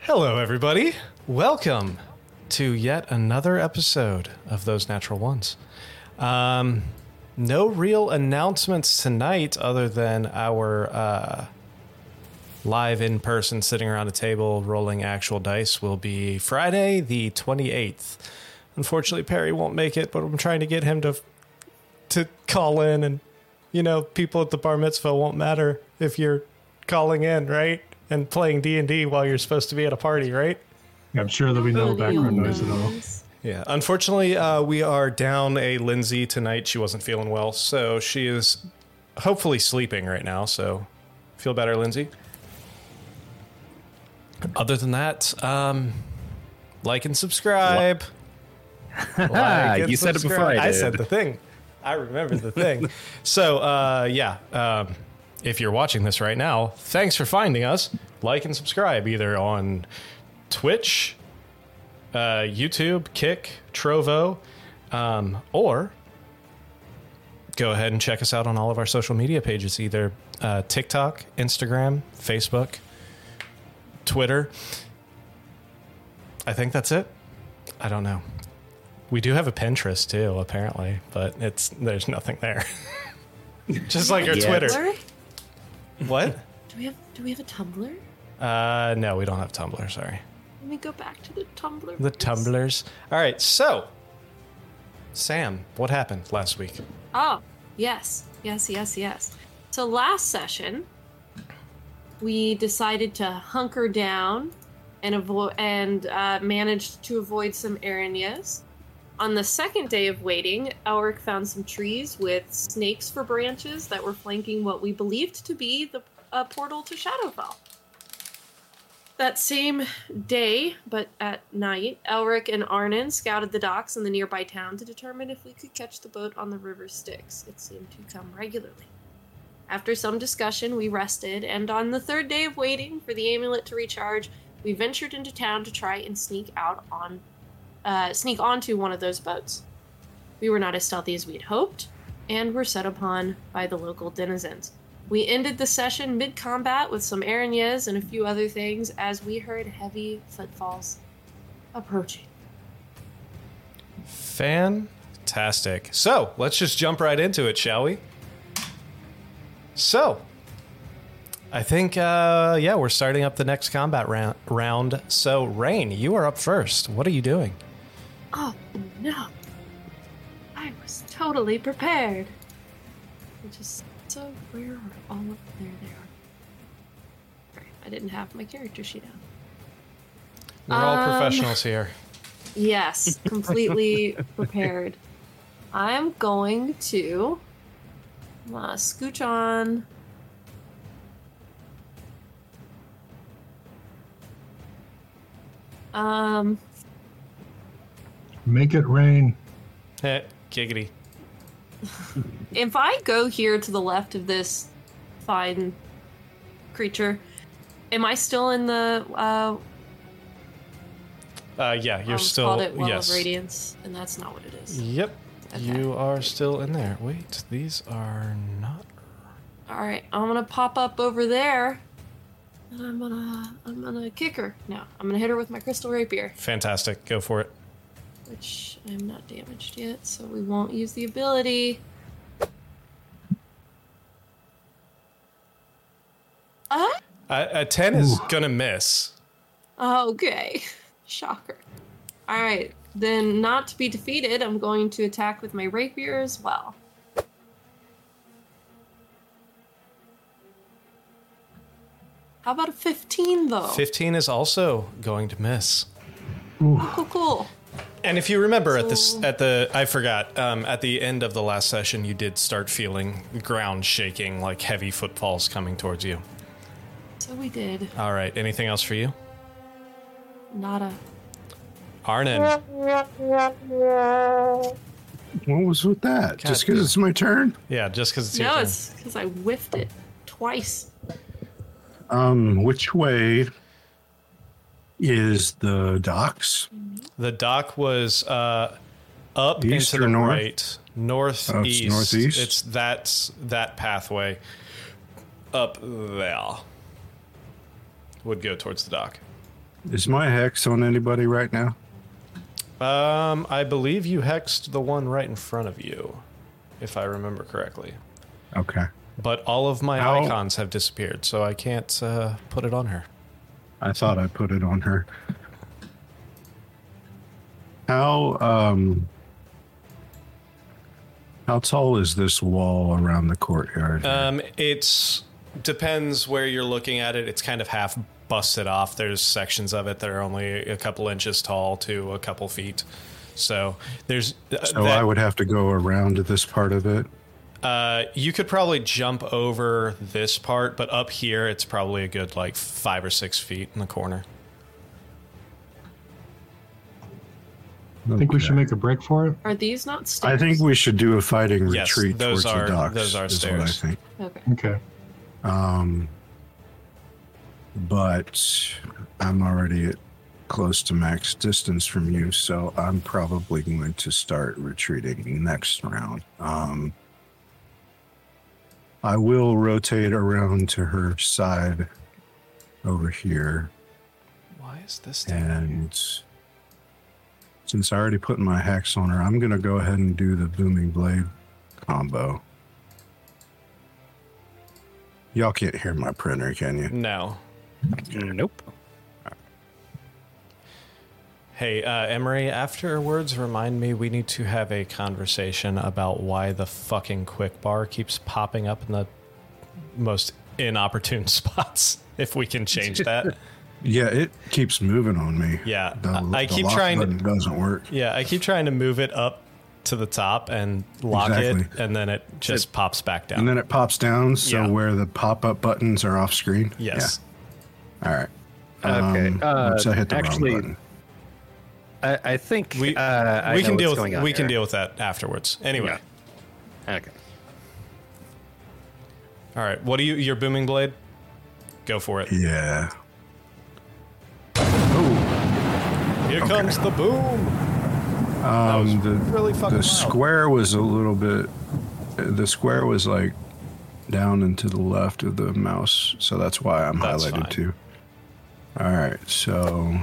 Hello, everybody. Welcome to yet another episode of Those Natural Ones. Um, no real announcements tonight other than our uh, live in person sitting around a table rolling actual dice will be Friday, the 28th. Unfortunately, Perry won't make it, but I'm trying to get him to to call in and you know people at the bar mitzvah won't matter if you're calling in right and playing d&d while you're supposed to be at a party right I'm sure there'll be no background noise at all. yeah unfortunately uh, we are down a lindsay tonight she wasn't feeling well so she is hopefully sleeping right now so feel better lindsay other than that um, like and subscribe Like and you said it before subscribe. I I did. said the thing. I remember the thing. so, uh, yeah, um, if you're watching this right now, thanks for finding us. Like and subscribe either on Twitch, uh, YouTube, Kick, Trovo, um, or go ahead and check us out on all of our social media pages either uh, TikTok, Instagram, Facebook, Twitter. I think that's it. I don't know. We do have a Pinterest too, apparently, but it's there's nothing there. Just like our Yet. Twitter. Tumblr? What? Do we have do we have a Tumblr? Uh, no, we don't have Tumblr. Sorry. Let me go back to the Tumblr. The please. Tumblers. All right. So, Sam, what happened last week? Oh, yes, yes, yes, yes. So last session, we decided to hunker down and avoid and uh, managed to avoid some erinias. On the second day of waiting, Elric found some trees with snakes for branches that were flanking what we believed to be the uh, portal to Shadowfell. That same day, but at night, Elric and Arnon scouted the docks in the nearby town to determine if we could catch the boat on the River Styx. It seemed to come regularly. After some discussion, we rested, and on the third day of waiting for the amulet to recharge, we ventured into town to try and sneak out on, uh, sneak onto one of those boats. We were not as stealthy as we had hoped, and were set upon by the local denizens. We ended the session mid combat with some Aranyas and a few other things as we heard heavy footfalls approaching. Fantastic. So let's just jump right into it, shall we? So, I think, uh, yeah, we're starting up the next combat round. round. So, Rain, you are up first. What are you doing? Oh no! I was totally prepared. Which is so where are all of there they are? Sorry, I didn't have my character sheet out. We're all Um, professionals here. Yes, completely prepared. I'm going to I'm gonna scooch on. Um, Make it rain. Heh, Eh, giggity. if I go here to the left of this fine creature, am I still in the uh, Uh, yeah, you're um, still called it well yes. of radiance? And that's not what it is. Yep, Okay. you are still in there. Wait, these are not. All right, I'm gonna pop up over there, and I'm gonna I'm gonna kick her. No, I'm gonna hit her with my crystal rapier, Fantastic. Go for it. which I'm not damaged yet, so we won't use the ability. Ah, Uh, A, a ten is Ooh. gonna miss. okay, shocker. All right, then not to be defeated, I'm going to attack with my rapier as well. How about a 15 though? Fifteen is also going to miss. Cool, cool. And if you remember at this So- at the I forgot um, at the end of the last session, you did start feeling ground shaking, like heavy footfalls coming towards you. So we did. All right. Anything else for you, Nada. Arnon? What was with that? Just because it's my turn? Yeah, just because it's your No, turn. it's because I whiffed it twice. Um, which way is the docks? The dock was uh, up East into or the north? right, northeast. Oh, it's northeast? It's that's that pathway up there would go towards the dock. Is my hex on anybody right now? Um, I believe you hexed the one right in front of you, if I remember correctly. Okay. But all of my Ow. icons have disappeared, so I can't uh, put it on her. I thought I put it on her. How um how tall is this wall around the courtyard? Um, it's depends where you're looking at it. It's kind of half busted off. There's sections of it that are only a couple inches tall to a couple feet. So there's uh, so that- Oh, I would have to go around to this part of it. uh, you could probably jump over this part, but up here it's probably a good like five or six feet in the corner. I think we should make a break for it. Are these not stairs? I think we should do a fighting Yes, retreat those towards are- the docks. those are is what stairs. I think. Okay. Okay. Um, but I'm already at close to max distance from you, so I'm probably going to start retreating next round. Um, I will rotate around to her side over here, Why is this? down here? and since I already put my hex on her, I'm going to go ahead and do the booming blade combo. Y'all can't hear my printer, can you? No. Nope. Hey, uh, Emery, afterwards, remind me we need to have a conversation about why the fucking quick bar keeps popping up in the most inopportune spots, if we can change that. Yeah, it keeps moving on me. Yeah, the, I- I the keep lock trying to- button doesn't work. yeah, I keep trying to move it up to the top and lock it, Exactly. and then it just pops back down. And then it pops down, so Yeah. where the pop-up buttons are off screen. yes. Yeah. All right. Okay, uh, oops, I hit the actually- wrong button. I, I think We, uh, I we know can what's deal with going on we can here. deal with that afterwards. Anyway, Okay. all right. What do you your booming blade? Go for it. Yeah. Here comes the boom. Um, the really fucking the loud. square was a little bit. The square was like down and to the left of the mouse, so that's why I'm That's highlighted fine. too. All right, so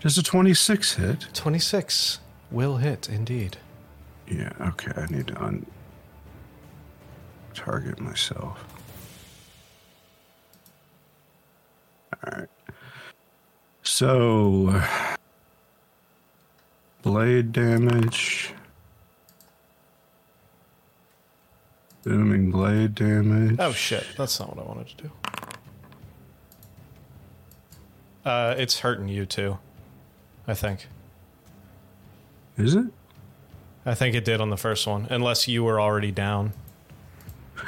does a twenty-six hit? Twenty six will hit indeed. Yeah, okay, I need to un target myself. Alright. So blade damage. Booming blade damage. Oh shit, that's not what I wanted to do. Uh, it's hurting you too. I think. Is it? I think it did on the first one, unless you were already down.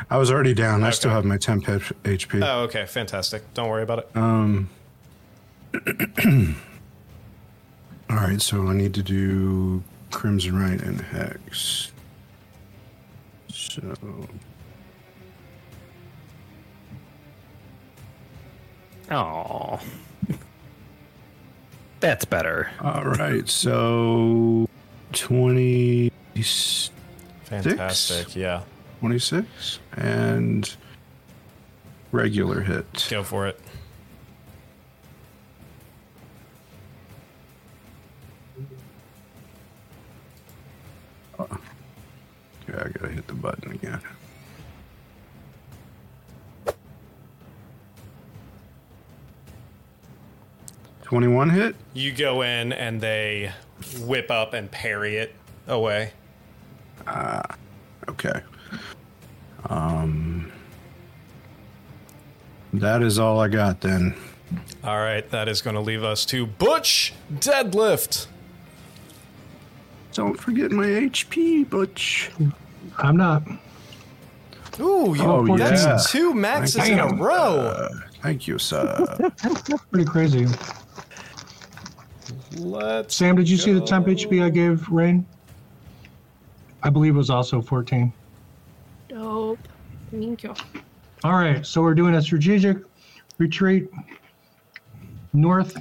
I was already down. I Okay. still have my temp H- HP. Oh, okay, fantastic. Don't worry about it. All right, so I need to do Crimson Right and Hex. So. Oh. That's better. All right, so 20, fantastic. Yeah, 26 and regular hit. go for it. Okay, I gotta hit the button again. Twenty-one hit. You go in and they whip up and parry it away. Okay. Um, that is all I got then. All right, that is going to leave us to Butch Deadlift. Don't forget my HP, Butch. I'm not. Ooh, you, Oh, that's yeah. two maxes in a Damn. row. Thank you, sir. Pretty crazy. Let's Sam, did you see the temp HP I gave Rain? I believe it was also 14. Dope. Thank you. All right, so we're doing a strategic retreat north.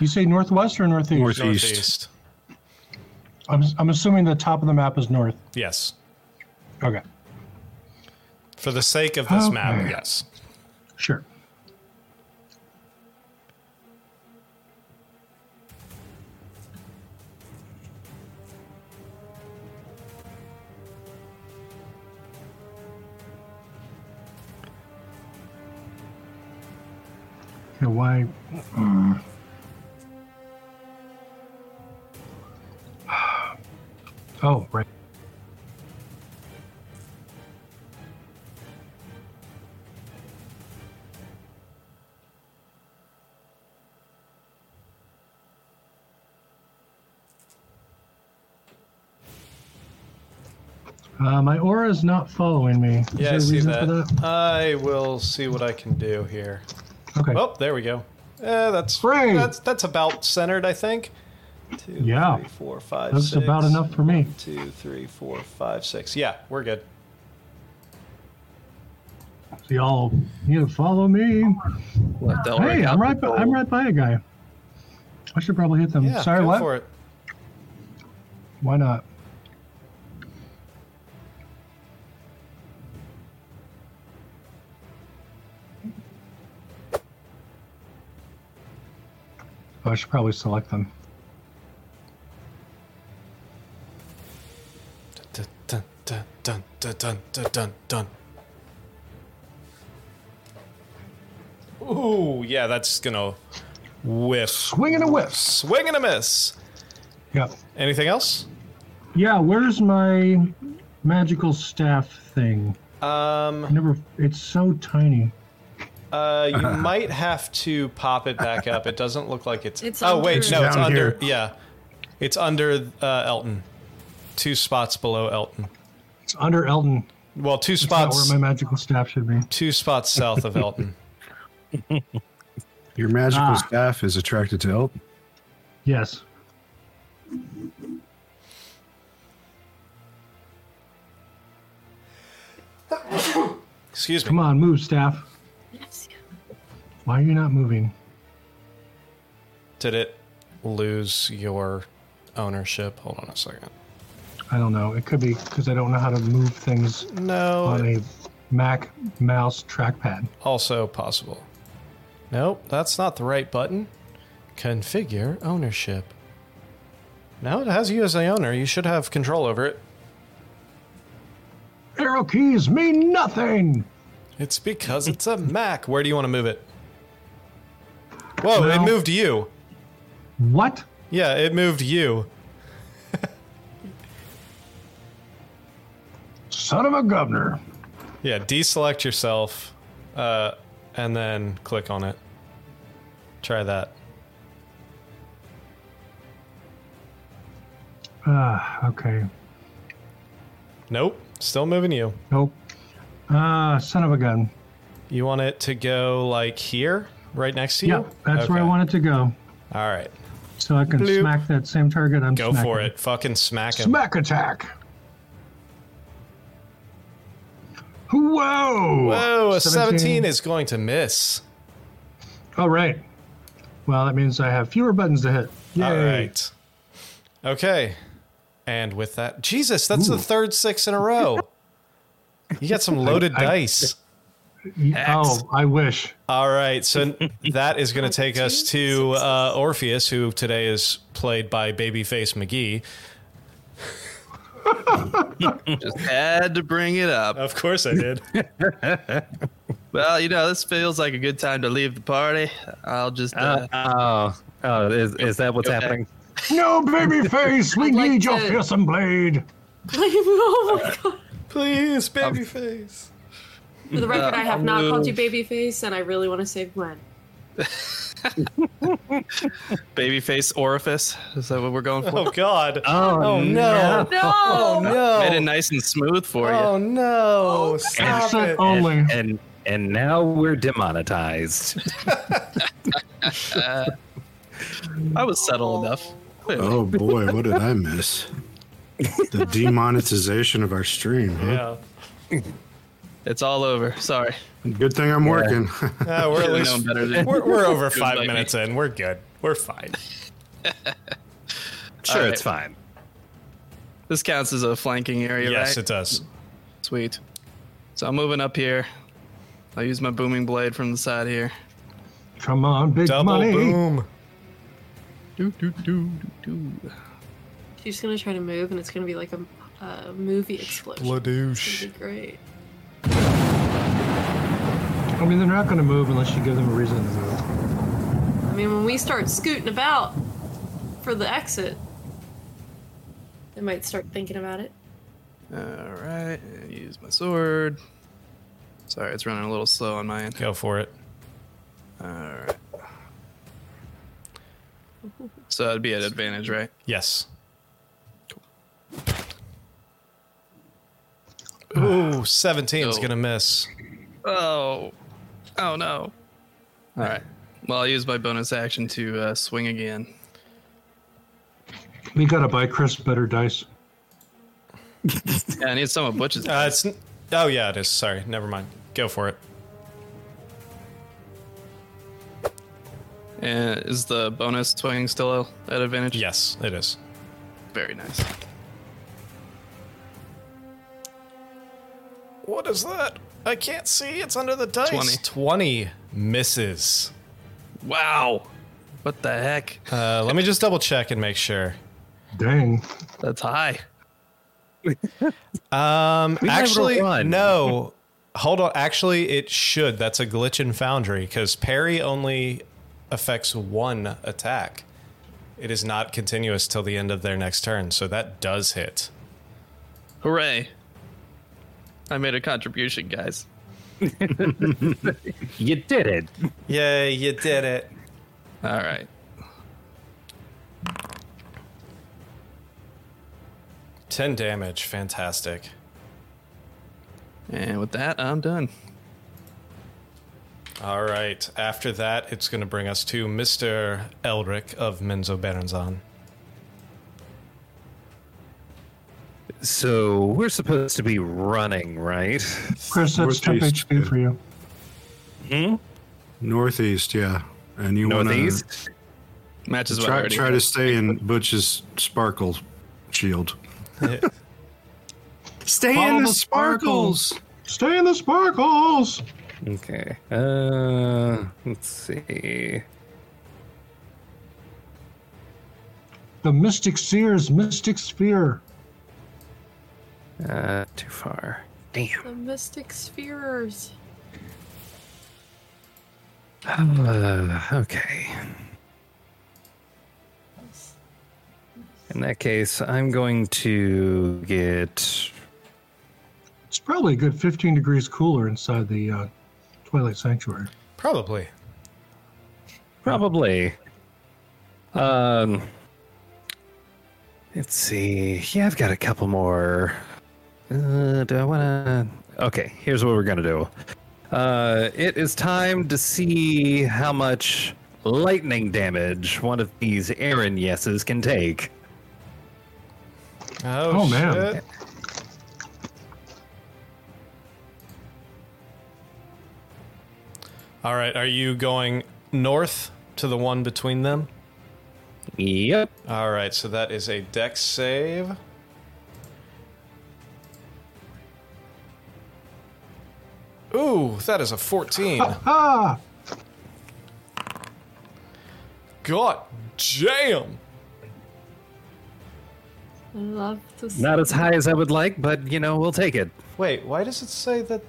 You say northwest or northeast? Northeast. northeast. I'm, I'm assuming the top of the map is north. Yes. Okay. For the sake of this map, Okay. yes. Sure. Yeah, why? mm. Oh, right. Uh, my aura is not following me. Is Yeah, there I a see reason that. for that? I will see what I can do here. Okay. Oh, there we go. Eh, that's Hooray! that's that's about centered, I think. Two, Yeah. three, four, five, That's six. about enough for me. Two, three, four, five, six. Yeah, we're good. So y'all, you follow me. Let Delric Hey, out I'm right. the By, I'm door. right by a guy. I should probably hit them. Yeah, Sorry, go what? for it. Why not? Oh, I should probably select them. Dun, dun, dun, dun, dun, dun, dun, dun, dun. Ooh, yeah, that's gonna whiff. Swing and a whip. Swing and a miss. Yeah. Anything else? Yeah. Where's my magical staff thing? Um, Never. It's so tiny. Uh, you might have to pop it back up. It doesn't look like it's. It's oh wait, under- no, it's Down under. here. Yeah, it's under uh, Elton. Two spots below Elton. It's under Elton. Well, two It's not spots. where my magical staff should be. Two spots south of Elton. Your magical Ah. staff is attracted to Elton. Yes. Excuse Come me. on, move, staff. Yes, yeah. Why are you not moving? Did it lose your ownership? Hold on a second. I don't know. It could be because I don't know how to move things No. on it- a Mac mouse trackpad. Also possible. Nope, that's not the right button. Configure ownership. No, it has you as the owner. You should have control over it. Arrow keys mean nothing. It's because it's a Mac. Where do you want to move it? Whoa, Well- it moved you. What? Yeah, it moved you. Son of a governor. Yeah, deselect yourself uh, and then click on it. Try that. Ah, okay. Nope, still moving you. Nope. Ah, son of a gun. You want it to go like here, right next to you? Yep, that's where I Okay. want it to go. All right, So I can Bloop. smack that same target. I'm go smacking. for it. Fucking smack him. Smack attack. Whoa! Whoa, a 17 is going to miss. All right. Well, that means I have fewer buttons to hit. Yay. All right. Okay. And with that, Jesus, that's the third six in a row. You got some loaded I- dice. Y- X. Oh, I wish. All right. So that is going to take us to uh, Orpheus, who today is played by Babyface McGee. Just had to bring it up. Of course I did. Well, you know, this feels like a good time to leave the party. I'll Ah. just. Uh, Uh, oh, oh, is, is that what's Okay. happening? No, babyface, we I'd like need your to- fearsome blade. oh my god. Please, Babyface. For the record, Uh, I have not called you babyface, and I really want to save Gwen. babyface orifice. Is that what we're going for? Oh, God. Oh, no. Oh, Oh, No. Made no. it nice and smooth for you. Oh, no. Stop Accent it. only. And and now we're demonetized. I was subtle enough. Oh boy, what did I miss? The demonetization of our stream. Huh? Yeah. It's all over. Sorry. Good thing I'm working. Uh, we're, at Should've least, known better than- we're, we're over Good five bite me. minutes in. We're good. We're fine. Sure, All it's fine. This counts as a flanking area, yes, right? it does. Sweet. So I'm moving up here. I'll use my booming blade from the side here. Come on, big Double money. boom. Do, do, do, do, do. She's gonna try to move, and it's gonna be like a, a movie explosion. It's Bladoosh. gonna be great. I mean, they're not going to move unless you give them a reason to move. I mean, when we start scooting about for the exit, they might start thinking about it. All right, use my sword. Sorry, it's running a little slow on my end. Go for it. All right. So that'd be at advantage, right? Yes. Ooh, 17 is No. going to miss. Oh, oh no! All right. Well, I'll use my bonus action to uh, swing again. We got to buy Chris better dice. Yeah, I need some of Butch's. Uh, it's n- Oh, yeah, it is. Sorry. Never mind. Go for it. Uh, is the bonus swing still at advantage? Yes, it is. Very nice. What is that? I can't see. It's under the dice. 20. 20 misses. Wow. What the heck? Uh, let me just double check and make sure. Dang. That's high. Um, might have actually, rolled one. no. Hold on. Actually, it should. That's a glitch in Foundry because parry only affects one attack. It is not continuous till the end of their next turn, so that does hit. Hooray. I made a contribution, guys. You did it. Yeah, you did it. All right. Ten damage. Fantastic. And with that, I'm done. All right. After that, it's going to bring us to Mister Eldrick of Menzo Berenzan. So we're supposed to be running, right? Chris, that's temp Northeast, HP yeah. for you. Northeast, yeah. And you want to Northeast. Matches what I try, already try to had. stay in Butch's sparkle shield. Stay Follow in the the sparkles. sparkles. Stay in the sparkles. Okay. Uh, let's see. The Mystic Seer's Mystic Sphere. Uh, too far. Damn. The mystic spheres. Uh, okay. In that case, I'm going to get. It's probably a good 15 degrees cooler inside the uh, Twilight Sanctuary. Probably. Probably. Um, let's see. Yeah, I've got a couple more. Uh, do I want to? Okay, here's what we're gonna do. Uh, it is time to see how much lightning damage one of these Aaron yeses can take. Oh, Oh, man. shit. All right, are you going north to the one between them? Yep. All right, so that is a dex save. Ooh, that is a 14. Ah! God damn. I love this. Not as high as I would like, but you know, we'll take it. Wait, why does it say that?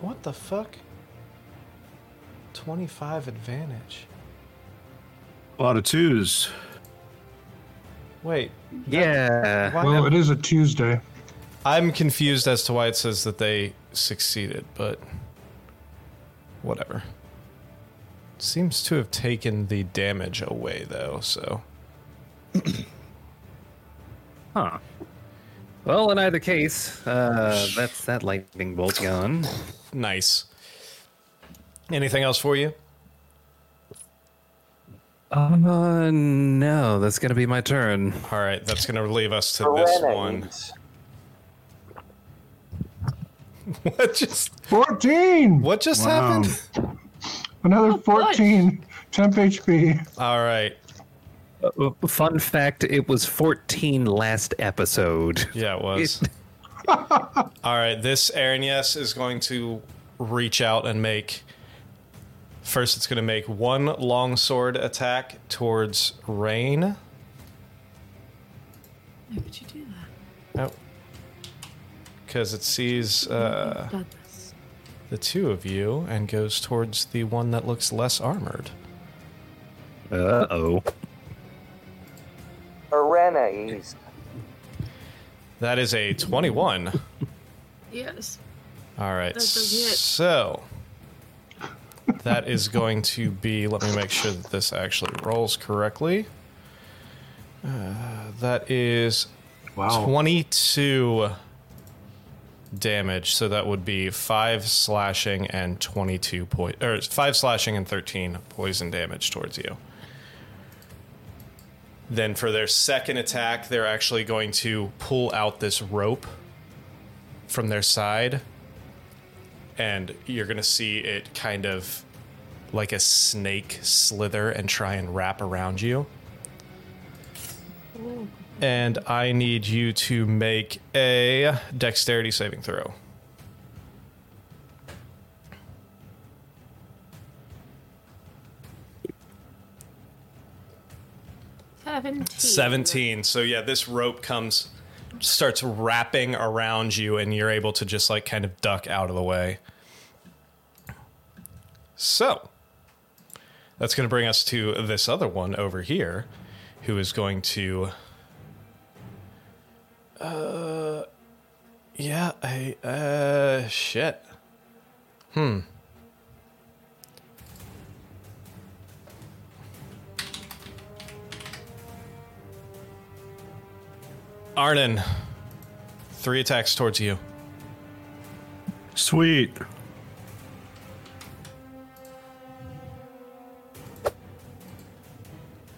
What the fuck? 25 advantage. A lot of twos. Wait, Yeah. why? Well, it is a Tuesday. I'm confused as to why it says that they succeeded, but whatever. Seems to have taken the damage away, though, so. Huh. Well, in either case, uh, that's that lightning bolt gone. Nice. Anything else for you? Uh, no, that's gonna be my turn. All right, that's going to leave us to this one. What just 14! what just Wow. happened? Another nice. 14 temp HP. All right. Uh, Fun fact: it was 14 last episode. Yeah, it was. All right, this Aaron yes is going to reach out and make. First, it's going to make one longsword attack towards Rain. Why would you do that? Oh. Because it sees uh, You've done this. the two of you and goes towards the one that looks less armored. Uh oh. Arena East. That is a 21. Yes. All right. That does it. So that is going to be. Let me make sure that this actually rolls correctly. Uh, that is 22 damage. So that would be five slashing and 22 point, or five slashing and 13 poison damage towards you. Then for their second attack, they're actually going to pull out this rope from their side and you're gonna see it kind of like a snake slither and try and wrap around you. And I need you to make a dexterity saving throw. Seventeen. 17. So, yeah, this rope comes, starts wrapping around you, and you're able to just like kind of duck out of the way. So, that's going to bring us to this other one over here who is going to. Uh, uh, yeah, I, uh, shit. Hmm. Arnon, three attacks towards you. Sweet.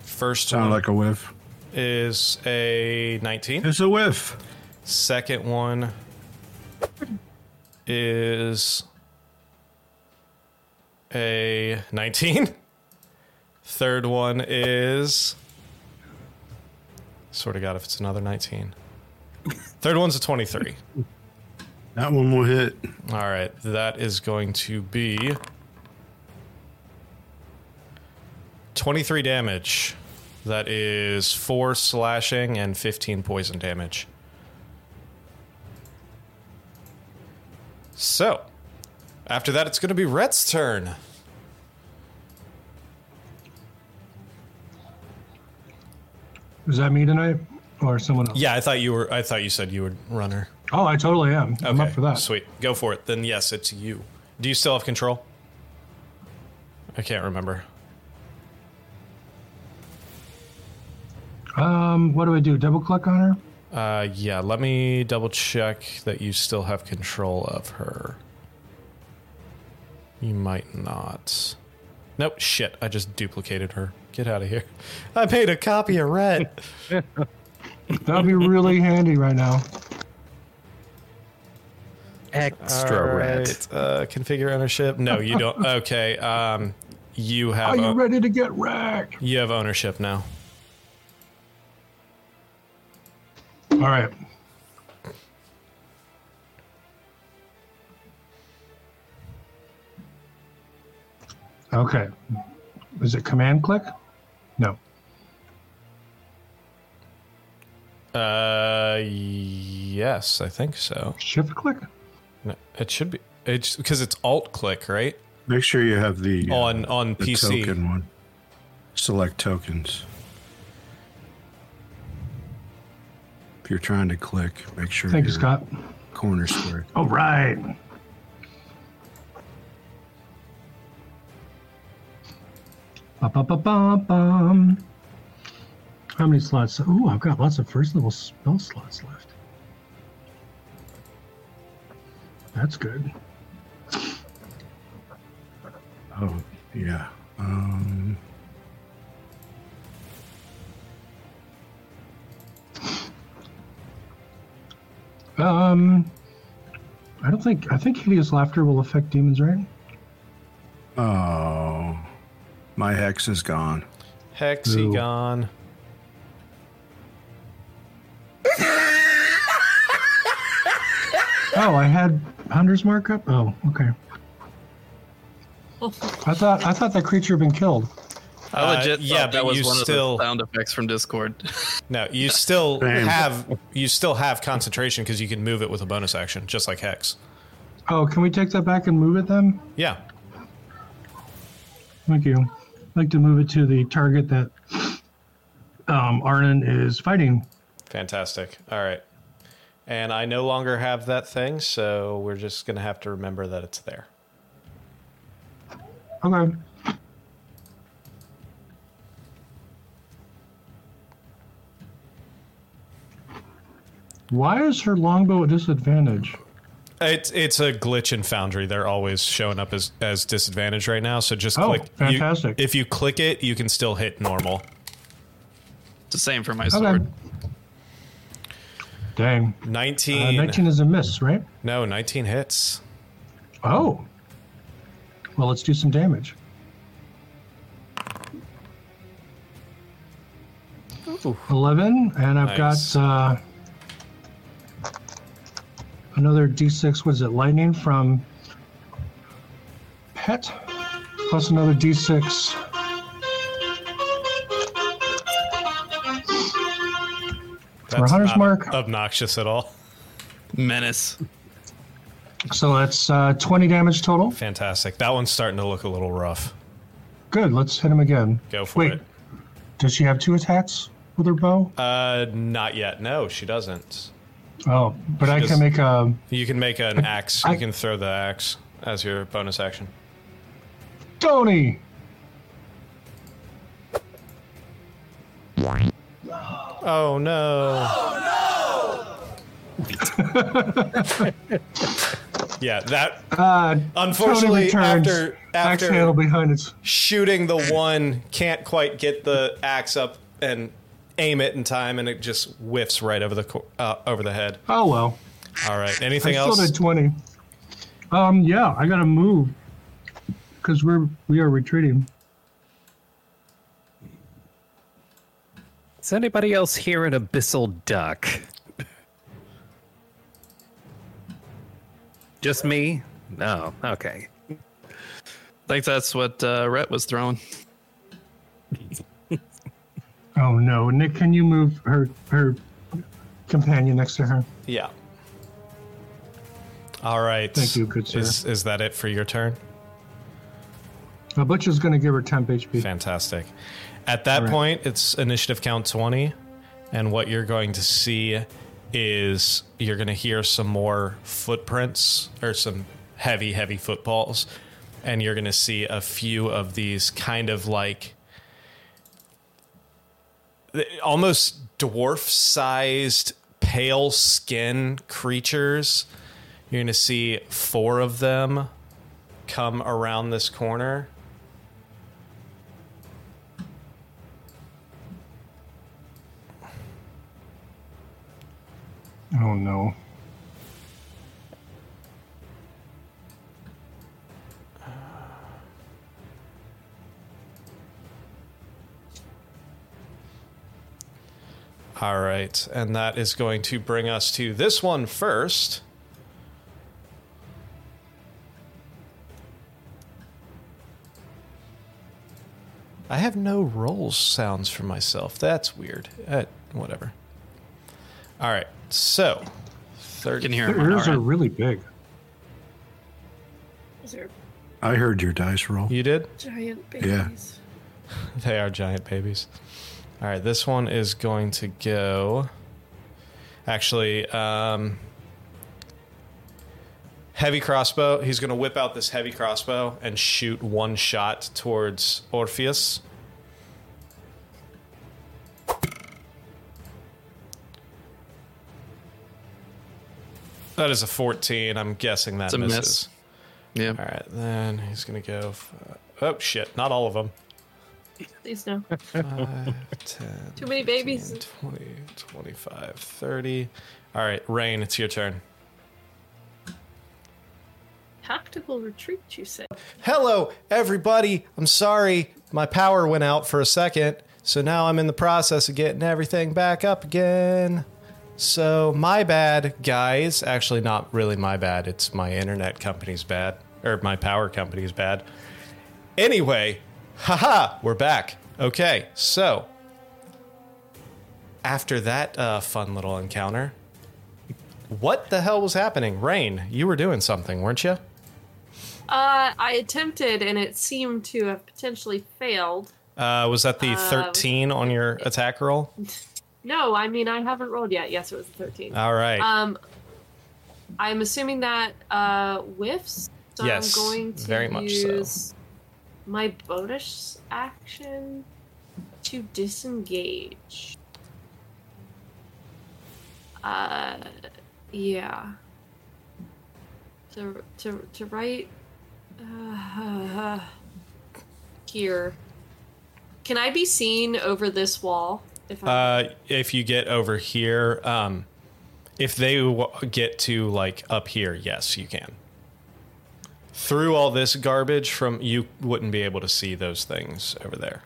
First Sound one like a whiff. is a 19. It's a whiff. Second one is a 19. Third one is. Sort of got if it's another 19. Third one's a 23. That one will hit. All right, that is going to be 23 damage. That is 4 slashing and 15 poison damage. So, after that, it's going to be Rhett's turn. Is that me tonight or someone else? Yeah, I thought you were. I thought you said you would run her. Oh, I totally am. I'm up for that. Sweet, go for it. Then yes, it's you. Do you still have control? I can't remember. Um, what do I do? Double click on her? Uh, yeah, let me double check that you still have control of her. You might not. Nope, shit, I just duplicated her. Get out of here. I made a copy of Rhett. That'd be really handy right now. Extra All red. right, Uh, configure ownership. No, you don't. Okay, um, you have Are you own- ready to get wrecked? you have ownership now. All right. Okay. Is it command click? No. Uh, yes, I think so. Shift click? No, It should be. It's because it's alt click, right? Make sure you have the uh, on on the PC. token one. Select tokens. If you're trying to click, make sure Thank you, you're Scott. corner square. All right. Ba-ba-ba-ba-bum. How many slots? Ooh, I've got lots of first level spell slots left. That's good. Oh, yeah. Um, Um, I don't think I think hideous laughter will affect demons, right? oh, my hex is gone. Hexagon. Oh, I had hunter's markup. Oh, okay. Oh. I thought I thought that creature had been killed. I Uh, legit yeah, yeah, but that was you one still- of the sound effects from Discord. No, you still Same. have you still have concentration because you can move it with a bonus action, just like hex. Oh, can we take that back and move it then? Yeah, Thank you. I'd like to move it to the target that um, Arnon is fighting. fantastic. All right, and I no longer have that thing, so we're just gonna have to remember that it's there. Okay. Why is her longbow at disadvantage? It's it's a glitch in Foundry. They're always showing up as as disadvantage right now. So just Oh, click. you- fantastic. if you click it, you can still hit normal. It's the same for my Okay. sword. Dang. Uh, 19, 19 is a miss, right? No, nineteen hits. Oh. Well, let's do some damage. Eleven, and I've Nice. got uh, another D6. What is it? Lightning from Pet, plus another D6. That's Hunter's not mark. obnoxious at all. Menace. So that's uh, 20 damage total. Fantastic. That one's starting to look a little rough. Good. Let's hit him again. Go for Wait, it. Does she have two attacks with her bow? Uh, not yet. No, she doesn't. oh, but I does- can make a. You can make an axe. I- You can throw the axe as your bonus action. Tony! Oh no! Oh no! yeah, that Uh, Unfortunately, Tony returns, after- axe after- handle behind its. shooting the one can't quite get the axe up and aim it in time, and it just whiffs right over the cor- uh, over the head. Oh well, All right. Anything I else? still did twenty. Um, yeah, I gotta move because we're we are retreating. Is anybody else here an abyssal duck? Just me? No. Okay. I think that's what uh, Rhett was throwing. Oh no, Nick, can you move her her companion next to her? yeah. All right. Thank you, good sir. Is, is that it for your turn? The butcher's gonna give her temp HP. Fantastic. At that Alright. point, it's initiative count 20. And what you're going to see is you're going to hear some more footprints or some heavy, heavy footballs. And you're going to see a few of these kind of like almost dwarf sized pale skin creatures. You're going to see four of them come around this corner. Oh no. All right, and that is going to bring us to this one first. I have no roll sounds for myself. That's weird. Uh, whatever. All right, so You can 30, hear Her him. on ears our are end. really big. Those are I heard your dice roll. you did? giant Yeah. babies. They are giant babies. All right, this one is going to go. Actually, um, heavy crossbow. He's going to whip out this heavy crossbow and shoot one shot towards Orpheus. That is a 14. I'm guessing that It's a miss. misses. Yeah. All right, then he's going to go. f- oh, shit. Not all of them. Please no. 10, Too many babies. 20, 25, 30. All right, Rain, it's your turn. Tactical retreat, you say? Hello, everybody. I'm sorry. My power went out for a second. So now I'm in the process of getting everything back up again. So, my bad, guys. Actually, not really my bad. It's my internet company's bad, or my power company's bad. Anyway, haha, we're back. Okay, so after that uh, fun little encounter, what the hell was happening? Rain, you were doing something, weren't you? Uh, I attempted, and it seemed to have potentially failed. Uh, was that the 13 on your attack roll? No, I mean I haven't rolled yet. Yes, it was a thirteen. All right. Um, I'm assuming that uh, whiffs. So Yes, I'm going to very much so. use my bonus action to disengage. Uh, yeah. To to to right uh, here. Can I be seen over this wall? If I'm Uh, if you get over here, um, if they w- get to like up here, yes, you can. Through all this garbage, from you wouldn't be able to see those things over there.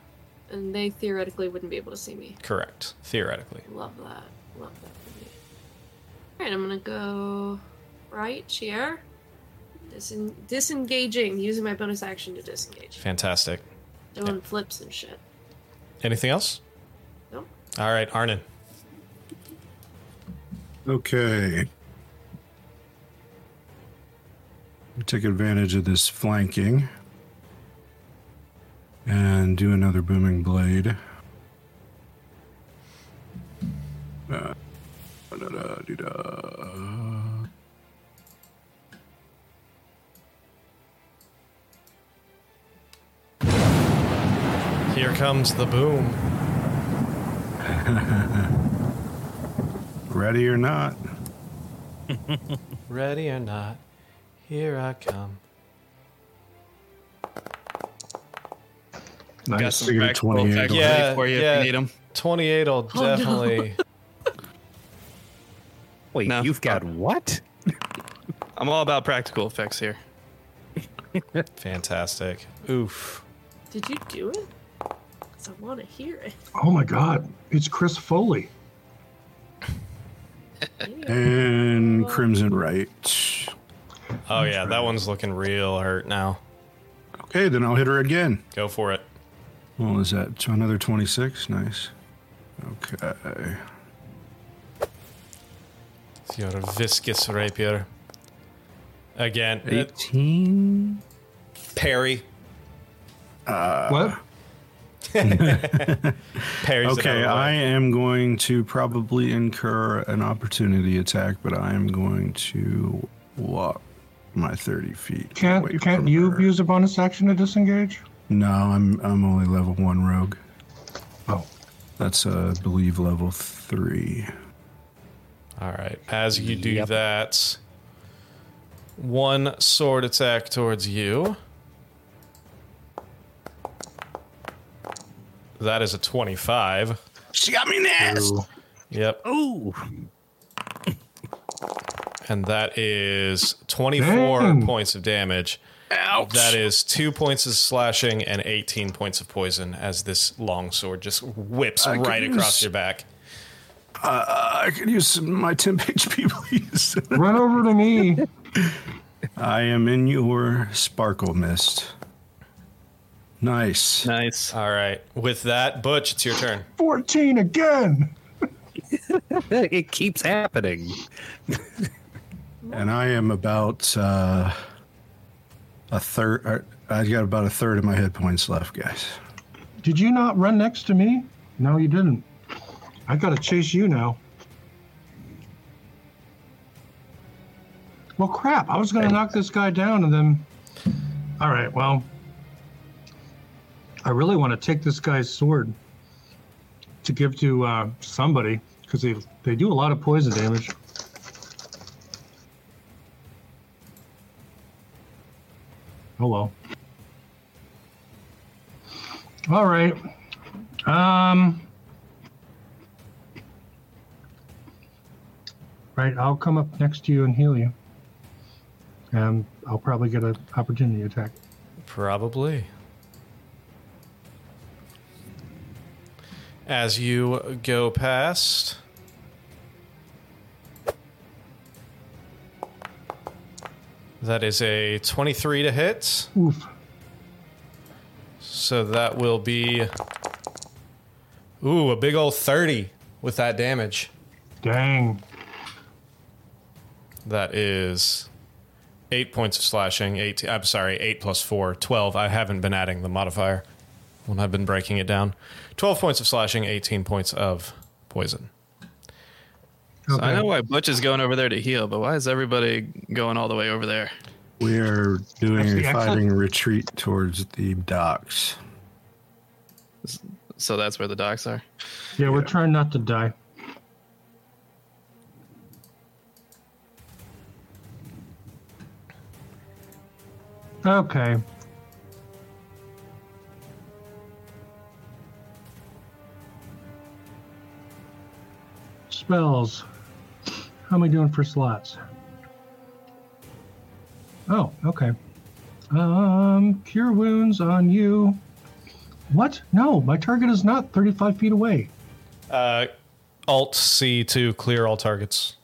and they theoretically wouldn't be able to see me. Correct, theoretically. Love that. Love that for me. Alright, I'm gonna go right here. Disen- disengaging, using my bonus action to disengage. Fantastic. Doing flips and shit. Anything else? Nope. All right, Arnon. Okay. Take advantage of this flanking and do another booming blade. Uh, da-da-da-dee-da. Here comes the boom. Ready or not, Ready or not, here I come. I Got some figured back, roll 28. back Yeah. ready for you if you need 'em. 28 will Oh, no. definitely. Wait, No. you've got what? I'm all about practical effects here. Fantastic. Oof. Did you do it? 'Cause I wanna hear it. Oh my God, it's Chris Foley. And Crimson Right. Oh, yeah, that one's looking real hurt now. Okay, then I'll hit her again. Go for it. What was that? To another 26? Nice. Okay. With your viscous rapier. Again, uh, 18? parry. what? Parry's Okay, another one. I am going to probably incur an opportunity attack, but I am going to walk my 30 feet. away Can't can't from you her. use a bonus action to disengage? No, I'm, I'm only level one rogue. Oh, That's, uh, I believe, level three. All right. As you do Yep. that, one sword attack towards you. That is a 25. She got me in the ass! Yep. Ooh. And that is 24 Damn. points of damage. Ouch! That is two points of slashing and 18 points of poison as this long sword just whips I could right across use- your back. I could use some, my temp HP, please. run over to me. I am in your sparkle mist. Nice. Nice. All right. With that, Butch, it's your turn. 14 again. It keeps happening. And I am about uh, a third. or I got about a third of my hit points left, guys. Did you not run next to me? No, you didn't. I gotta chase you now. Well, crap. I was gonna knock this guy down and then. All right. Well, I really want to take this guy's sword to give to uh, somebody because they they do a lot of poison damage. Oh well. All right. Um. Right, I'll come up next to you and heal you. And I'll probably get an opportunity attack. Probably. As you go past. That is a 23 to hit. Oof. So that will be. Ooh, a big old 30 with that damage. Dang. That is eight points of slashing. Eight. I'm sorry, eight plus four, 12. I haven't been adding the modifier when I've been breaking it down. 12 points of slashing, 18 points of poison. So I know why Butch is going over there to heal, but why is everybody going all the way over there? We are doing That's the a exit? fighting retreat towards the docks. So that's where the docks are. Yeah, we're trying not to die. Okay. Spells. How am I doing for slots? Oh, okay. Um, cure wounds on you. What? No, my target is not 35 feet away. Uh, Alt C to clear all targets.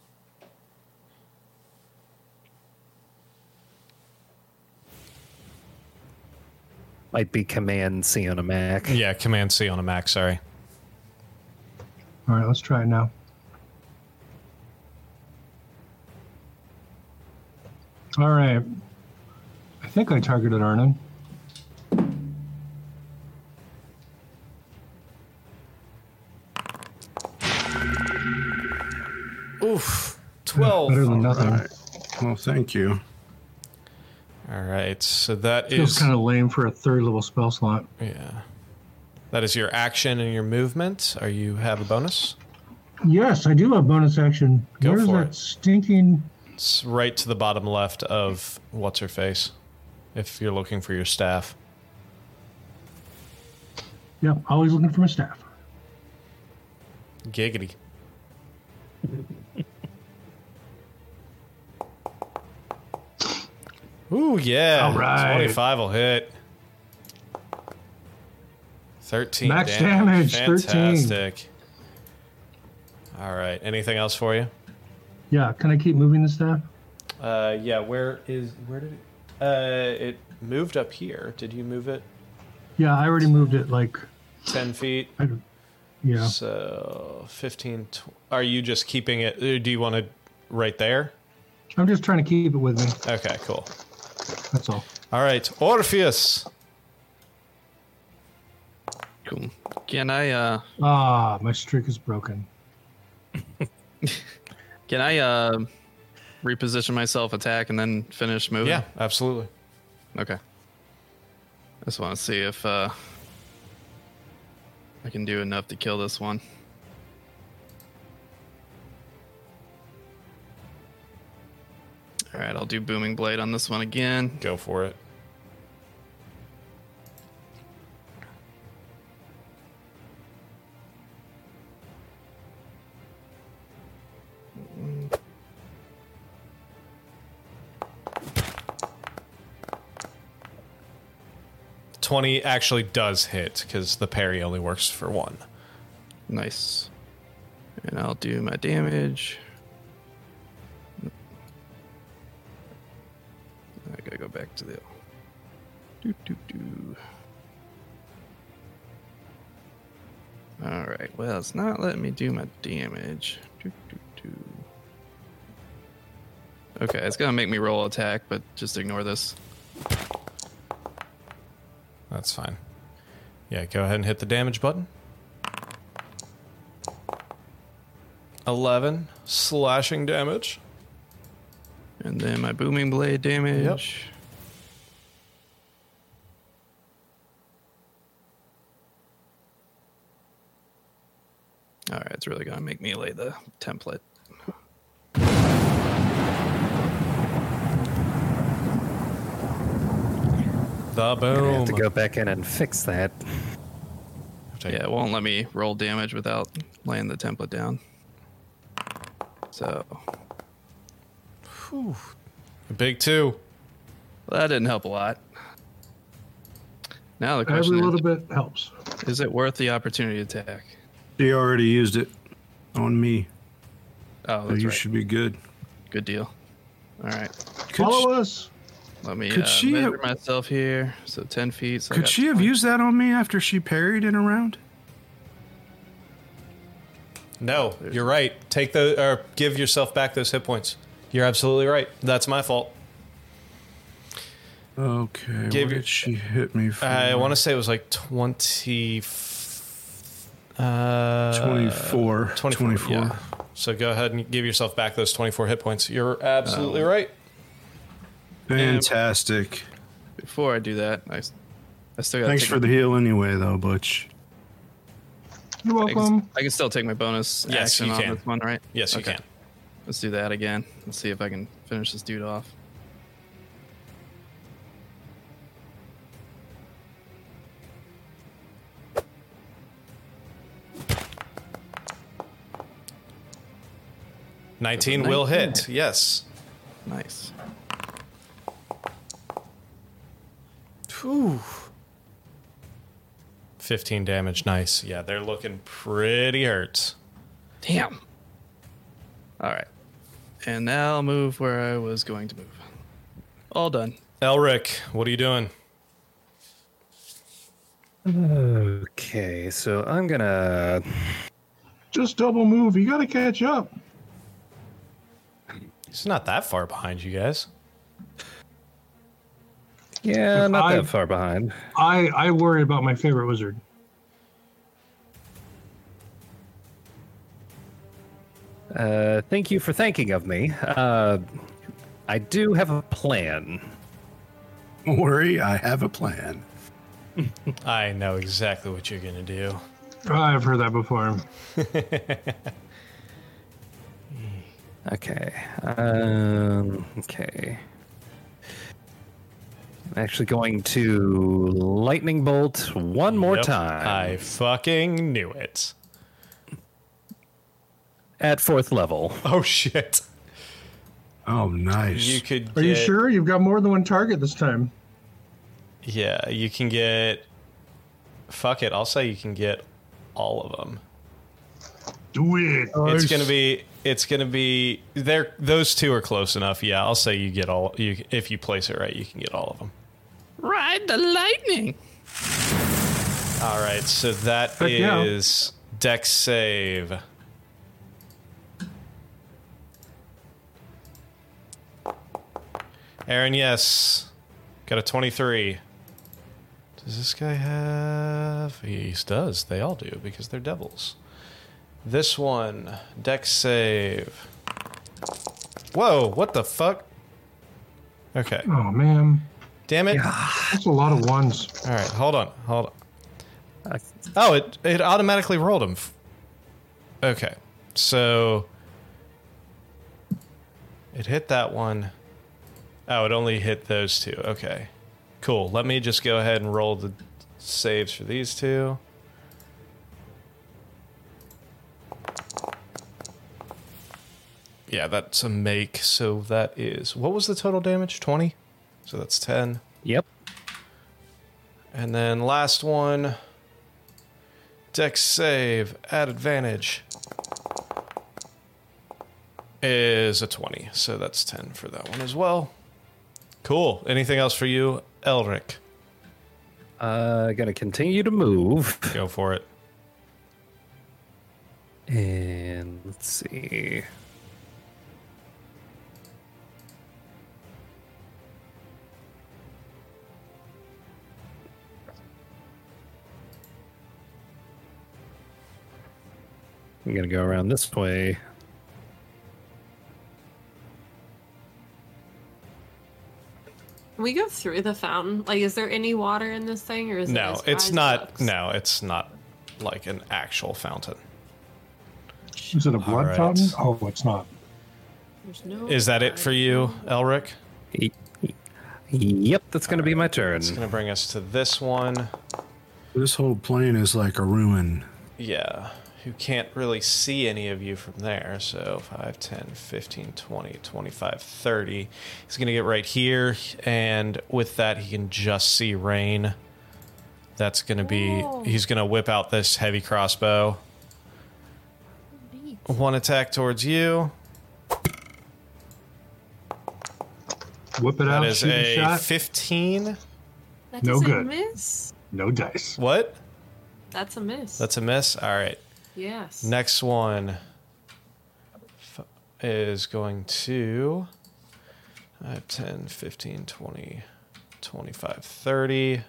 Might be Command C on a Mac. Yeah, Command C on a Mac, sorry. All right, let's try it now. All right. I think I targeted Arnon. Oof. Better 12. than All nothing. right. Well, thank you. All right, so that Feels is. kind of lame for a third level spell slot. Yeah. That is your action and your movement. Are you have a bonus? Yes, I do have bonus action. Go Where's for that it. stinking? It's right to the bottom left of what's her face. If you're looking for your staff. Yep, always looking for my staff. Giggity. Ooh, yeah. All right. 25 will hit. 13. Max damage, 13. Fantastic. All right. Anything else for you? Yeah, can I keep moving the staff? Uh, yeah, where is. Where did it. Uh, it moved up here. Did you move it Yeah, I already moved it. Like, 10 feet? I don't, yeah. So 15. Tw- are you just keeping it? uh, Do you want to right there? I'm just trying to keep it with me. Okay, cool. That's all. All right, Orpheus. Cool. Can I uh Ah, my streak is broken. can I uh reposition myself, attack, and then finish moving? Yeah, absolutely. Okay. I just want to see if uh, I can do enough to kill this one. All right, I'll do booming blade on this one again. Go for it. Twenty actually does hit because the parry only works for one. Nice. And I'll do my damage. I gotta go back to the. Do, do, do. Alright, well, it's not letting me do my damage. Do, do, do. Okay, it's gonna make me roll attack, but just ignore this. That's fine. Yeah, go ahead and hit the damage button. 11 slashing damage. And then my booming blade damage. All right, it's really gonna make me lay the template. The I boom. have to go back in and fix that. Take- Yeah, it won't let me roll damage without laying the template down. So well, Big two. that didn't help a lot. Now the question Every is, little bit helps. is it worth the opportunity attack? You already used it on me. Oh, so that's Oh, you right. should be good. Good deal. All right. Could Follow us. Let me Could uh, she measure have- myself here. So ten feet. So I Could got she have 20. used that on me after she parried in a round? No, you're right. Take those or give yourself back those hit points. You're absolutely right. That's my fault. Okay. Gave what you- did she hit me for? I Mm-hmm. want to say it was like 20 uh 24. 24. yeah. So go ahead and give yourself back those 24 hit points. You're Oh. absolutely right. Fantastic. Before I do that, I, s- I still got. Thanks for the heal anyway, though, Butch. You're I can, welcome. I can still take my bonus Yes, action you on can. this one, right? Yes, you Okay. can. Let's do that again. Let's see if I can finish this dude off. Nineteen will 19. hit. Yes. Nice. Fifteen damage. Nice. Yeah, they're looking pretty hurt. Damn. All right. And now I'll move where I was going to move. All done. Elric, what are you doing? Okay, so I'm gonna. Just double move. You got to catch up. He's not that far behind you guys. Yeah, If not I- that far behind. I I worry about my favorite wizard. Uh, thank you for thanking of me. Uh, I do have a plan. Don't worry, I have a plan. I know exactly what you're gonna do. I've heard that before. Okay. Um, okay. I'm actually going to lightning bolt one more Yep, time I fucking knew it. at fourth level. Oh shit. Oh, nice. You could Are you get- sure you've got more than one target this time? Yeah, you can get fuck it, I'll say you can get all of them. Do it. It's gonna be. It's gonna be. There. Those two are close enough. Yeah, I'll say you get all. You if you place it right, you can get all of them. Ride the lightning. All right. So that is Heck yeah. Dex save. Aaron, yes, got a twenty-three. Does this guy have? He does. They all do because they're devils. This one, Dex save. Whoa! What the fuck? Okay. Oh man, Damn it! that's a lot of ones. All right. Hold on. Hold on. I- Oh, it it automatically rolled him. F- Okay, so it hit that one. Oh, it only hit those two. Okay, cool. Let me just go ahead and roll the saves for these two. Yeah, that's a make. So that is what was the total damage? Twenty. So that's ten. Yep. And then last one. Dex save at advantage is a 20. So that's 10 for that one as well. Cool. Anything else for you, Elric? Uh, gonna continue to move. Go for it. And let's see. I'm going to go around this way. Can we go through the fountain? Like, is there any water in this thing, or is it No, as it's Rise not. looks? No, it's not like an actual fountain. Is it a blood right. fountain? Oh, it's not. There's no Is that it for you, Elric? Y- y- Yep, that's going to be my turn. It's going to bring us to this one. this whole plane is like a ruin. Yeah, who can't really see any of you from there. So 5, 10, 15, 20, 25, 30. He's going to get right here, and with that, he can just see rain. That's going to be. Oh. He's going to whip out this heavy crossbow. One attack towards you. Whip it That out, is shoot a a shot. 15. That No doesn't good. miss. no dice. What? That's a miss. That's a miss. All right. yes. Next one f- is going to uh, I have 10, 15, 20, 25, 30.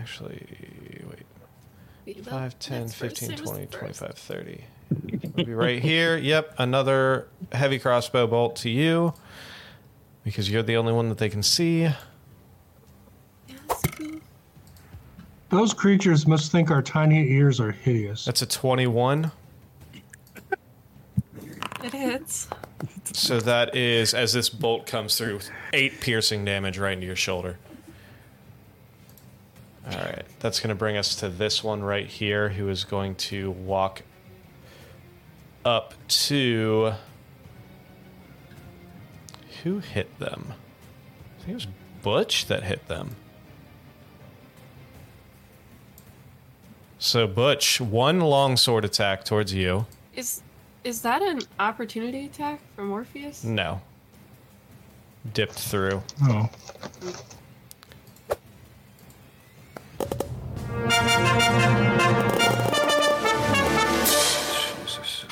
Actually, wait. Wait, well, 5, 10, that's first. 15, It was 20, first. 25, 30. Would be right here. Yep, another heavy crossbow bolt to you because you're the only one that they can see. Yes, ooh. Those creatures must think our tiny ears are hideous. That's a 21. It hits. So that is, as this bolt comes through, eight piercing damage right into your shoulder. All right, that's going to bring us to this one right here, who is going to walk up to. Who hit them? I think it was Butch that hit them. So, Butch, one longsword attack towards you. Is is that an opportunity attack from Morpheus? Mm. No. Dipped through. Oh, Jesus.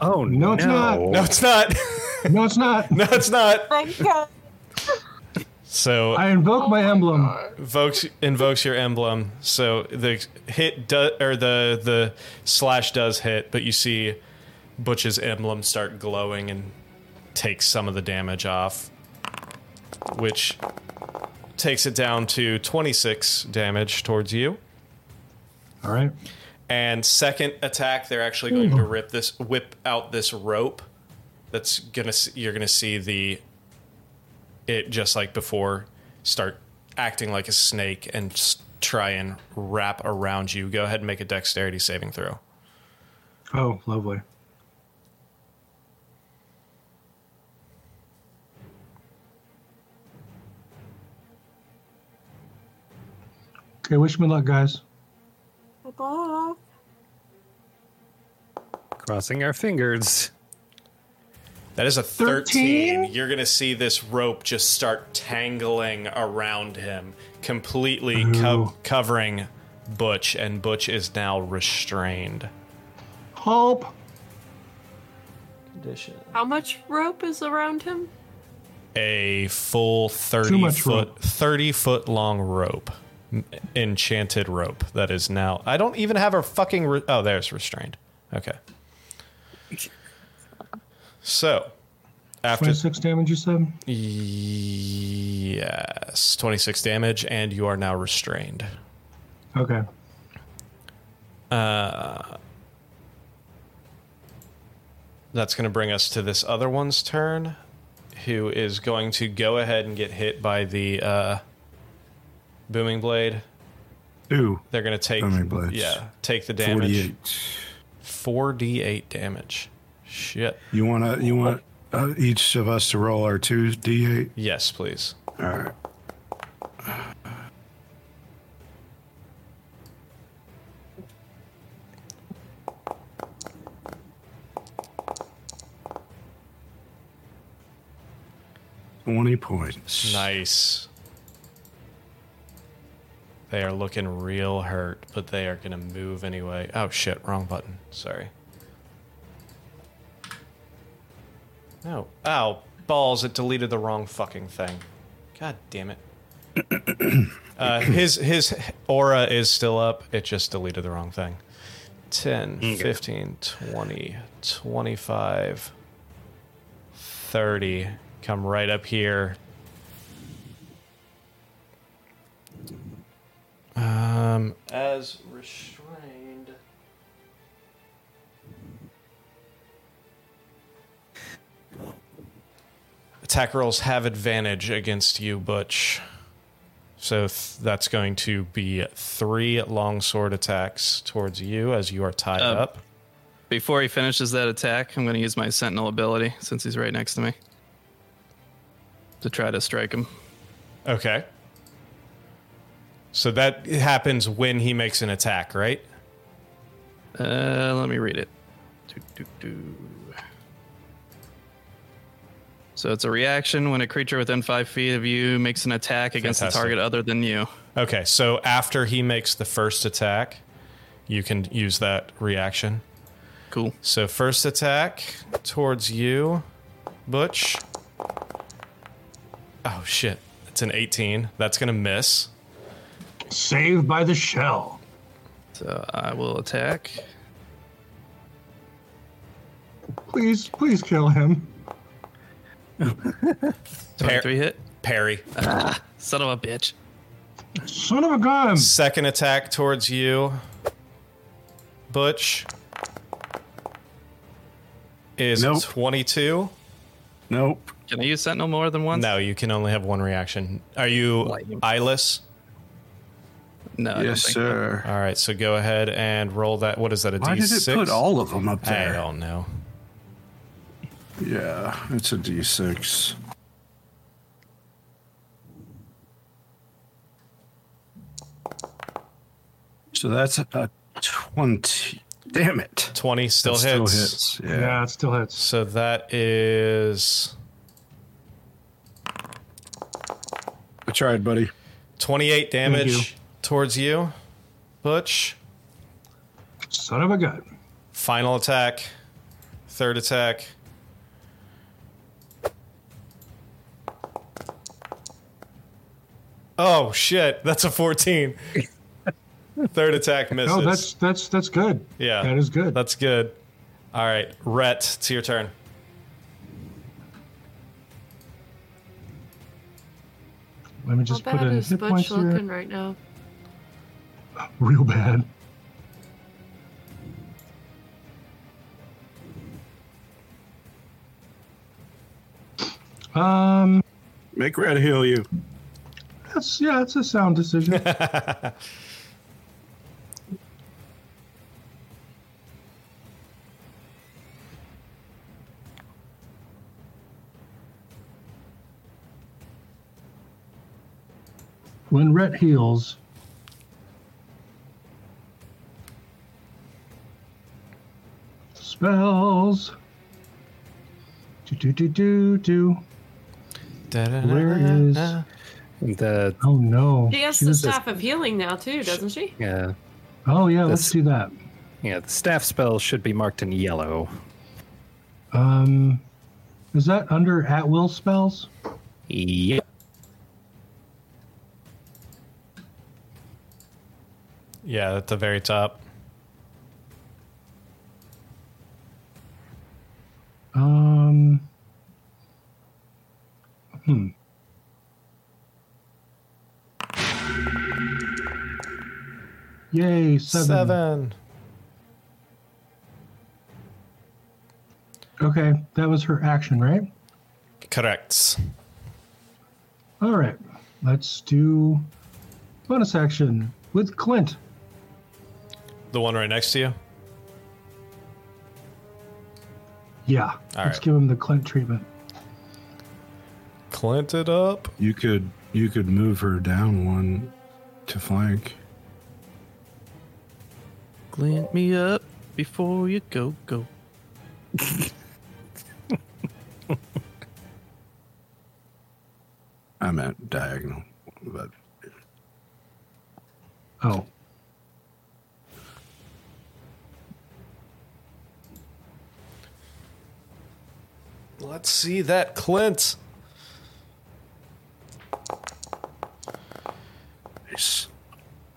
Oh No, it's not. No, it's not. no, it's not. no, it's not. Thank God. So I invoke my emblem. invokes invokes your emblem. So the hit do, or the the slash does hit, but you see Butch's emblem start glowing and takes some of the damage off, which takes it down to twenty six damage towards you. All right. And second attack, they're actually going to rip this, whip out this rope. That's gonna s- you're gonna see the it just like before start acting like a snake and s- try and wrap around you. Go ahead and make a dexterity saving throw. Oh, lovely. Okay, wish me luck, guys. Crossing our fingers. That is a 13. 13? You're going to see this rope just start tangling around him, completely co- Ooh. covering Butch, and Butch is now restrained. Hope. How much rope is around him? a full 30 much foot rope. 30 foot long rope M- enchanted rope that is now i don't even have her fucking re- oh there's restrained okay so after 26 damage, you said? yes 26 damage and you are now restrained Okay. that's going to bring us to this other one's turn who is going to go ahead and get hit by the uh, booming blade Ooh, they're going to take Booming blades. yeah take the damage 48. four d eight damage. Shit. You want to, you want uh, each of us to roll our two D8? Yes, please. All right. Twenty points. Nice. They are looking real hurt, but they are gonna move anyway. Oh shit! Wrong button. Sorry. No. Ow! Balls! It deleted the wrong fucking thing. God damn it. uh, his his aura is still up. It just deleted the wrong thing. 10, 15, 20, 25, 30. Come right up here. Um, as restrained. Attack rolls have advantage against you, Butch. So th- that's going to be three longsword attacks towards you as you are tied Uh, up. Before he finishes that attack, I'm going to use my sentinel ability since he's right next to me to try to strike him. Okay. So that happens when he makes an attack, right? Uh, let me read it. Do, do, do. So it's a reaction when a creature within five feet of you makes an attack against Fantastic. a target other than you. Okay, so after he makes the first attack, you can use that reaction. Cool. So first attack towards you, Butch. Oh shit. It's an 18. That's going to miss. Saved by the shell. So I will attack. Please, please kill him. 23 hit. Parry. Son of a bitch. Son of a gun. Second attack towards you, Butch. Is Nope. 22. Nope. Can I use Sentinel more than once? No, you can only have one reaction. Are you Lightning. eyeless? No. I don't yes, think sir. All right, so go ahead and roll that. What is that? A Why did it D6? put all of them up I there? don't know. Yeah, it's a D6. So that's a 20. Damn it. Twenty still, That hits. hits. Yeah. Yeah, it still hits. So that is I tried, buddy. twenty-eight damage towards you, Butch. Son of a gun. Final attack. Third attack. Oh shit, that's a 14. Third attack misses. No, Oh, that's that's that's good. Yeah. that is good. That's good. All right, Rhett, it's your turn. Let me How just put bad in is hit Butch points looking here. right now? Real bad. Um, Make Red heal you. that's yeah, it's a sound decision. when Rhett heals, spells. Do do do do do. Where is- The Oh no! She has She the does this- staff of healing now too, doesn't she? yeah, Oh yeah, this- let's do that. uh, yeah, the staff spell should be marked in yellow. Um, is that under at will spells? Yep. Yeah, at the very top. Um, hmm. Yay, seven. Seven. Okay, that was her action, right? Correct. All right, let's do bonus action with Clint. The one right next to you? Yeah, let's right. give him the Clint treatment. Clint it up. You could you could move her down one to flank. Glint me up before you go, go. I meant diagonal, but Oh, Let's see that Clint. nice.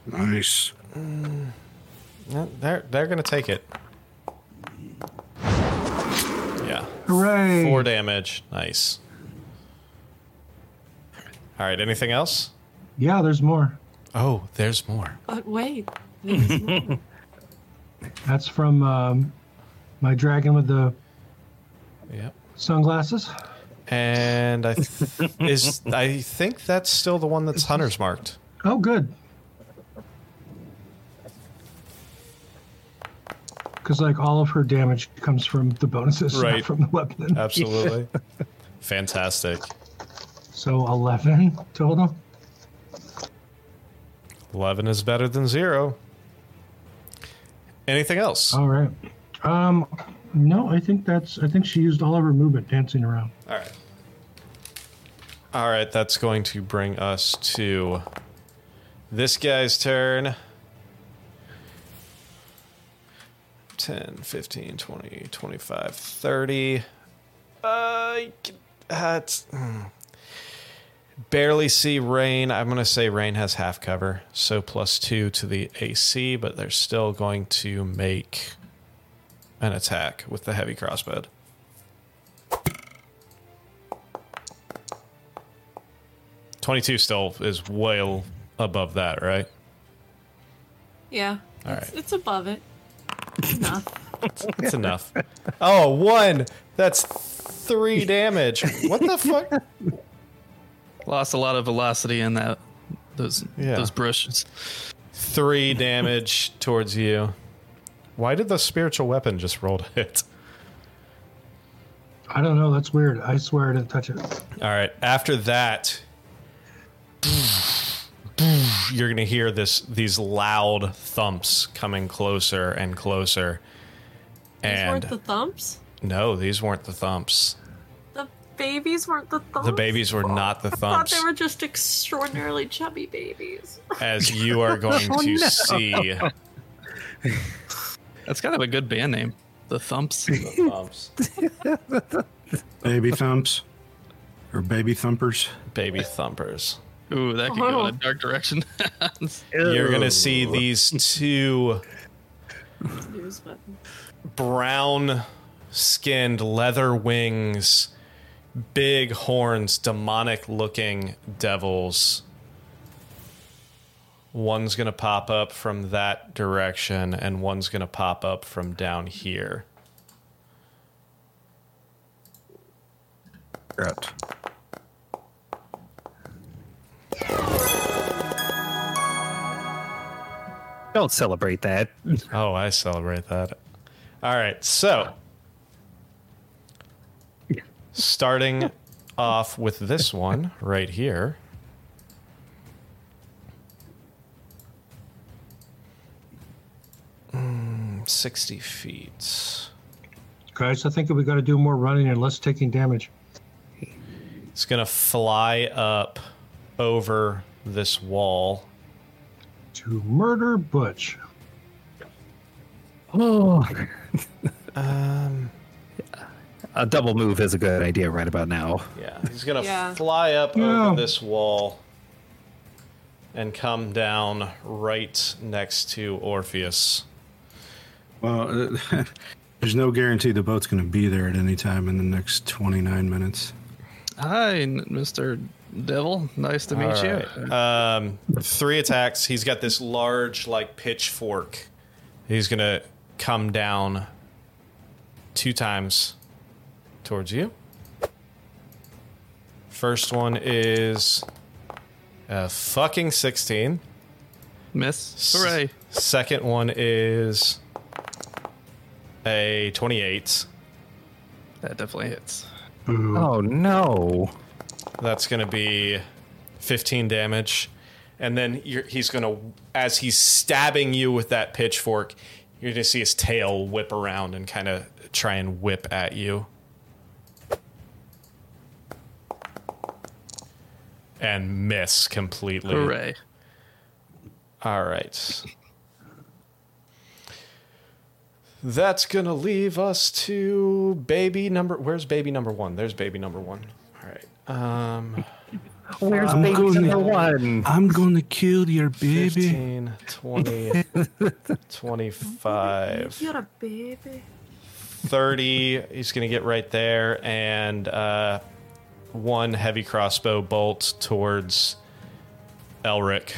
Nice. Yeah, They're they're gonna take it. Yeah. hooray! Four damage. Nice. All right. Anything else? Yeah, there's more. Oh, there's more. But wait, That's from um, my dragon with the Yep. sunglasses. And I th- is I think that's still the one that's hunters marked. Oh, good. Because like all of her damage comes from the bonuses, Right. not from the weapon. Absolutely. Fantastic. so eleven total. Eleven is better than zero. Anything else? All right. Um, no, I think that's. I think she used all of her movement dancing around. All right. All right, that's going to bring us to this guy's turn. 10, 15, 20, 25, 30. Uh, you can- that's- mm. barely see rain. I'm going to say rain has half cover, so plus two to the AC, but they're still going to make an attack with the heavy crossbow. Twenty-two still is well above that, right? Yeah. All it's, right. it's above it. Enough. That's enough. Oh, one. That's three damage. What the fuck? Lost a lot of velocity in that those Yeah. those brushes. Three damage towards you. Why did the spiritual weapon just roll to hit? I don't know. That's weird. I swear I didn't touch it. All right. After that, you're going to hear this these loud thumps coming closer and closer. These And weren't the thumps. no, these weren't the thumps. The babies weren't the thumps. The babies were not the Oh, I thought thumps. they were just extraordinarily chubby babies. As you are going to see That's kind of a good band name. The Thumps. the thumps. Baby thumps or baby thumpers. Baby thumpers. Ooh, that could go Oh. in a dark direction. You're going to see these two News button. brown skinned leather wings, big horns, demonic looking devils. One's going to pop up from that direction, and one's going to pop up from down here. Correct. Don't celebrate that. Oh, I celebrate that. All right, so starting off with this one right here. Mm, 60 feet. Guys, I think we got to do more running and less taking damage. It's going to fly up over this wall. To murder Butch. Oh. um, a double move is a good idea right about now. Yeah, he's gonna Yeah. fly up Yeah. over this wall and come down right next to Orpheus. Well, uh, there's no guarantee the boat's going to be there at any time in the next 29 minutes. Hi, n- Mr. Devil. Nice to meet All you. right. Um, three attacks. He's got this large, like pitchfork. He's gonna come down two times towards you. First one is a fucking sixteen. Miss. Hooray. Second one is a 28. That definitely hits. Boo. Oh no. That's going to be 15 damage. And then you're, he's going to, as he's stabbing you with that pitchfork, you're going to see his tail whip around and kind of try and whip at you. And miss completely. Hooray. All right. That's going to leave us to baby number. Where's baby number one? There's baby number one. All right. Um, Where's I'm baby going- number one? I'm going to kill your baby. 15, 20, 25, You're a baby. 30. He's going to get right there. And uh, one heavy crossbow bolt towards Elric.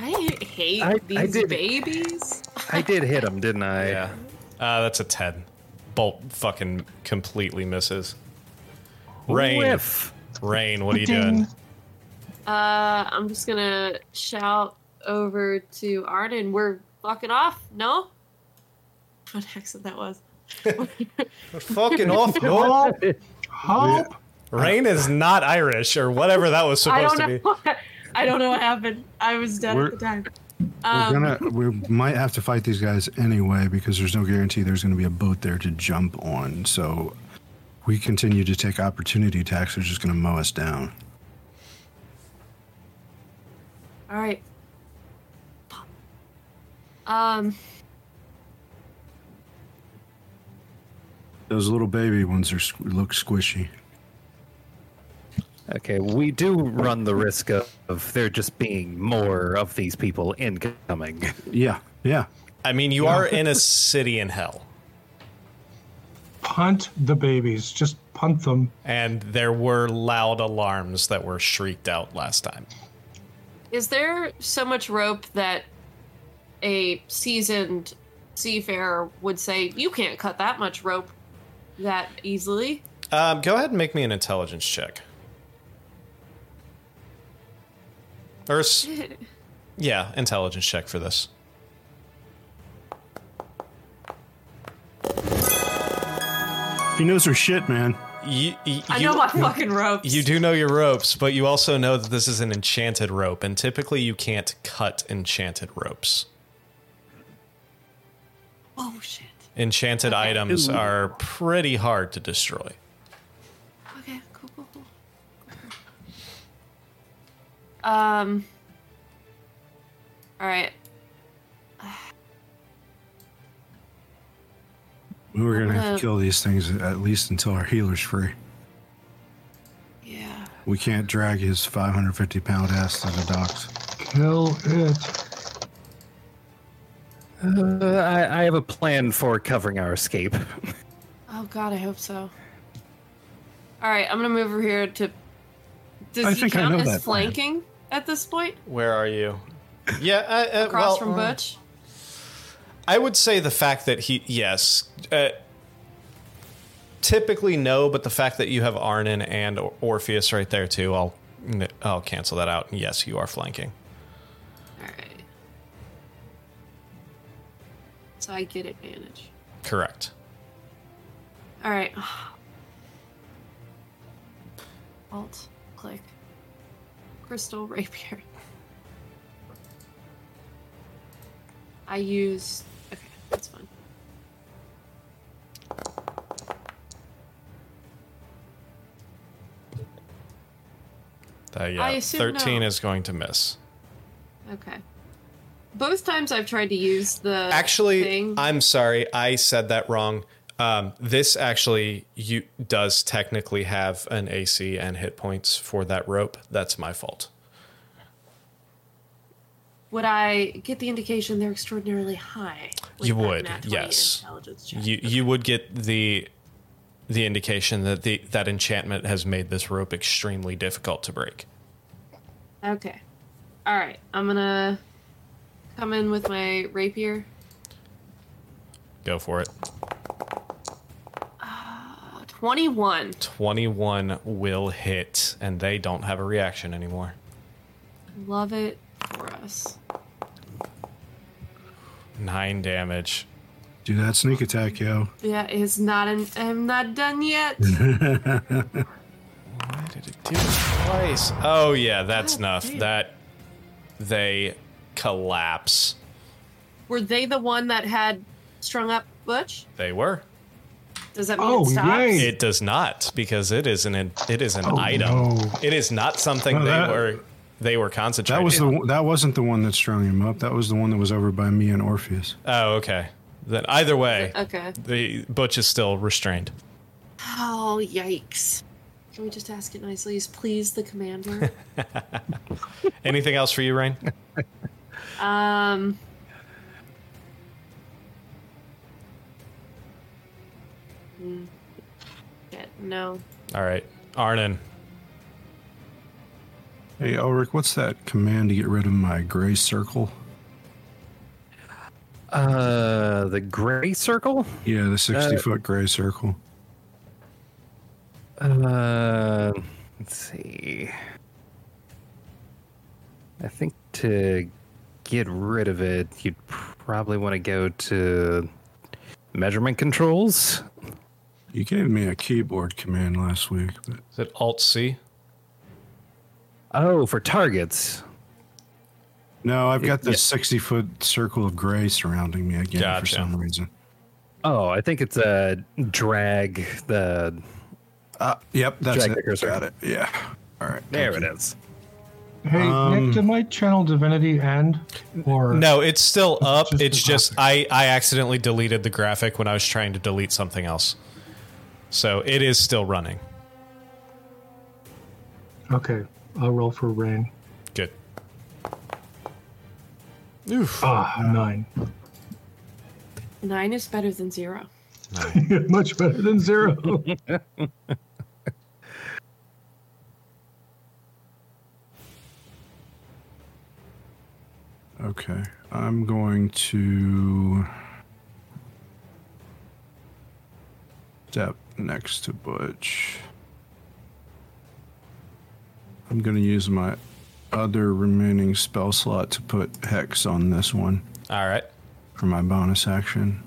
I hate I- I these did- babies. I did hit him, didn't I? Yeah. Uh, that's a 10. Bolt fucking completely misses. Rain. Whiff. Rain, what are you doing? Uh, I'm just gonna shout over to Arden. We're fucking off. No. What accent that was? Fucking off, Help! Help! Rain is not Irish or whatever that was I supposed don't to be. know. I don't know what happened. I was dead We're- at the time. We're Um, gonna. We might have to fight these guys anyway because there's no guarantee there's going to be a boat there to jump on. So we continue to take opportunity attacks, they're just going to mow us down. All right. Um, Those little baby ones are squ- look squishy. Okay, we do run the risk of, of there just being more of these people incoming. Yeah, yeah. I mean, you are in a city in hell, Punt the babies. Just punt them. and there were loud alarms that were shrieked out last time. is there so much rope that a seasoned seafarer would say you can't cut that much rope that easily? Um, go ahead and make me an intelligence check. Or, s- yeah, intelligence check for this. He knows her shit, man. You, you, I know my fucking ropes. you do know your ropes, but you also know that this is an enchanted rope, and typically you can't cut enchanted ropes. Oh shit. Enchanted items are pretty hard to destroy. Okay. Cool. Cool. Cool. Um. All right. We were going to have Uh, to kill these things at least until our healer's free. Yeah. We can't drag his 550 pound ass to the docks. Kill it. Uh, I, I have a plan for covering our escape. Oh god, I hope so. All right, I'm gonna move over here to. Does I he think I count know as that plan. flanking at this point? Where are you? Yeah, uh, uh, Across well, from uh, Butch. I would say the fact that he, yes, uh, typically no, but the fact that you have Arnon and Or- Orpheus right there too, I'll I'll cancel that out. And yes, you are flanking. All right. So I get advantage. Correct. All right. Alt click. Crystal rapier. I use. Okay, that's fine. Uh, yeah, I assume thirteen no. is going to miss. Okay. Both times I've tried to use the Actually, thing. I'm sorry, I said that wrong. Um, this actually you does technically have an AC and hit points for that rope. That's my fault. Would I get the indication they're extraordinarily high? You that would, nat 20 yes. intelligence check? You you would get the the indication that the that enchantment has made this rope extremely difficult to break. Okay. All right. I'm gonna come in with my rapier. Go for it. Uh, Twenty-one. 21 will hit and they don't have a reaction anymore. Love it for us. 9 damage. Do that sneak attack, yo. Yeah, it's not. An, I'm not done yet. Why did it do it twice? Oh yeah, that's God enough. damn. That they collapse. Were they the one that had strung up Butch? They were. Does that mean Oh, it stops? yay. It does not because it is an it is an item. Oh, no. It is not something No, they that- were they were concentrating. That was the one- that wasn't the one that strung him up. That was the one that was over by me and Orpheus. Oh okay. Then either way, Okay. the butch is still restrained. Oh yikes! Can we just ask it nicely? Is please the commander? Anything else for you, Rain? Um. mm, shit, No. All right, Arnon. Hey, Ulrich, what's that command to get rid of my gray circle? Uh, the gray circle? Yeah, the 60 foot gray circle. Uh, let's see. I think to get rid of it, you'd probably want to go to measurement controls. You gave me a keyboard command last week, but Is it Alt C? Oh, for targets. no, I've got the Yeah. 60 foot circle of gray surrounding me again for Gotcha. some reason. Oh, I think it's a drag the Uh, yep, that's Drag the it. cursor. Got it. Yeah. All right. There thank it you. is. Hey, Nick, did my channel divinity end? Or No, it's still up. just It's the just I, I accidentally deleted the graphic when I was trying to delete something else. So it is still running. Okay, I'll roll for rain. Good. Oof. Ah, nine. Nine is better than zero. Much better than zero. Okay. I'm going to step next to Butch. I'm going to use my other remaining spell slot to put Hex on this one All right. for my bonus action.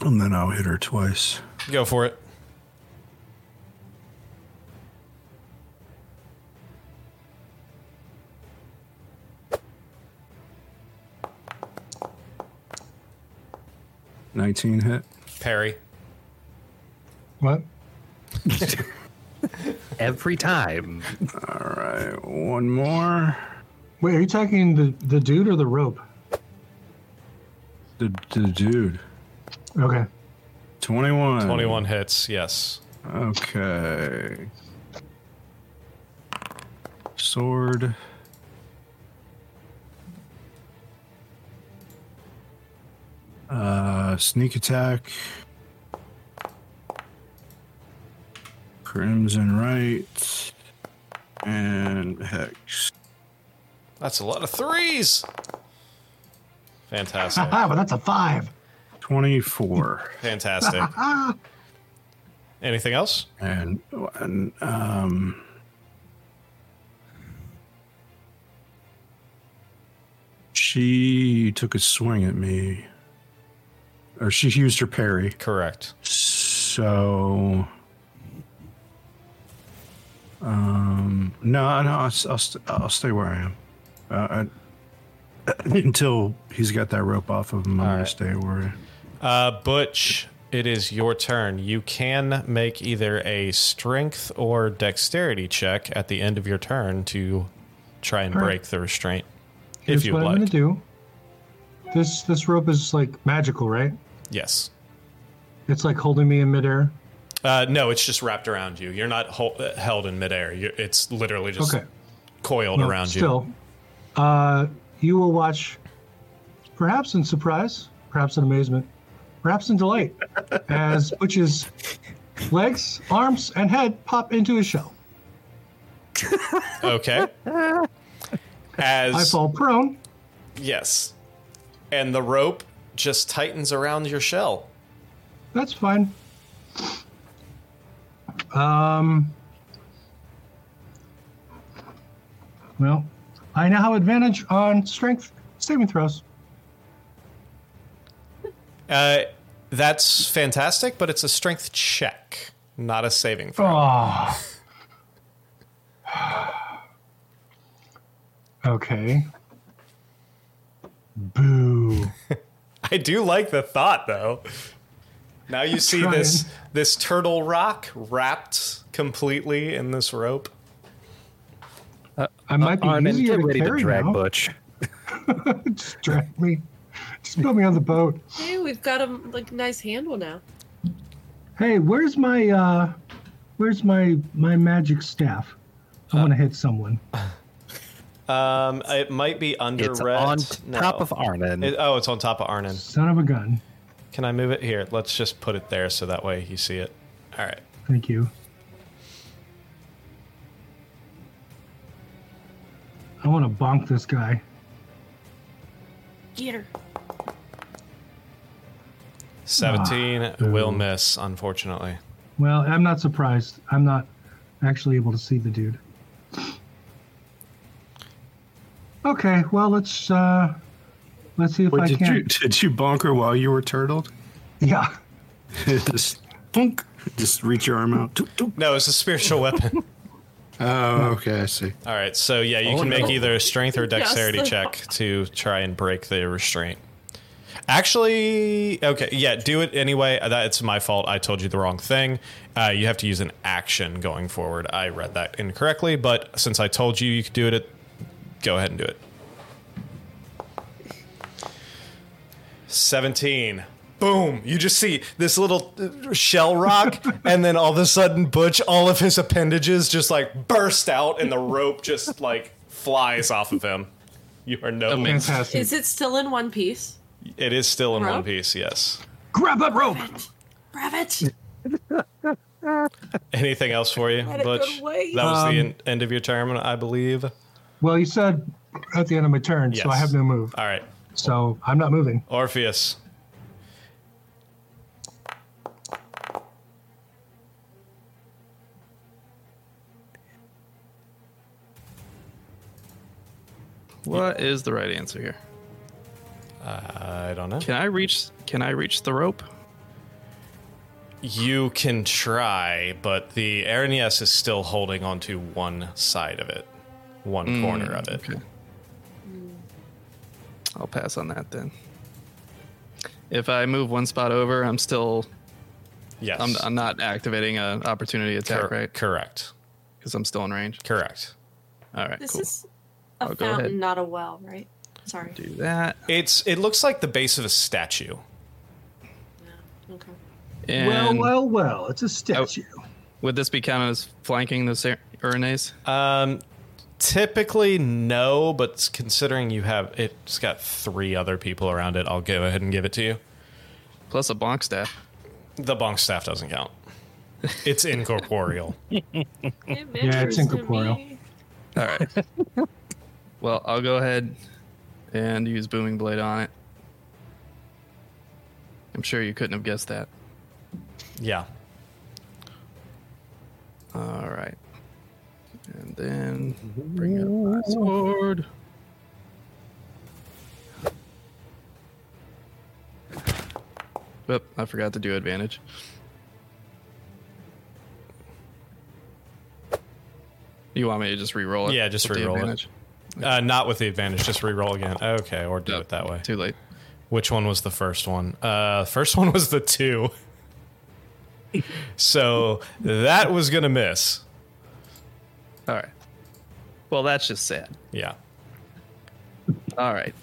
And then I'll hit her twice. Go for it. Nineteen hit. Parry. what? Every time. All right, one more. Wait, are you talking the, the dude or the rope? The, the dude. Okay. 21. 21 Hmm. hits. Yes. Okay. Sword. Uh, sneak attack. Crimson right. And hex. That's a lot of threes. Fantastic. Ah, but that's a five. 24. Fantastic. Anything else? and and um she took a swing at me or she used her parry Correct. so um no no i'll, s- I'll, st- I'll stay where i am uh, I, until he's got that rope off of him i'm gonna right. stay where Uh, Butch, it is your turn. You can make either a strength or dexterity check at the end of your turn to try and break the restraint, Here's if you'd what I'm like. gonna do. This this rope is like magical, right? Yes. It's like holding me in midair. Uh, no, it's just wrapped around you. You're not hol- uh, held in midair. You're, it's literally just Okay. coiled Well, around you. Still, uh, you will watch, perhaps in surprise, perhaps in amazement, perhaps in delight, as Butch's legs, arms, and head pop into his shell. Okay. As I fall prone. yes, and the rope just tightens around your shell. That's fine. Um. Well, I now have advantage on strength saving throws. Uh, that's fantastic, but it's a strength check, not a saving throw. Oh. okay. Boo. I do like the thought though. Now you see this trying. this turtle rock wrapped completely in this rope. I might be Armin, easier get to ready to carry drag now. Butch. Just drag me. Just put me on the boat. Hey, we've got a like nice handle now. Hey, where's my uh where's my my magic staff? Uh, I want to hit someone. Um, it might be under It's red. on No. top of Arnon. It- oh, it's on top of Arnon. Son of a gun. Can I move it here? Let's just put it there so that way you see it. All right. Thank you. I want to bonk this guy. Get her. 17 will ooh. miss, unfortunately. Well, I'm not surprised. I'm not actually able to see the dude. Okay, well let's uh let's see if I did can. you did you bonker while you were turtled Yeah. just plunk, just reach your arm out. Toop, toop. No, it's a spiritual weapon. Oh, okay, I see. All right. So, yeah, you can make either a strength or Yes. dexterity check to try and break the restraint. Actually, okay, yeah, do it anyway. Uh, That it's my fault. I told you the wrong thing. Uh, you have to use an action going forward. I read that incorrectly, but since I told you you could do it, it go ahead and do it. Seventeen. Boom! You just see this little uh, shell rock, and then all of a sudden, Butch, all of his appendages just like burst out, and the rope just like flies off of him. You are no. Fantastic. Is it still in one piece? It is still in Rope? one piece, yes. Grab that rope. Rabbit. Anything else for you, it go Butch? away. That was Um, the en- end of your term, I believe. All Well, you said at the end of my turn, so I Yes. have no move. right, So I'm not moving. Orpheus. What is the right answer here? I don't know. Can I reach? Can I reach the rope? You can try, but the Aranias is still holding onto one side of it, one corner of it. Hmm, Okay. I'll pass on that then. If I move one spot over, I'm still Yes. I'm, I'm not activating an opportunity attack, Cor- right? Correct. Because I'm still in range. Correct. All right, This cool. is a Oh, go ahead. fountain, not a well, right? Sorry. Do that. It's. It looks like the base of a statue. Okay. And well, well. It's a statue. would this be counted as flanking the Urines? Um, typically no, but considering you have, it's got three other people around it. I'll go ahead and give it to you. Plus a bonk staff. The bonk staff doesn't count. It's incorporeal. It Yeah, it's matters to incorporeal. me. All right. well, I'll go ahead and use booming blade on it. I'm sure you couldn't have guessed that. yeah. All right. And then bring up my sword. Whoop, I forgot to do advantage. You want me to just re-roll it? Yeah, just with the re-roll it. advantage? Uh, not with the advantage. Just re-roll again. Okay, or do it that way. Oh, Too late. Which one was the first one? Uh, first one was the two. so that was gonna miss. All right. Well, that's just sad. Yeah. All right.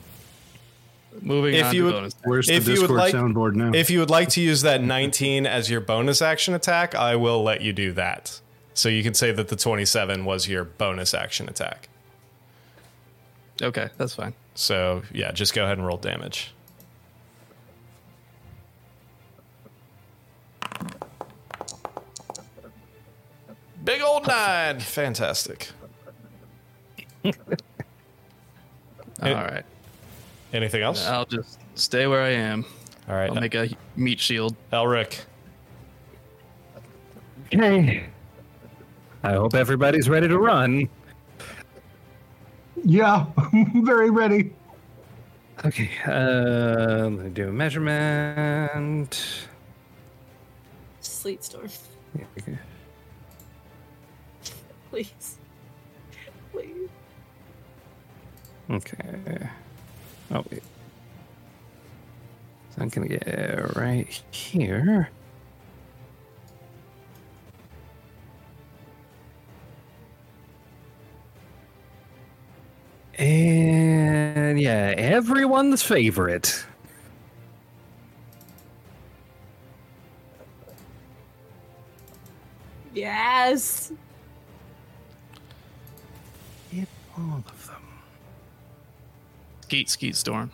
Moving If on you to would- bonus. Where's If the you would Discord like- soundboard now? If you would like to use that 19 as your bonus action attack, I will let you do that. So you can say that the 27 was your bonus action attack. Okay, that's fine. So yeah, just go ahead and roll damage. Big old nine, fantastic. All It- right. Anything else? I'll just stay where I am. All right, I'll make a meat shield. Elric. Okay. I hope everybody's ready to run. Yeah, I'm very ready. Okay, uh, let me do a measurement. Sleet storm. Please. Please. Okay. Oh wait. So I'm gonna get right here. And yeah, everyone's favorite. Yes. Hit all of them. Skeet, skeet, storm.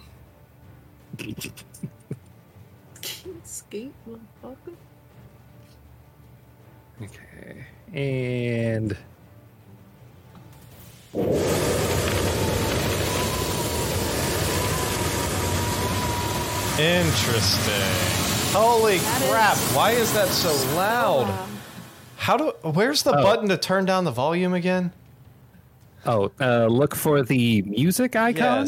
Skate, motherfucker. Uh, Okay. And Interesting. Holy That is- crap! Why is that so Wow. loud? How do? Where's the Oh. button to turn down the volume again? oh, uh, look for the music icon.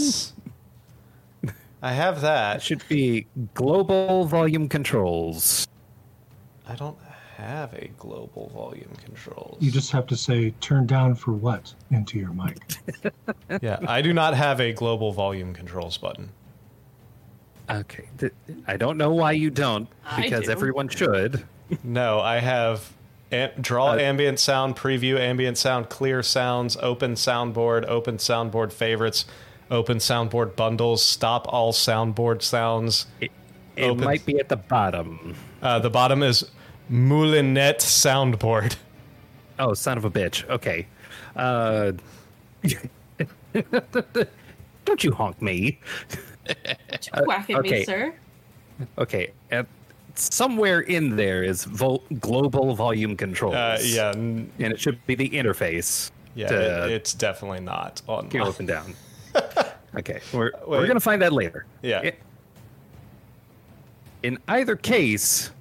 I have that. That should be global volume controls. I don't have a global volume controls. You just have to say, turn down for what into your mic. yeah, I do not have a global volume controls button. Okay. th- I don't know why you don't, I because do. everyone should. No, I have am- draw Uh, ambient sound, preview ambient sound, clear sounds, open soundboard, open soundboard favorites, open soundboard bundles, stop all soundboard sounds. It, it Open. might be at the bottom. Uh, the bottom is Moulinet soundboard. Oh, son of a bitch. Okay. Uh, don't you honk me. Don't whack at me, okay. sir. Okay. At, somewhere in there is vol- global volume controls. Uh, yeah, n- And it should be the interface yeah, to it- it's definitely not on. go up and down. okay. We're, we're Wait. going to find that later. Yeah. I- In either case,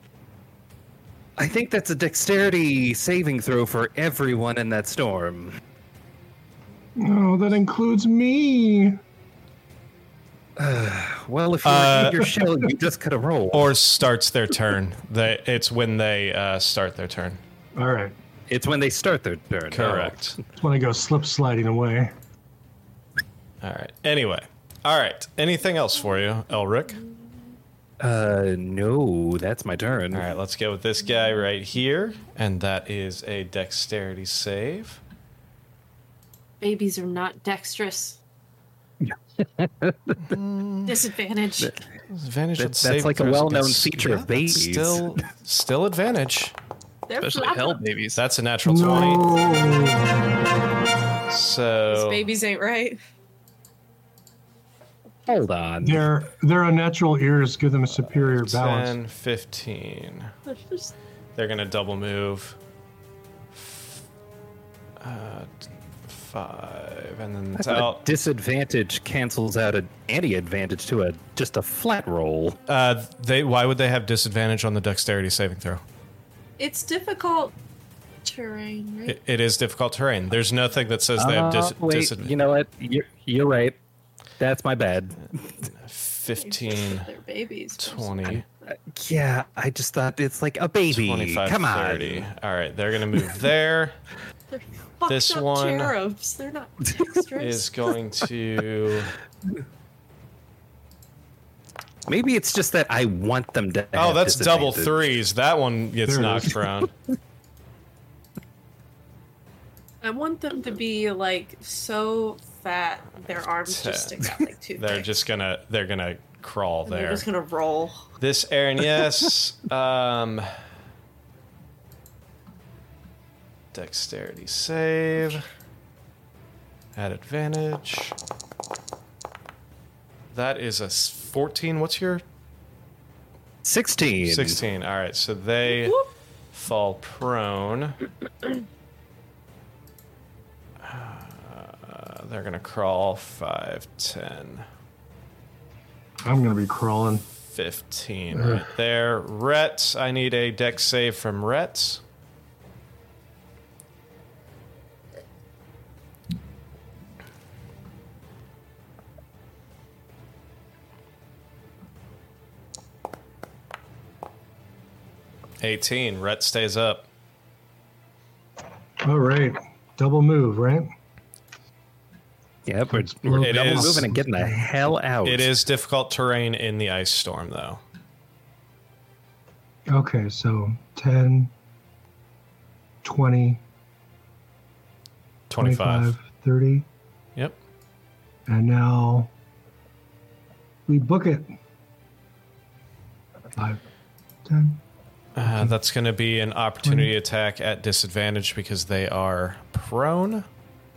I think that's a dexterity saving throw for everyone in that storm. No, Oh, that includes me. Well, if you were Uh, in your shell, you just could have rolled. Or starts their turn. they, it's when they uh, start their turn. All right. it's when they start their turn. Oh, Correct. That's when I go slip sliding away. All right. Anyway. All right. Anything else for you, Elric? Uh, no, that's my turn. All right, let's go with this guy right here, and that is a dexterity save. Babies are not dexterous. Disadvantage. Advantage That- on that's saving like a throws well-known against- feature of that's babies. Still, still advantage. They're Especially flapper. hell babies. That's a natural twenty. No. So Oh. Babies ain't right. Hold on. Their their unnatural ears give them a superior balance. 10, 15. That's just- They're gonna double move. Uh, t- five, and then it's A out. disadvantage cancels out a, any advantage to a just a flat roll. Uh, they. Why would they have disadvantage on the dexterity saving throw? It's difficult terrain, right? It, it is difficult terrain. There's nothing that says they have dis- Uh, wait, disadvantage. you know what? You're, you're right. That's my bad. Fifteen. They're babies. 20, Yeah, I just thought it's like a baby. 25, Come on. 30. All right, they're going to move there. They're fucked This up one cherubs. They're not dexterous. Is going to. Maybe it's just that I want them to. Oh, have that's double disadvantage. threes. That one gets There it knocked is. around. I want them to be like so fat their arms just Ten. stick out like two. They're just gonna. They're gonna crawl they're there. just gonna roll. This Aaron, yes. um, dexterity save at advantage. That is a s- fourteen. What's your 16. 16. All right, so they fall prone. Uh, they're going to crawl 5, 10, I'm gonna be crawling. 15 right there. Rhett, I need a deck save from Rhett. Eighteen. Rhett stays up. All right. Double move, right? Yep, we're, we're It double is- moving and getting the hell out. It is difficult terrain in the ice storm, though. Okay, so 10, 20, 25. 30. Yep. And now we book it. 5, 10. Uh, that's going to be an opportunity attack at disadvantage because they are prone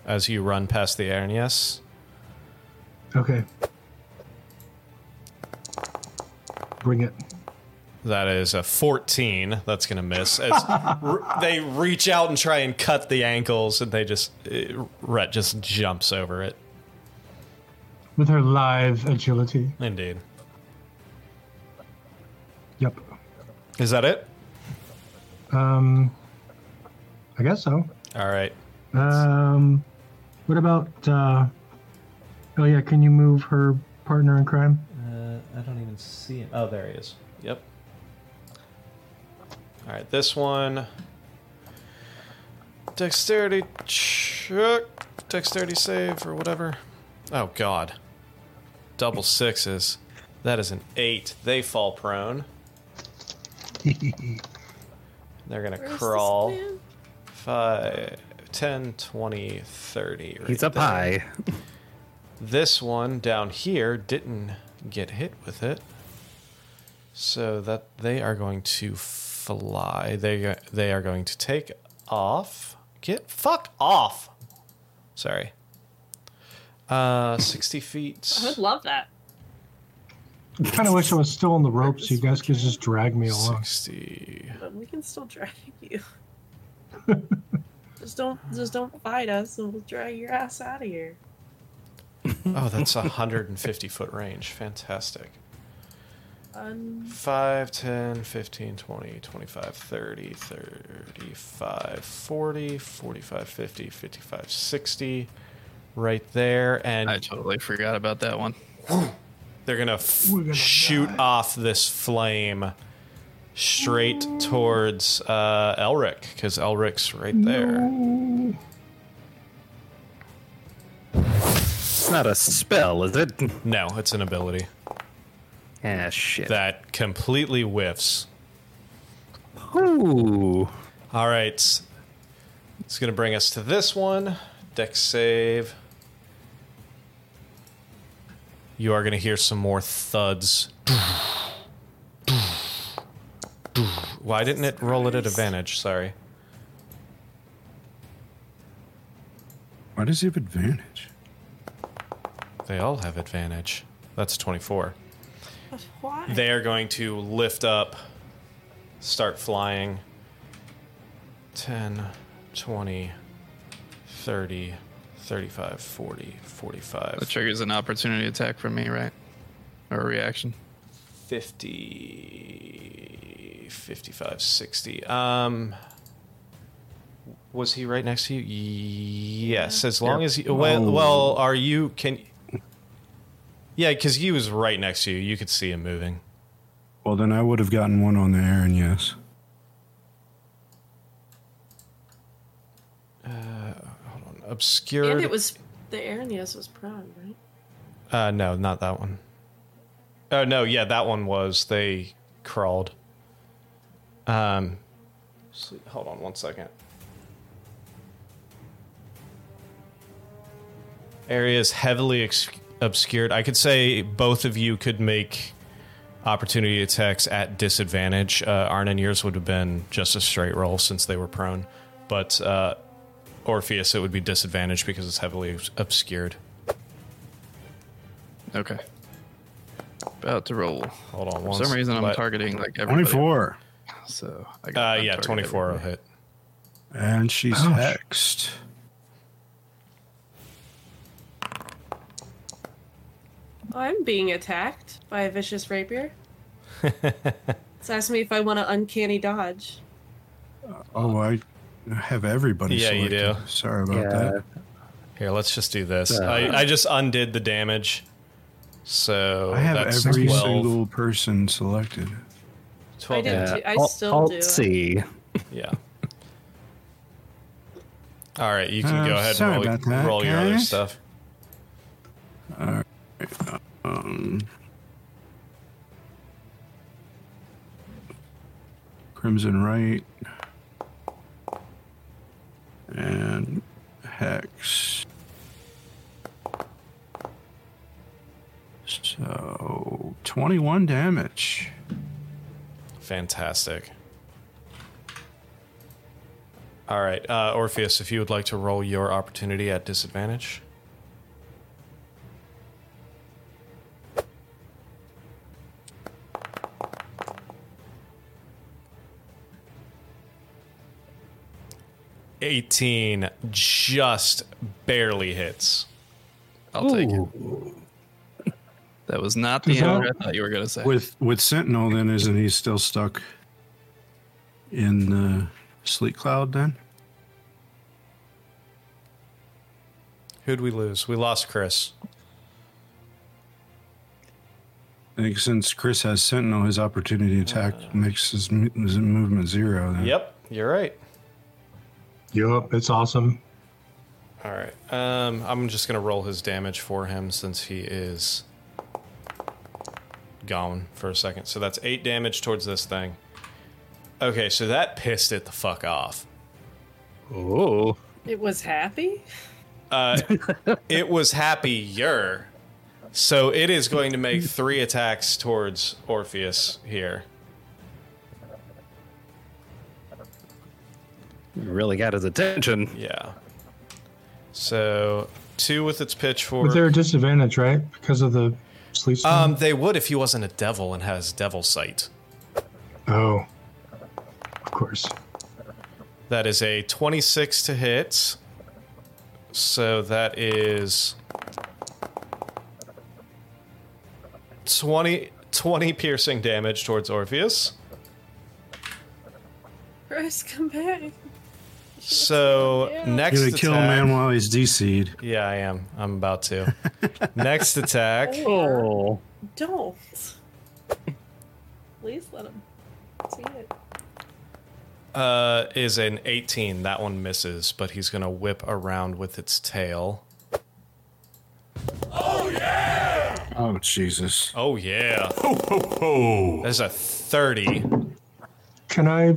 as you run past the Aaron. Yes. Okay. Bring it. That is a 14. That's going to miss. It's, r- they reach out and try and cut the ankles, and they just, uh, Rhett just jumps over it. With her live agility. Indeed. Yep. Is that it? Um, I guess so. All right. Um, what about? Uh, oh yeah, can you move her partner in crime? Uh, I don't even see him. Oh, there he is. Yep. All right, this one. Dexterity check. Dexterity save or whatever. Oh, God. Double sixes. That is an eight. They fall prone. They're going to Where's this crawl. plan? 5, 10, 20, 30. Right He's up there. high. This one down here didn't get hit with it. So that they are going to fly. They they are going to take off. Get fuck off. Sorry. Uh 60 feet. I would love that. I kind of wish I was still on the ropes. You guys could just drag me along. 60. But we can still drag you. just don't just don't fight us and we'll drag your ass out of here. Oh, that's a 150 foot range. Fantastic. Um, 5, 10, 15, 20, 25, 30, 35, 40, 45, 50, 55, 60. Right there. And I totally forgot about that one. they're going to gonna shoot off this flame straight towards uh, Elric because Elric's right there. It's not a spell, is it? No, it's an ability Ah, shit. that completely whiffs. Ooh. All right. It's going to bring us to this one. Deck save. You are going to hear some more thuds. Why didn't it roll it at advantage? Sorry. Why does he have advantage? They all have advantage. That's 24. but why? They are going to lift up, start flying. 10, 20, 30, 35, 40, 45. That triggers an opportunity attack from me, right? Or a reaction. 50 55 60 um was he right next to you yes as long as you well, well are you can yeah because he was right next to you you could see him moving Well, then I would have gotten one on the Aaron, yes. obscured and it was the Aranias was prime, right? uh no not that one oh no yeah that one was they crawled um so- hold on one second areas heavily ex- obscured. I could say both of you could make opportunity attacks at disadvantage. Uh, Arnon, yours would have been just a straight roll since they were prone, but uh, Orpheus, it would be disadvantage because it's heavily obs- obscured. Okay. About to roll. Hold on, For some reason, I'm targeting like everybody. 24. So I Uh, I yeah, target twenty-four will everybody. hit. And she's hexed. I'm being attacked by a vicious rapier. it's asking me if I want to uncanny dodge. Oh, I have everybody. Yeah, you selected. do. Sorry about Yeah. that. Here, let's just do this. Uh. I, I just undid the damage, so I have that's every 12, single person selected. 12 I did. Yeah. I Alt- still Alt do. C. Yeah. All right, you can Uh, go ahead and sorry roll, about that, roll your other guys. stuff. Crimson Right. And Hex. So 21 damage. Fantastic. All right, uh, Orpheus, if you would like to roll your opportunity at disadvantage. Eighteen just barely hits. I'll take it. Ooh. That was not the Is that- answer I thought you were going to say. With with Sentinel, then isn't he still stuck in the sleet cloud? Then Who'd we lose? We lost Chris. I think since Chris has Sentinel, his opportunity attack makes his, mo- his movement zero. Then. Uh, Yep, you're right. Yup, it's awesome. All right. Um, I'm just gonna roll his damage for him since he is gone for a second. So that's eight damage towards this thing. Okay, so that pissed it the fuck off. Oh. It was happy. Uh, It was happier. So it is going to make three attacks towards Orpheus here. Really got his attention. Yeah. So two with its pitchfork. But they're a disadvantage, right? Because of the sleep spell? Um, they would if he wasn't a devil and has devil sight. oh. Of course. That is a 26 to hit. So that is 20, 20 piercing damage towards Orpheus. Chris, come back. So next You attack. would kill a man while he's DC'd. Yeah, I am. I'm about to. next attack. Oh. Don't. Please let him see it. uh, is an 18. That one misses, but he's going to whip around with its tail. Oh, Jesus. Oh, yeah. Oh, There's a 30. Can I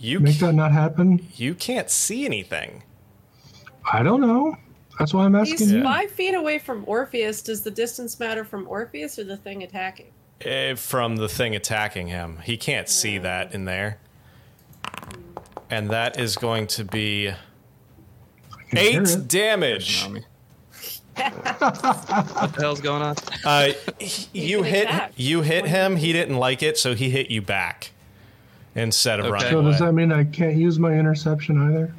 You, make ca- that not happen? you can't see anything. I don't know. That's why I'm asking He's you. five feet away from Orpheus. Does the distance matter from Orpheus or the thing attacking? Eh, from the thing attacking him. He can't see that in there. And that is going to be Can you hear eight it? damage. Naomi. what the hell's going on? Uh, he- you can hit attack. you hit him. He didn't like it, so he hit you back instead of Okay. running. So away. does that mean I can't use my interception either?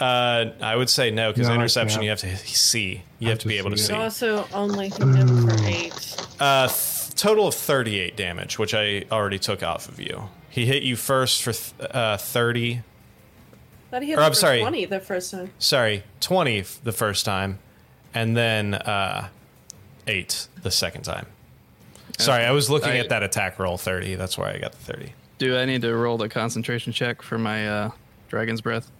Uh, I would say no, because No, I interception can't. you have to see. You have to be able to It see. also only hit him for eight. Uh, th- total of 38 damage, which I already took off of you. He hit you first for th- uh, 30. Thought he hit Or, him I'm for sorry. twenty the first time. Sorry, 20 f- the first time, and then uh, 8 the second time. Sorry, I was looking I- at that attack roll 30. That's where I got the 30. Do I need to roll the concentration check for my uh, dragon's breath?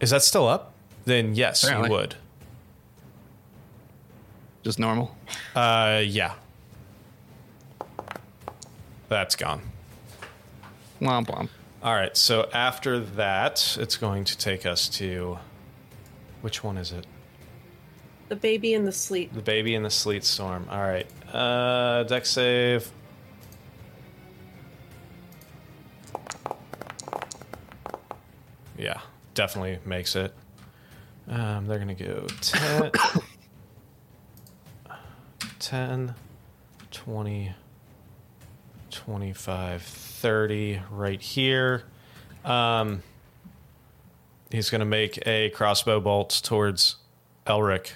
Is that still up? Then yes, Apparently. you would. Just normal. Uh, yeah. That's gone. Womp womp. All right, so after that, it's going to take us to which one is it? The baby in the sleep. The baby in the sleet storm. All right, uh, deck save. Yeah, definitely makes it. Um, they're gonna go 10, 10, 20, 25, 30 right here. Um, he's gonna make a crossbow bolt towards Elric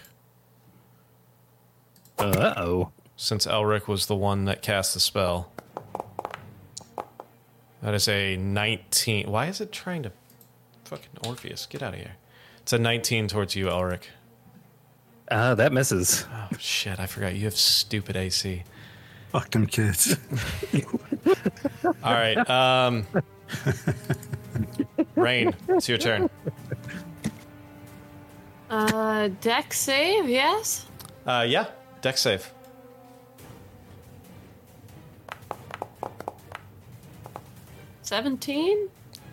Uh oh. since Elric was the one that cast the spell. That is a 19. Why is it trying to fucking Orpheus? Get out of here. It's a 19 towards you, Elric. Uh, that misses. Oh, shit. I forgot. You have stupid AC. Fuck them kids. All right. Um, Rain, it's your turn. Uh, deck save, yes? Uh, yeah, deck save. Seventeen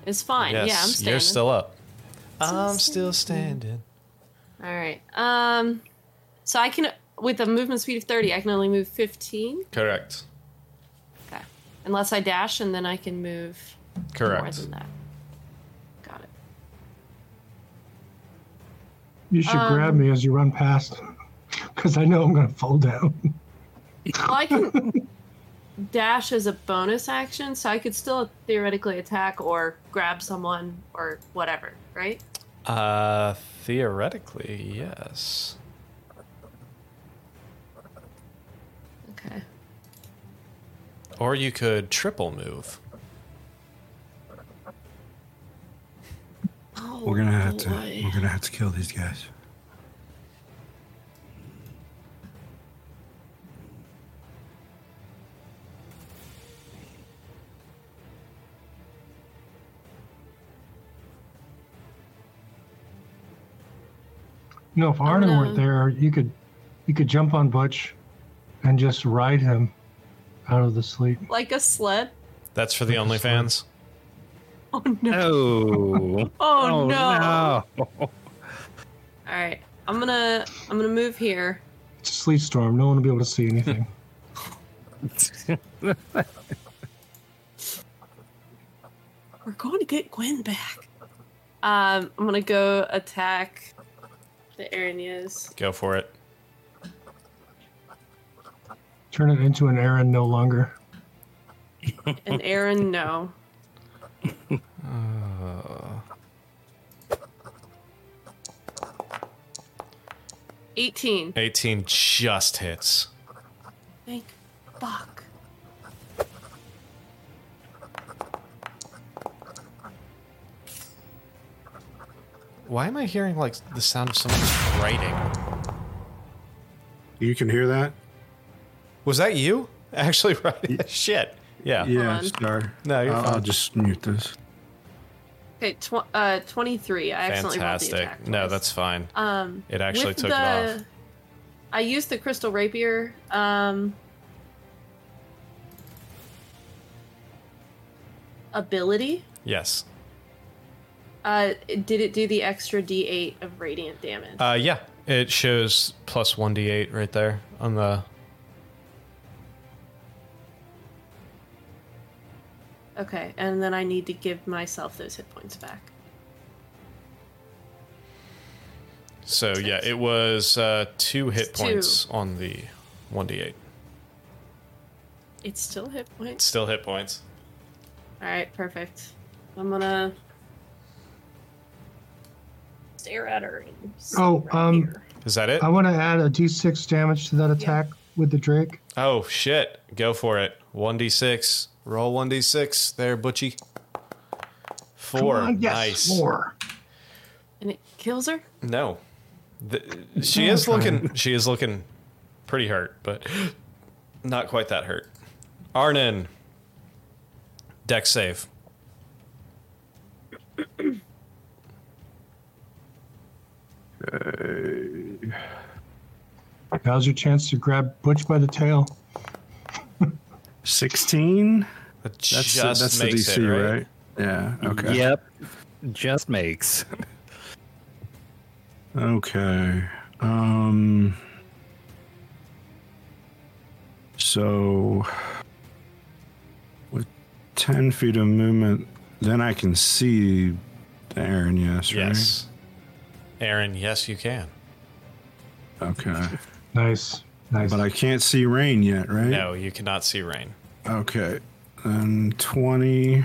is fine. Yes, yeah, I'm standing. you're still up. I'm still standing. All right. Um, so I can with a movement speed of thirty, I can only move fifteen. Correct. Okay. Unless I dash, and then I can move more Correct. than that. Got it. You should grab me as you run past, because I know I'm going to fall down. Well, I can dash as a bonus action, so I could still theoretically attack or grab someone or whatever, right? Uh, theoretically, yes. Okay. Or you could triple move. Oh, We're gonna have to. boy. We're gonna have to kill these guys. You know, if Arnon no. weren't there, you could you could jump on Butch and just ride him out of the sleep. Like a sled? That's for the OnlyFans. Oh no. Oh. Oh, no. no. All right. I'm gonna I'm gonna move here. It's a sleep storm. No one will be able to see anything. We're going to get Gwen back. Um, I'm gonna go attack the Aranyas. Go for it. Turn it into an errand no longer. And Aaron, no. Uh. Eighteen. 18 just hits. Thank fuck. Why am I hearing like the sound of someone writing? You can hear that? Was that you? Actually, right? Shit. Yeah. Yeah, on. Star. No, you're I'll, Uh, I'll fine. just mute this. Okay, tw- uh, twenty-three. I accidentally rolled the Fantastic. attack. No, twice. that's fine. Um, It actually with took it the, off. I used the crystal rapier. Um, ability. Yes. Uh, did it do the extra D8 of radiant damage? Uh, yeah. It shows plus 1d8 right there on the. okay, and then I need to give myself those hit points back. So, yeah, it was uh, two hit It's two. points on the 1d8. It's still hit points. Still hit points. All right, perfect. I'm gonna. Stare at her. and sit Oh, right um, here. Is that it? I want to add a d6 damage to that attack with the Drake. Oh, shit. Go for it. 1d6. Roll 1d6 there, Butchie. Four. Come on, yes, nice. more. And it kills her. No. The, she is looking she is looking pretty hurt, but not quite that hurt. Arnon. Deck save. Now's your chance to grab Butch by the tail. 16? That That's, just the- that's the makes DC, it, right? right? Yeah, okay. Yep. Just makes. Okay. Um. So, with ten feet of movement, then I can see the Aaron. Yes. Yes. Aaron, yes you can. Right? Okay. Nice, nice. But I can't see rain yet, right? No, you cannot see rain. Okay. Then twenty.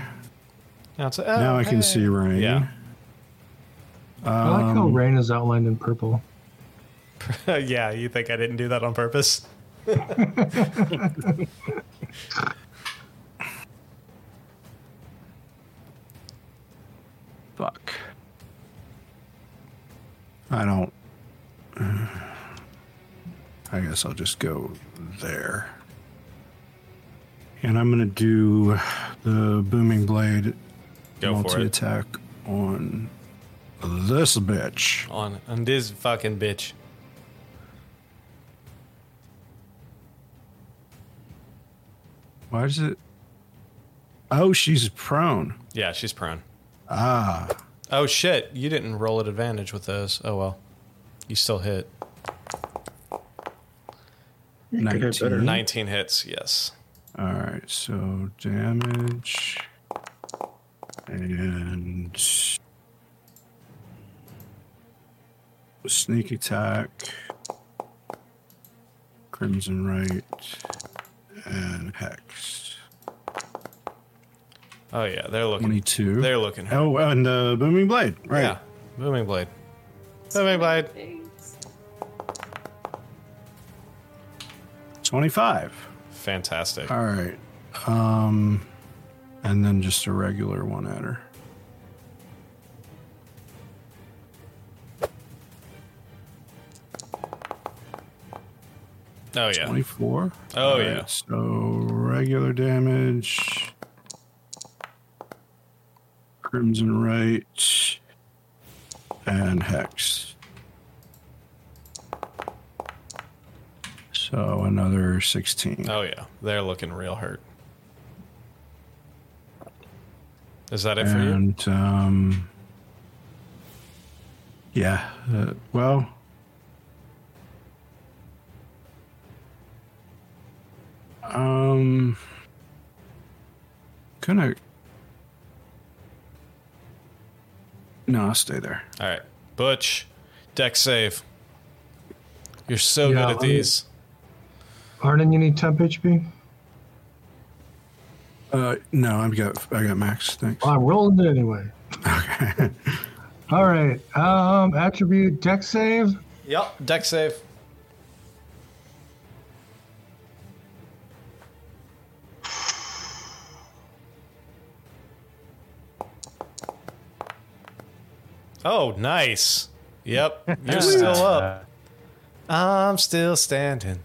Now, it's, oh, now I hey. can see rain. Yeah. I like how rain is outlined in purple. yeah, you think I didn't do that on purpose? Fuck. I don't. uh, I guess I'll just go there. And I'm going to do the Booming Blade Go for multi it. attack on this bitch. On on this fucking bitch. Why is it? Oh, she's prone. Yeah, she's prone. Ah. Oh shit, you didn't roll at advantage with those. Oh well. You still hit. Nineteen. Nineteen hits, yes. All right, so damage and sneak attack, crimson right, and hex Oh yeah, they're looking twenty-two. They're looking hurt. Oh, and the booming blade, right? Yeah. Booming blade. Booming blade. Thanks. Twenty-five. Fantastic. All right, um, and then just a regular one at her. Oh yeah. 24. Oh, All yeah. So regular damage. Crimson Right. And Hex. So So another 16. Oh yeah, they're looking real hurt. Is that it for you? and um, yeah, uh, well, um, gonna. No, I'll stay there. All right, Butch, deck save. You're so Yeah, good at I'm- these. Arden, you need temp HP? Uh, no, I've got I got max. Thanks. Well, I'm rolling it anyway. Okay. All right. Um, attribute deck save. Yep, deck save. Oh, nice. Yep, you're still up. I'm still standing.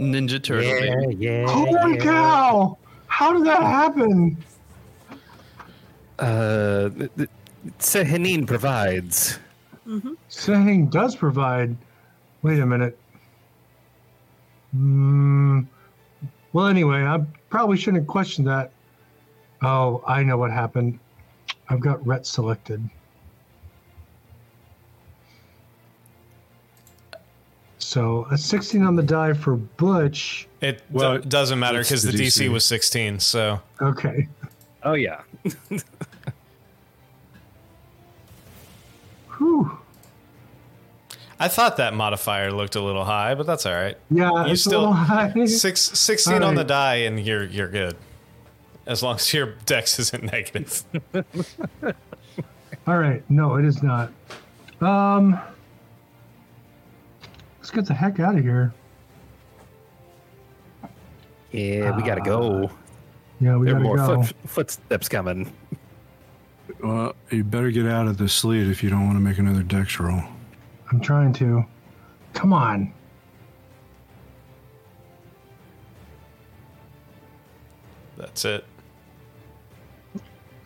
Ninja Turtle. baby. yeah. Holy cow! How did that happen? Uh, th- th- Sehanin provides. Saying does provide. Wait a minute. Hmm. well, anyway, I probably shouldn't question that. Oh, I know what happened. I've got Ret selected. So a 16 on the die for Butch. It Well, do- doesn't matter it's because the the DC DC. was 16, so Okay. Oh yeah. Whew. I thought that modifier looked a little high, but that's all right. Yeah, You it's a still- little high. Six, 16 All on the right. die, and you're you're good. As long as your dex isn't negative. All right. No, it is not. Um, let's get the heck out of here. Yeah, we gotta go. Yeah, we There are gotta more go. foot, footsteps coming. well, you better get out of the sleet if you don't want to make another dex roll. I'm trying to. Come on. That's it.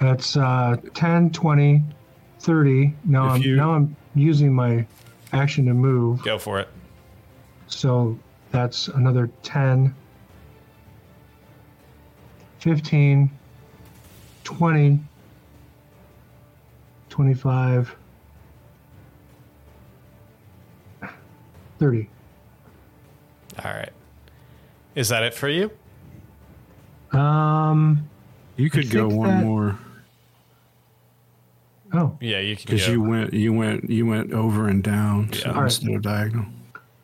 That's uh, 10, 20, 30. Now If I'm, you- now I'm using my action to move. Go for it. So that's another 10, 15, 20, 25, 30. All right. Is that it for you? Um, You could go think one that- more oh, Yeah, you can because go. you went you went you went over and down so Yeah. instead of diagonal.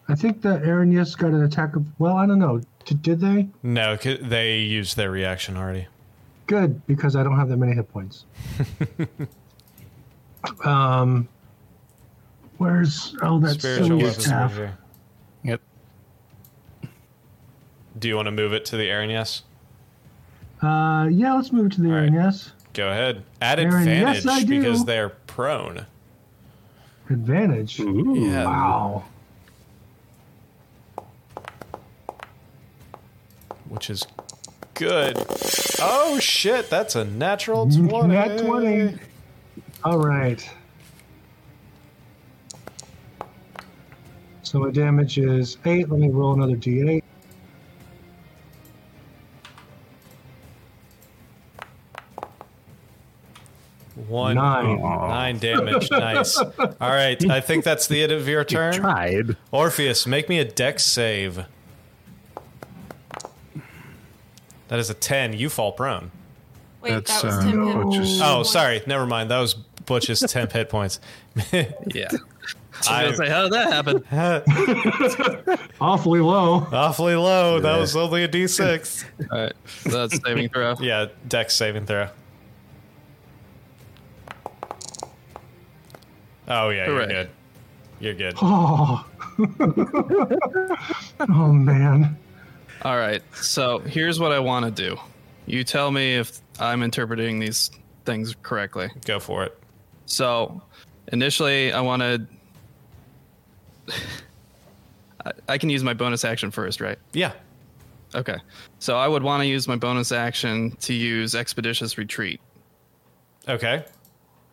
I think that Aaron Yes got an attack of. Well, I don't know. D- did they? No, 'cause they used their reaction already. Good, because I don't have that many hit points. um, where's oh that Spiritual silly weapons staff? over here. Yep. Do you want to move it to the Aaron? Yes. Uh, yeah, let's move to the E All right. Aaron Yes Go ahead. At Aaron, yes, advantage I do. because they're prone. advantage. Yeah. Wow, Which is good. Oh shit, that's a natural 20. Nat 20. All right. So my damage is eight. Let me roll another d8. One Nine. nine damage. Nice. All right. I think that's the end of your turn. Tried. Orpheus, make me a dex save. That is a 10. You fall prone. Wait, That's, that was uh, Tim no, Hill. which is- Oh, sorry. Never mind. That was Butch's temp hit points. Yeah. I was I, like, how did that happen? Awfully low. awfully low. That was only a d6. All right. So that's saving throw. Yeah, dex saving throw. Oh, yeah, you're Hooray. good. You're good. Oh. oh man. All right. So here's what I want to do. You tell me if I'm interpreting these things correctly. Go for it. So initially, I want to. I can use my bonus action first, right? Yeah. Okay. So I would want to use my bonus action to use Expeditious Retreat. Okay.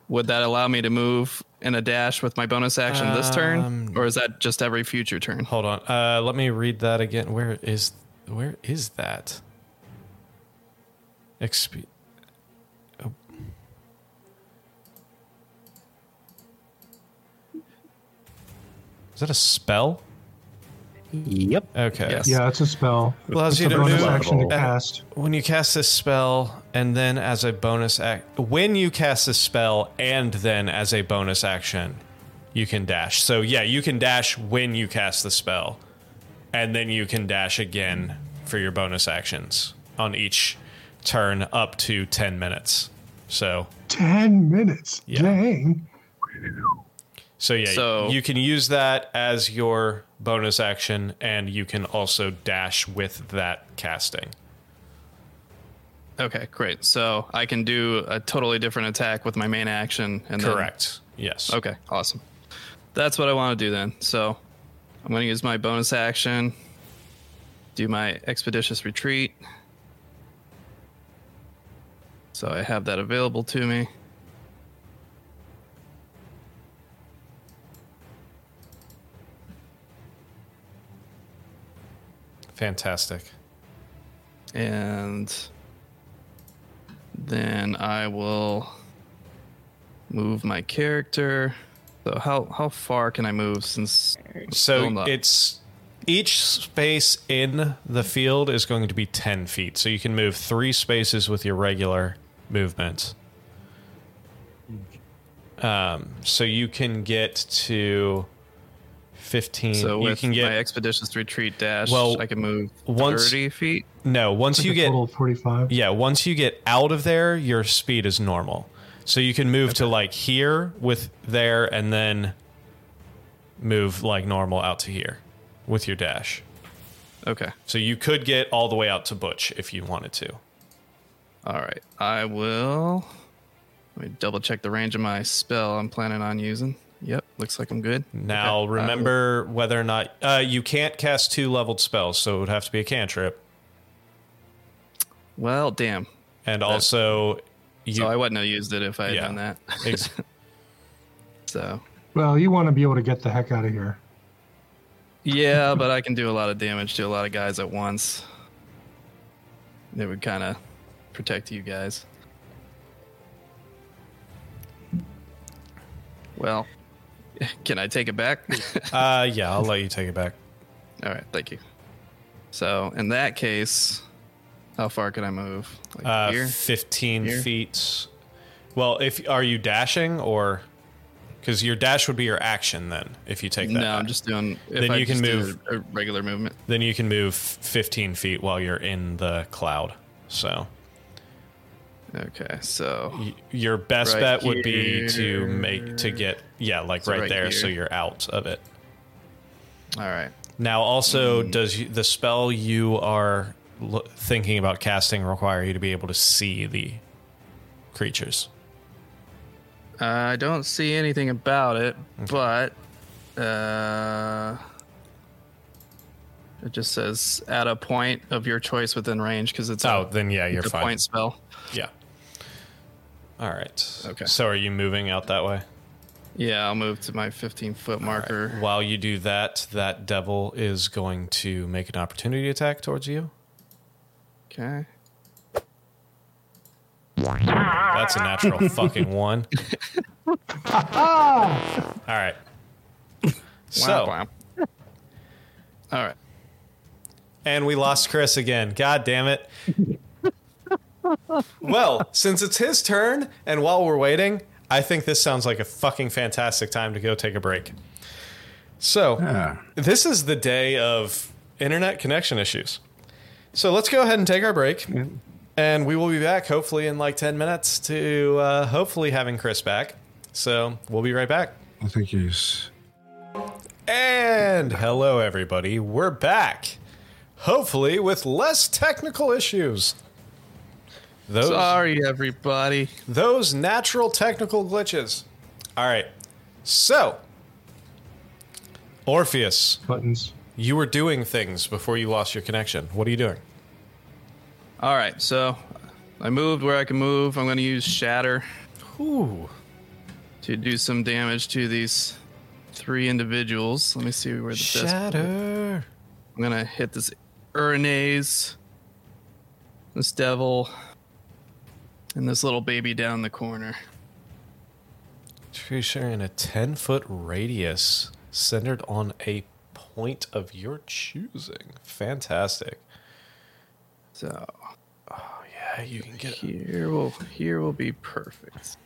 Would that allow me to move and a dash with my bonus action this turn, Um, or is that just every future turn? Hold on. Uh, let me read that again. Where is where is that? Exp- oh. Is that a spell? Yep. Okay. Yes. Yeah, it's a spell. Allows It's you a to bonus move action to and- cast. when you cast this spell, and then as a bonus act, when you cast this spell, and then as a bonus action, you can dash. So yeah, you can dash when you cast the spell, and then you can dash again for your bonus actions on each turn up to ten minutes. So 10 minutes. Yeah. Dang. so yeah, So- you can use that as your bonus action, and you can also dash with that casting. Okay, great. So I can do a totally different attack with my main action. And then- Correct. Yes. okay, awesome. That's what I want to do then. So I'm going to use my bonus action, do my expeditious retreat. So I have that available to me. Fantastic. And then I will move my character. So how how far can I move since still So not- it's each space in the field is going to be 10 feet. So you can move three spaces with your regular movement. Um, so you can get to 15. so you with can get my expeditious retreat dash Well, I can move once- 30 feet. no, once you a get total of 45. yeah, once you get out of there, your speed is normal. So you can move to like here with there and then move like normal out to here with your dash. Okay. So you could get all the way out to Butch if you wanted to. All right. I will let me double check the range of my spell I'm planning on using. Yep, looks like I'm good. Now Okay. Uh, remember whether or not uh, you can't cast two leveled spells, so it would have to be a cantrip. Well, damn. And also, you So I wouldn't have used it if I had Yeah. done that. ex- so Well, you want to be able to get the heck out of here. Yeah, but I can do a lot of damage to a lot of guys at once. That would kind of protect you guys. Well, can I take it back? uh, yeah, I'll let you take it back. All right, thank you. So, in that case, how far can I move? Like Uh, here? Fifteen Here? feet. Well, if are you dashing or because your dash would be your action then if you take that. No, I'm act. just doing. If Then I you can just do move. a regular movement. then you can move fifteen feet while you're in the cloud. So Okay, so y- your best Right bet would be here. to make to get yeah like So right, right there so here. you're out of it. all right. Now, also, does you, the spell you are l- thinking about casting require you to be able to see the creatures? I don't see anything about it, but uh, it just says at a point of your choice within range because it's Oh, a, then yeah, you're it's a fine. point spell. Yeah. All right. Okay. So, are you moving out that way? Yeah, I'll move to my 15 foot marker. While you do that, that devil is going to make an opportunity attack towards you. Okay. That's a natural fucking one. All right. So. Wow, wow. All right. And we lost Chris again. God damn it. well, since it's his turn, and while we're waiting, I think this sounds like a fucking fantastic time to go take a break. So, Ah, this is the day of internet connection issues. So, let's go ahead and take our break. And we will be back hopefully in like 10 minutes to uh, hopefully having Chris back. So, we'll be right back. I think he's. And hello, everybody. We're back. Hopefully, with less technical issues. Those, Sorry, everybody. those natural technical glitches. All right. So, Orpheus, Buttons. you were doing things before you lost your connection. What are you doing? All right, so I moved where I can move. I'm going to use Shatter Ooh. to do some damage to these three individuals. Let me see where the best. Shatter. I'm gonna hit this Urnase, this devil, and this little baby down the corner. Tree sharing a 10 foot radius centered on a point of your choosing. Fantastic. So Yeah, Uh, you can get here will here will be perfect.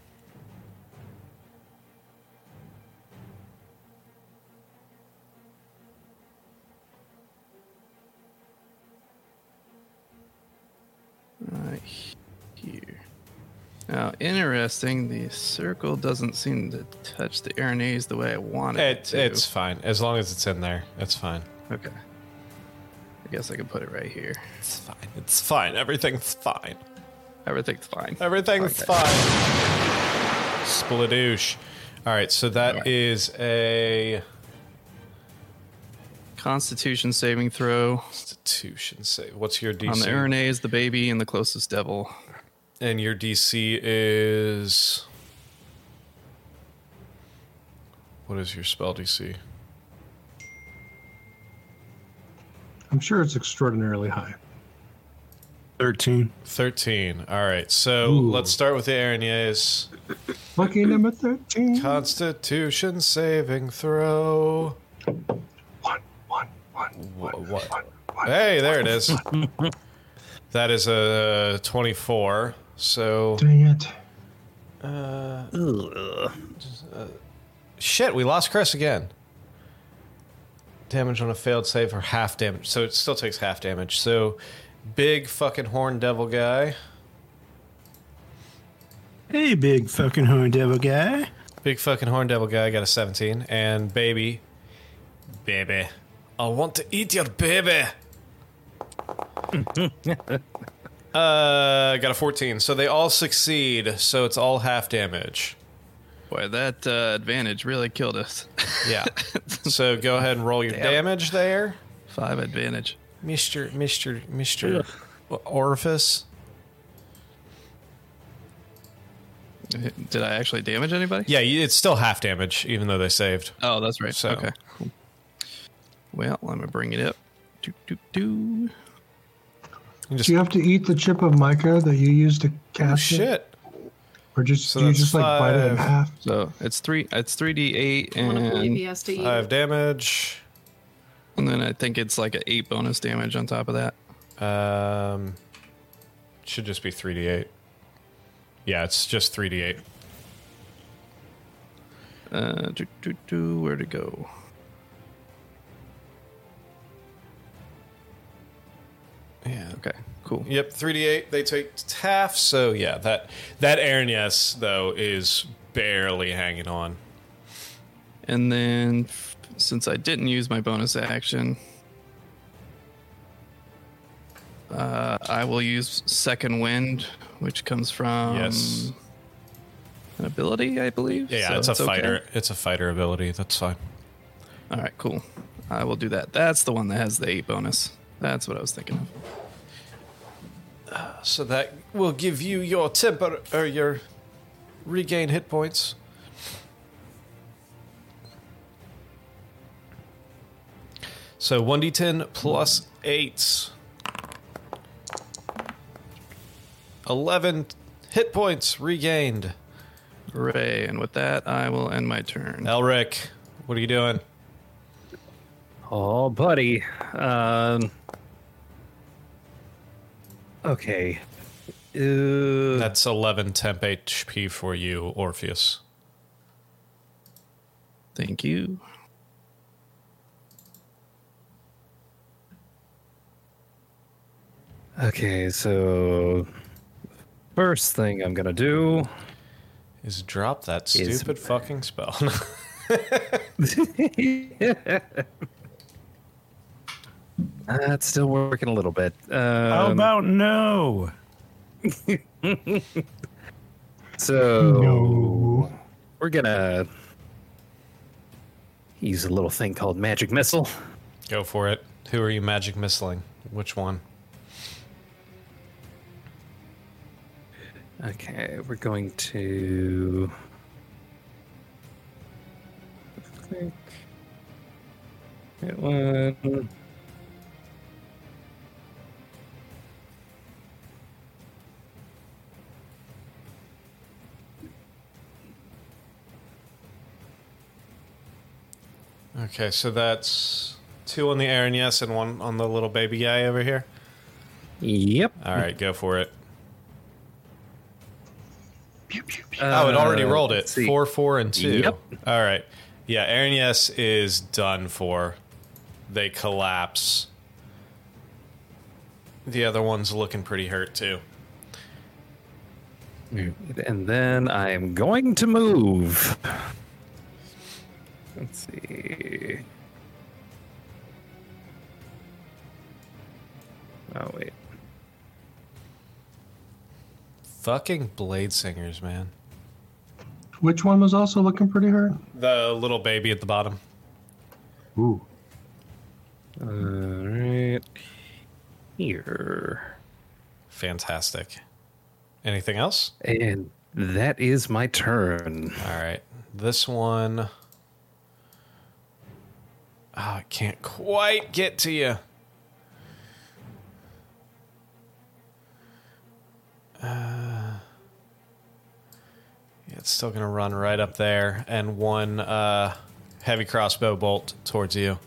Right here. Now, interesting. The circle doesn't seem to touch the Aranese the way I want it. it. to. It's fine. As long as it's in there, it's fine. okay. I guess I can put it right here. It's fine. It's fine. Everything's fine. Everything's fine. Everything's Okay. fine. Spladoosh. All right, so that is a Constitution saving throw. Constitution save. What's your On the DC? Urnay is the baby and the closest devil. And your DC is. What is your spell DC? I'm sure it's extraordinarily high. 13. 13. All right, so Ooh. let's start with the Aranes. Lucky number 13. Constitution saving throw. One, one, one, Wha- one, what? one, one. Hey, there it is. that is a 24. So. Dang it. Shit, we lost Chris again. Damage on a failed save or half damage. So it still takes half damage. So big fucking horn devil guy. Hey, big fucking horn devil guy. Big fucking horn devil guy got a 17. And baby. Baby. I want to eat your baby. uh, got a 14. So they all succeed. So it's all half damage. Boy, that uh, advantage really killed us. Yeah. so go ahead and roll your damage there. Five advantage. Mr. Mr. Mr. Orifice. Did I actually damage anybody? Yeah, you- it's still half damage, even though they saved. Oh, that's right. So- Okay. Cool. Well, I'm gonna bring it up. Do, do, do. Do you have to eat the chip of mica that you used to Oh, cast it? shit. Or just So do you that's just like bite it in five. half? So it's three. It's three d eight, I want to believe he and, has to eat. Five it. damage. and then I think it's like an eight bonus damage on top of that. Um, should just be 3d8. Yeah, it's just 3d8. Uh, do, do, do, where to go? Yeah. Okay. Cool. Yep, 3d8. They take half, so yeah, that that Aranyes, though, is barely hanging on. And then, f- since I didn't use my bonus action, uh, I will use Second Wind, which comes from Yes. an ability, I believe. Yeah, so it's a okay. fighter. It's a fighter ability. That's fine. All right, cool. I will do that. That's the one that has the eight bonus. That's what I was thinking of. So that will give you your temper or your regain hit points. So 1d10 plus 8. 11 hit points regained. Hooray! And with that, I will end my turn. Elric, what are you doing? Oh, buddy. Um, okay. Uh, That's 11 temp HP for you, Orpheus. Thank you. okay, so first thing I'm gonna do. Is drop that Is- stupid fucking spell. That's still working a little bit. How Um, about no? so we're gonna use a little thing called magic missile. Go for it. Who are you magic missling? Which one? Okay, we're going to think it went. Okay, so that's two on the Aaron, yes, and one on the little baby guy over here. Yep. All right, go for it. Uh, Oh, it already rolled it. let's see. Four, four, and two. Yep. All right. Yeah, Aaron Yes is done for. They collapse. The other one's looking pretty hurt too. And then I am going to move. Let's see. Oh, wait. Fucking blade singers, man. Which one was also looking pretty hurt? The little baby at the bottom. Ooh. All right. Here. Fantastic. Anything else? And that is my turn. All right. This one. Ah, I can't quite get to you. Uh, yeah, it's still going to run right up there. And one uh, heavy crossbow bolt towards you.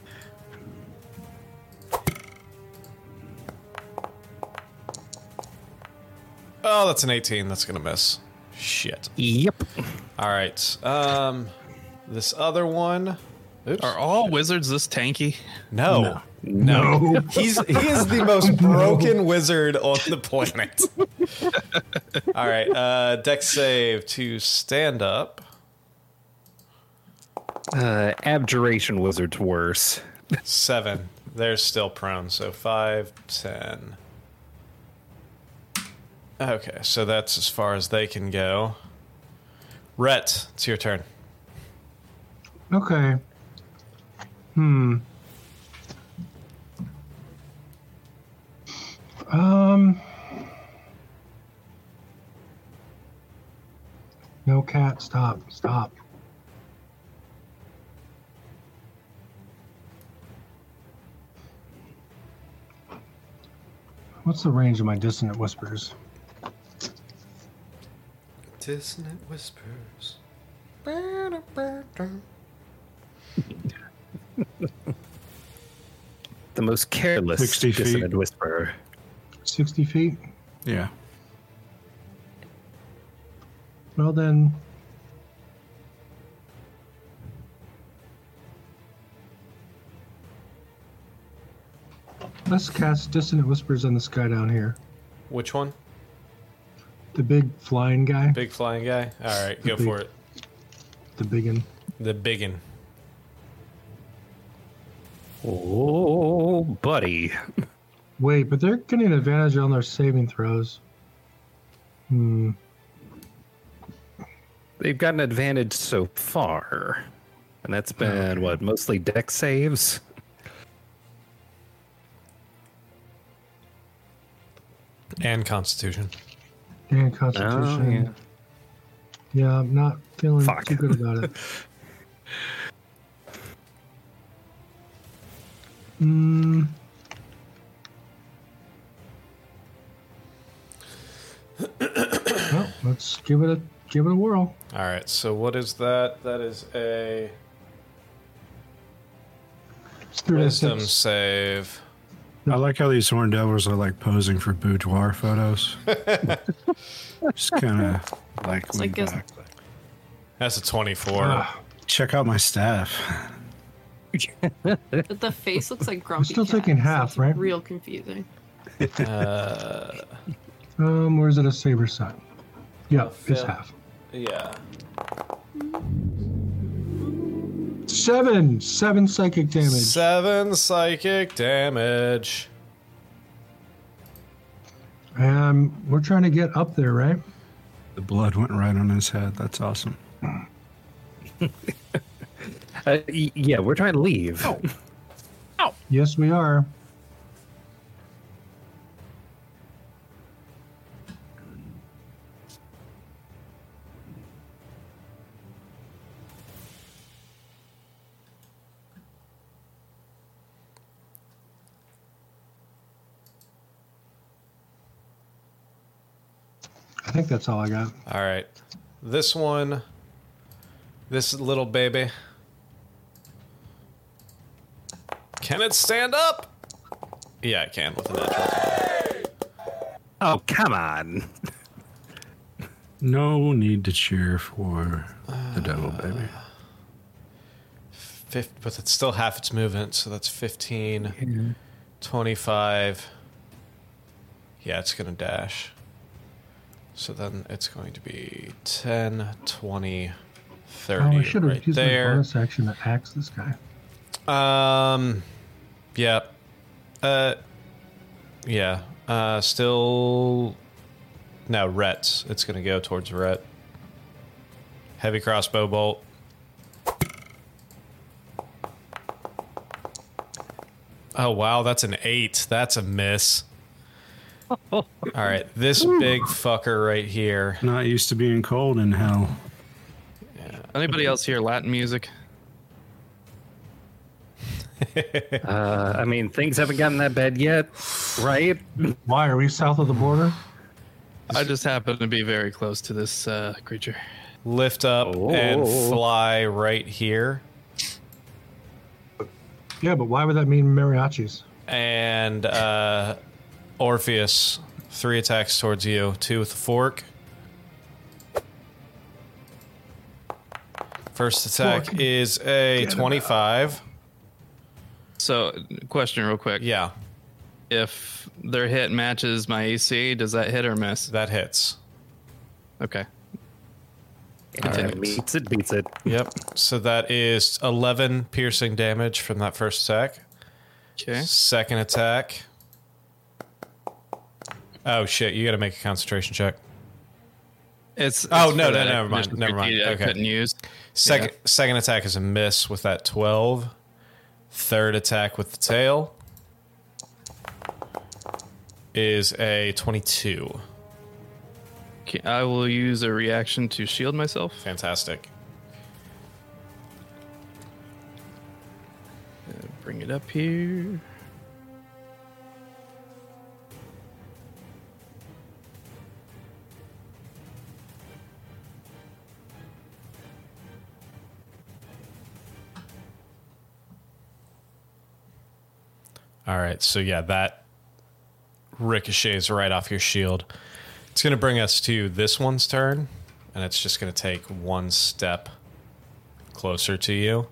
Oh, that's an 18. That's going to miss. Shit. Yep. All right. Um, this other one. Oops. Are all wizards this tanky? No. No. He's he is the most broken wizard on the planet. All right. Uh, deck save to stand up. Uh, abjuration wizard's worse. Seven. They're still prone. So five, ten. Okay, so that's as far as they can go. Rhett, it's your turn. Okay. Hmm. Um. No cat. Stop. Stop. What's the range of my dissonant whispers? Dissonant whispers. The most careless 60 feet. dissonant whisperer. 60 feet? Yeah. Well, then. Let's cast Dissonant Whispers on this guy down here. Which one? The big flying guy. Big flying guy. All right, go for it. The biggin. The biggin. Oh, buddy. Wait, but they're getting an advantage on their saving throws. Hmm. They've got an advantage so far. And that's been, what, mostly deck saves? And Constitution. And Constitution. yeah. I'm not feeling Fuck. too good about it. Hmm. well, let's give it a give it a whirl. All right. So what is that? That is a It's through that wisdom six. save. I like how these horn devils are like posing for boudoir photos. Just kind of like, lean like this- back. That's a twenty-four. Ah, check out my staff. But the face looks like grumpy. still cat. taking It's half, right? Real confusing. Uh, Um, where is it a saber set? Yeah, it's Phil. half. yeah. Seven, seven psychic damage. Seven psychic damage. Um, we're trying to get up there, right? The blood went right on his head. That's awesome. Uh, y- yeah, we're trying to leave. Yes, we are. think that's all I got. All right. This one, this little baby. Can it stand up? Yeah, it can with a natural. Oh, come on. No need to cheer for the devil, baby. Fif- but it's still half its movement, so that's 15, 25. Yeah, it's going to dash. So then it's going to be 10, 20, 30 Oh, I should have right used my there. bonus action to axe this guy. Um, yeah. Uh, yeah. Uh, still. No, Rhett's. It's going to go towards Rhett. Heavy crossbow bolt. Oh, wow. That's an eight. That's a miss. All right. This big fucker right here. Not used to being cold in hell. Mm-hmm. Anybody else hear Latin music? Uh, I mean, things haven't gotten that bad yet, right? Why are we south of the border? I just happen to be very close to this uh, creature. Lift up and Oh. fly right here. Yeah, but why would that mean mariachis? and uh, Orpheus, three attacks towards you. Two with the fork. First attack Fork. is a 25. So, question real quick. Yeah, If their hit matches my AC, does that hit or miss? that hits. Okay. It beats it, beats it. Yep. So that is 11 piercing damage from that first attack. Okay. Second attack. Oh, shit. You got to make a concentration check. It's, Oh, it's no, for no, that never mind, additional never mind. PG I Okay. couldn't use. Second second attack is a miss with that 12. Third attack with the tail is a 22. Okay, I will use a reaction to shield myself. Fantastic. Bring it up here. All right, so yeah, that ricochets right off your shield. It's going to bring us to this one's turn, and it's just going to take one step closer to you.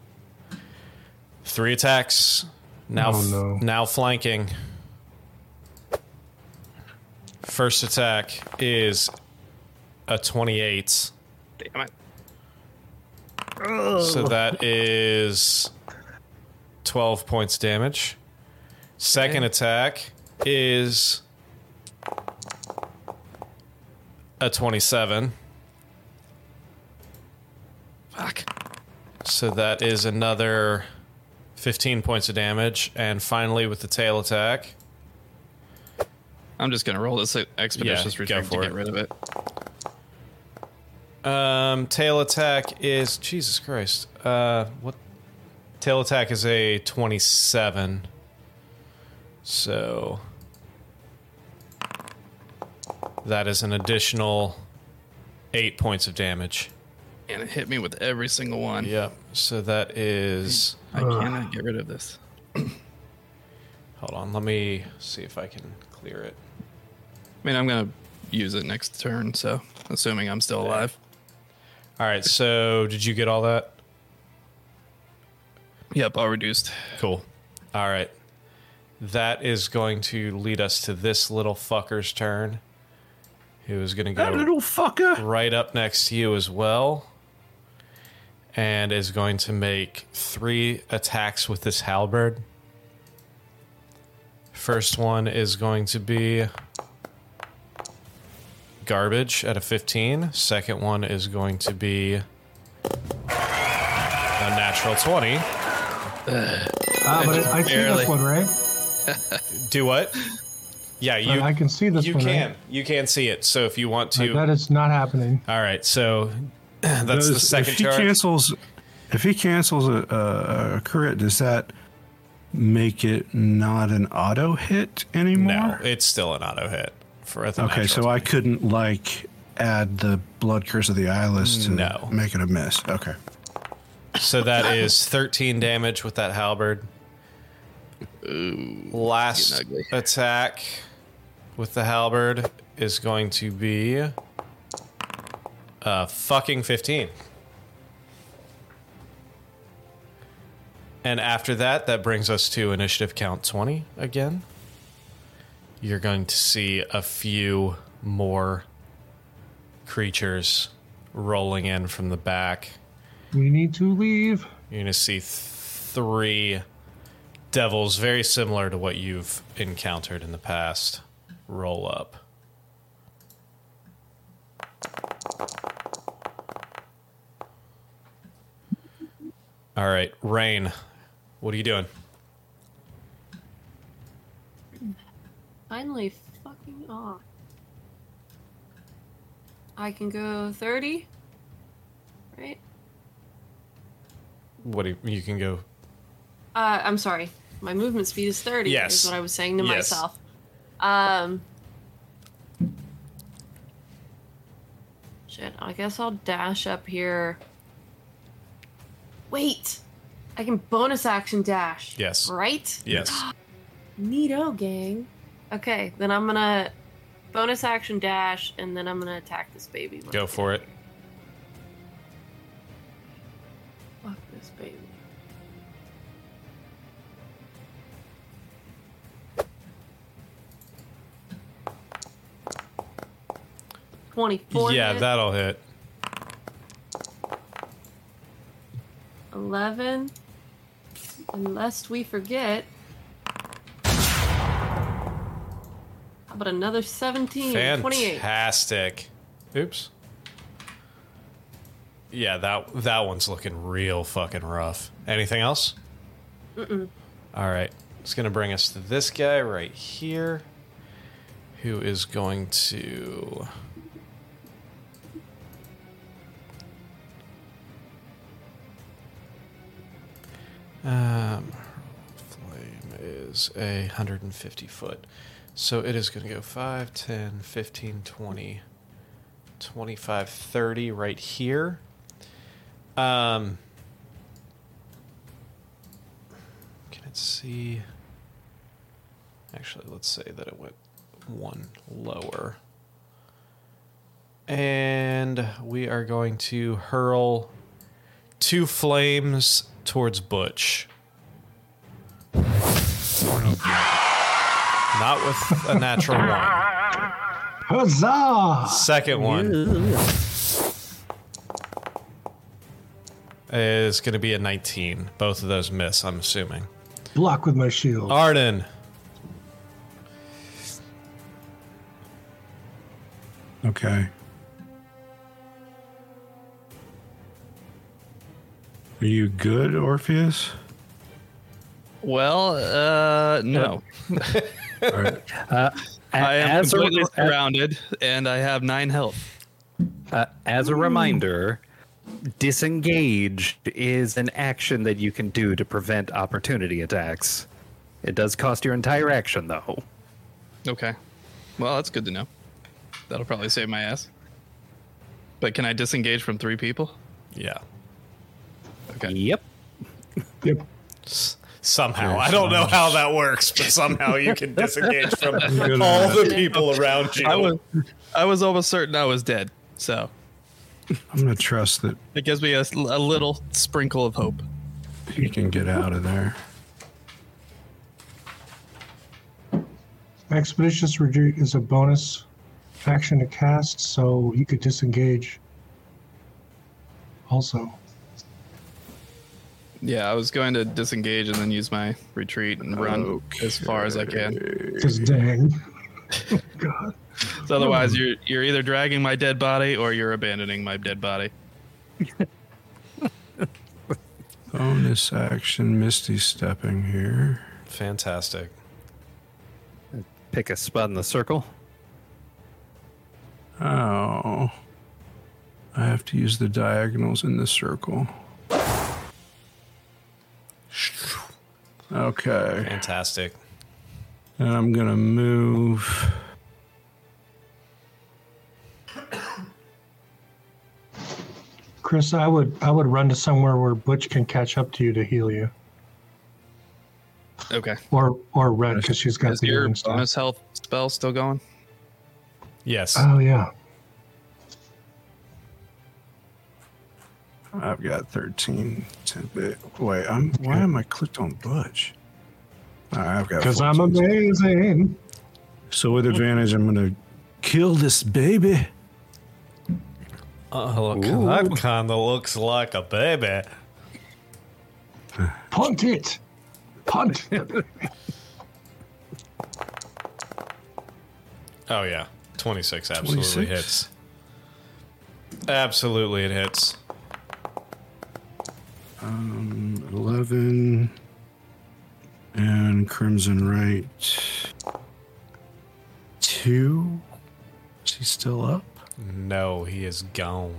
Three attacks. Now, Oh, no. now flanking. First attack is a 28. Damn it. So that is 12 points damage. Second Okay. attack is a 27. Fuck. So that is another 15 points of damage. And finally, with the tail attack, I'm just going to roll this e-, expeditious Yeah, go return to for get it. rid of it. um, tail attack is. Jesus Christ. Uh, what? Tail attack is a 27. So. That is an additional eight points of damage. And it hit me with every single one. Yep. So that is. I cannot get rid of this. Hold on. Let me see if I can clear it. I mean, I'm going to use it next turn, so assuming I'm still alive. All right. So did you get all that? Yep, all reduced. Cool. All right. That is going to lead us to this little fucker's turn. Who is going to go fucker. right up next to you as well. And is going to make three attacks with this halberd. First one is going to be garbage at a 15. Second one is going to be a natural 20. Ah, but I, I see Barely. this one, right? Do what? Yeah, you I can see this you one. can Right? you can see it. So if you want to, That is not happening. all right. So that's the second if he charge. cancels, if he cancels a, a, a crit, does that make it not an auto hit No, anymore? it's still an auto hit for a okay, so I couldn't like add the blood curse of the eyeless to No. make it a miss. Okay. So that is 13 damage with that halberd. Last getting ugly. attack with the halberd is going to be uh, fucking 15. And after that, that brings us to initiative count 20 again. You're going to see a few more creatures rolling in from the back. We need to leave. You're going to see th- three devils very similar to what you've encountered in the past roll up. All right, Rain, what are you doing? Finally, fucking off. I can go 30. Right? What do you, you can go? Uh, I'm sorry. My movement speed is 30. Yes. Is what I was saying to Yes. myself. Um. Shit. I guess I'll dash up here. Wait. I can bonus action dash. Yes. Right? Yes. Neato gang. Okay, then I'm gonna bonus action dash, and then I'm gonna attack this baby. with- Go for it. Fuck this baby. Twenty-four. yeah, hit, that'll hit. eleven. And lest we forget. How about another 17? 28. Fantastic. Oops. Yeah, that that one's looking real fucking rough. Anything else? Mm-mm. All right. It's going to bring us to this guy right here who is going to um flame is a 150 foot. So it is going to go 5, 10, 15, 20, 25, 30 right here. Um, can it see? Actually, let's say that it went one lower. And we are going to hurl two flames towards Butch. Not with a natural one. Huzzah! Second one is going to be a 19. Both of those miss, I'm assuming. Block with my Oh. shield. Arden. Okay. Are you good, Orpheus? Well, uh, no. All right. I am as, a, completely surrounded, and I have nine health. uh, as a reminder, disengage is an action that you can do to prevent opportunity attacks. It does cost your entire action, though. Okay. Well, that's good to know. That'll probably save my ass. But can I disengage from three people? Yeah. Okay. Yep. Yep. Somehow. I don't know how that works, but somehow you can disengage from Good all enough. the people around you. I was, I was almost certain I was dead, so I'm going to trust that it gives me a, s- a little sprinkle of hope. he can get out of there. Expeditious Retreat is a bonus action to cast, so you could disengage. Also, Yeah, I was going to disengage and then use my retreat and run as far as I can. just dang. God. So otherwise, you're you're either dragging my dead body or you're abandoning my dead body. Bonus action, Misty stepping here. Fantastic. Pick a spot in the circle. Oh. I have to use the diagonals in the circle. Okay. Fantastic. And I'm going to move Chris, I would I would run to somewhere where Butch can catch up to you to heal you, Okay. or or Red because she's got Is the your healing stuff. bonus health spell still going? Yes. Uh, Oh yeah, I've got 13 tidbit. Wait, I'm why am I clicked on Butch? All right, I've got because I'm 14. amazing. So with advantage, I'm gonna kill this baby. Oh, that kind of looks like a baby. Punt it, punt. Oh yeah, twenty six absolutely hits. 26? Absolutely, it hits. Um, 11 and Crimson Right. Two. Is he still up? No, he is gone.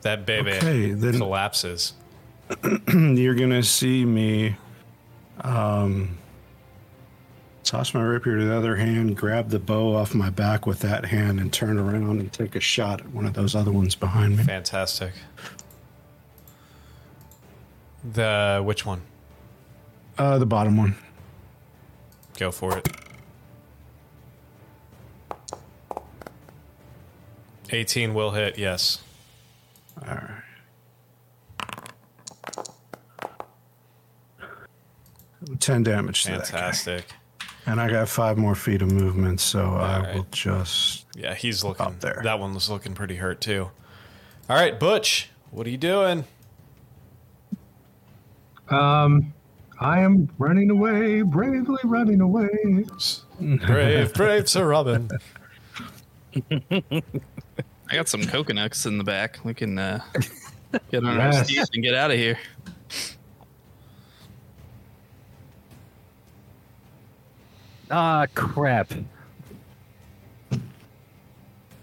That baby Okay, then- collapses. You're gonna see me. Um, toss my rapier to the other hand, grab the bow off my back with that hand, and turn around and take a shot at one of those other ones behind me. Fantastic. The which one? Uh, the bottom one. Go for it. 18 will hit, yes. All right. Ten damage to that guy. Fantastic. And I got five more feet of movement, so I right. will just. Yeah, he's looking Up there. That one was looking pretty hurt too. All right, Butch, what are you doing? Um, I am running away, bravely running away. Brave, brave Sir Robin. I got some coconuts in the back. We can uh, get on our Yes. steeds and get out of here. Ah, crap.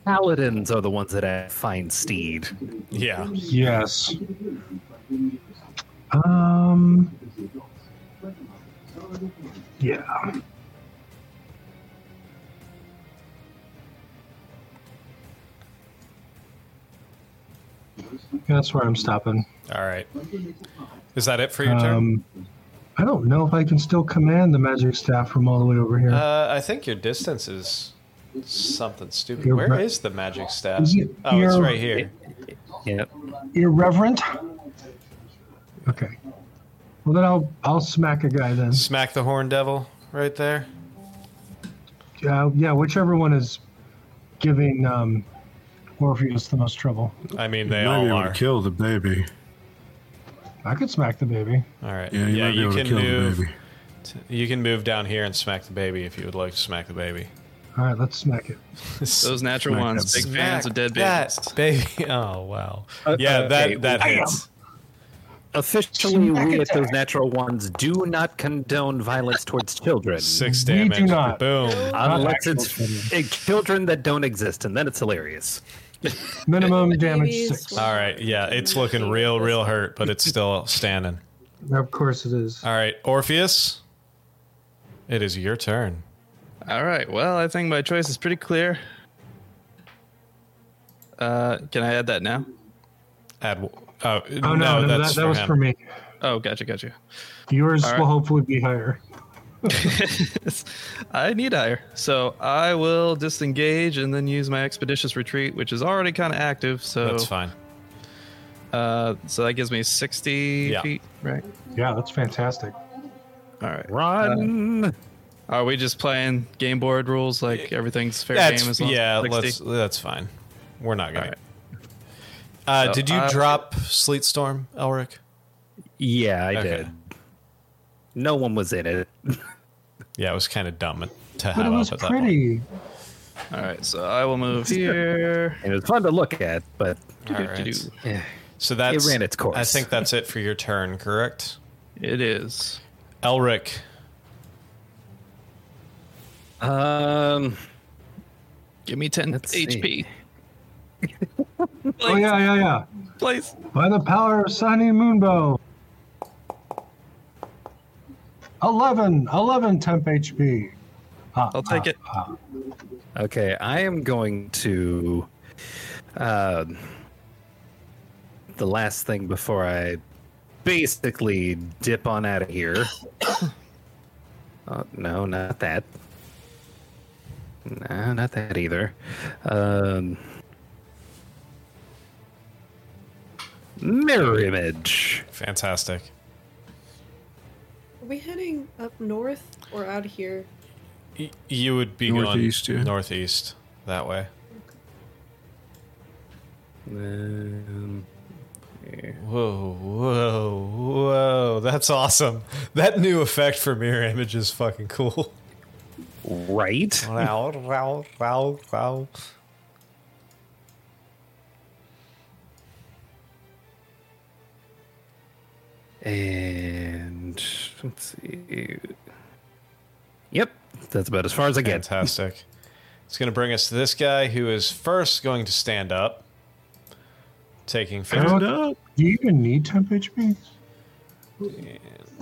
Paladins are the ones that have fine steed. Yeah. Yes. Um. Yeah. That's where I'm stopping. All right. Is that it for your turn? Um, I don't know if I can still command the magic staff from all the way over here. Uh, I think your distance is something stupid. You're Where is right. the magic staff? Is it- oh, it's you're- right here. Yep. Irreverent. Okay. Well, then I'll I'll smack a guy then. Smack the horn devil right there. Uh, yeah, whichever one is giving um, Orpheus the most trouble. I mean, they You might be all able are. to kill the baby. I could smack the baby. All right. Yeah, you might be able to can kill move. the baby. You can move down here and smack the baby if you would like to smack the baby. All right, let's smack it. Those natural Smack ones, that big fans of dead babies. That baby. Oh wow. Uh, Yeah, that that hits. Officially, we at those natural ones do not condone violence towards children. Six We do damage. not. Boom. Unless Not it's actual uh, children that don't exist, and then it's hilarious. Minimum damage Babies six. will- All right. Yeah, it's looking real, real hurt, but it's still standing. Of course it is. All right, Orpheus. It is your turn. All right. Well, I think my choice is pretty clear. Uh, can I add that now? Add. w- Oh, Oh no, no, that's that, that for was him. for me. Oh, gotcha, gotcha. Yours All right. will hopefully be higher. I need higher. So I will disengage and then use my expeditious retreat, which is already kind of active. So That's fine. Uh, so that gives me 60 Yeah. feet, right? Yeah, that's fantastic. All right. Run! Are we just playing game board rules? Like everything's fair game That's as long yeah. as it's 60? Let's. That's fine. We're not gonna. All right. Uh, So did you I- drop Sleet Storm, Elric? yeah, I Okay. did. No one was in it. Yeah, it was kind of dumb to have But it up was at that point. pretty. All right. So I will move here. It was fun to look at, but All right. Do-do-do-do. So that's It ran its course. I think that's it for your turn, correct? It is. Elric, um, Give me 10 Let's see. HP. please, Oh yeah, yeah, yeah. please. By the power of Sunny Moonbow. 11, 11 temp HP. Ah, I'll take ah, it. ah. okay, I am going to. Uh, the last thing before I basically dip on out of here. oh, no, not that. No, not that either. Um, mirror image. Fantastic. Are we heading up north or out of here? Y- you would be Northeast, going yeah. northeast that way. Um, Whoa, whoa, whoa. That's awesome. That new effect for mirror image is fucking cool. right. wow, wow, wow, wow. And let's see. Yep, that's about as far as I get. Fantastic. it's going to bring us to this guy who is first going to stand up, taking 15, Stand up. Do you even need temp HP?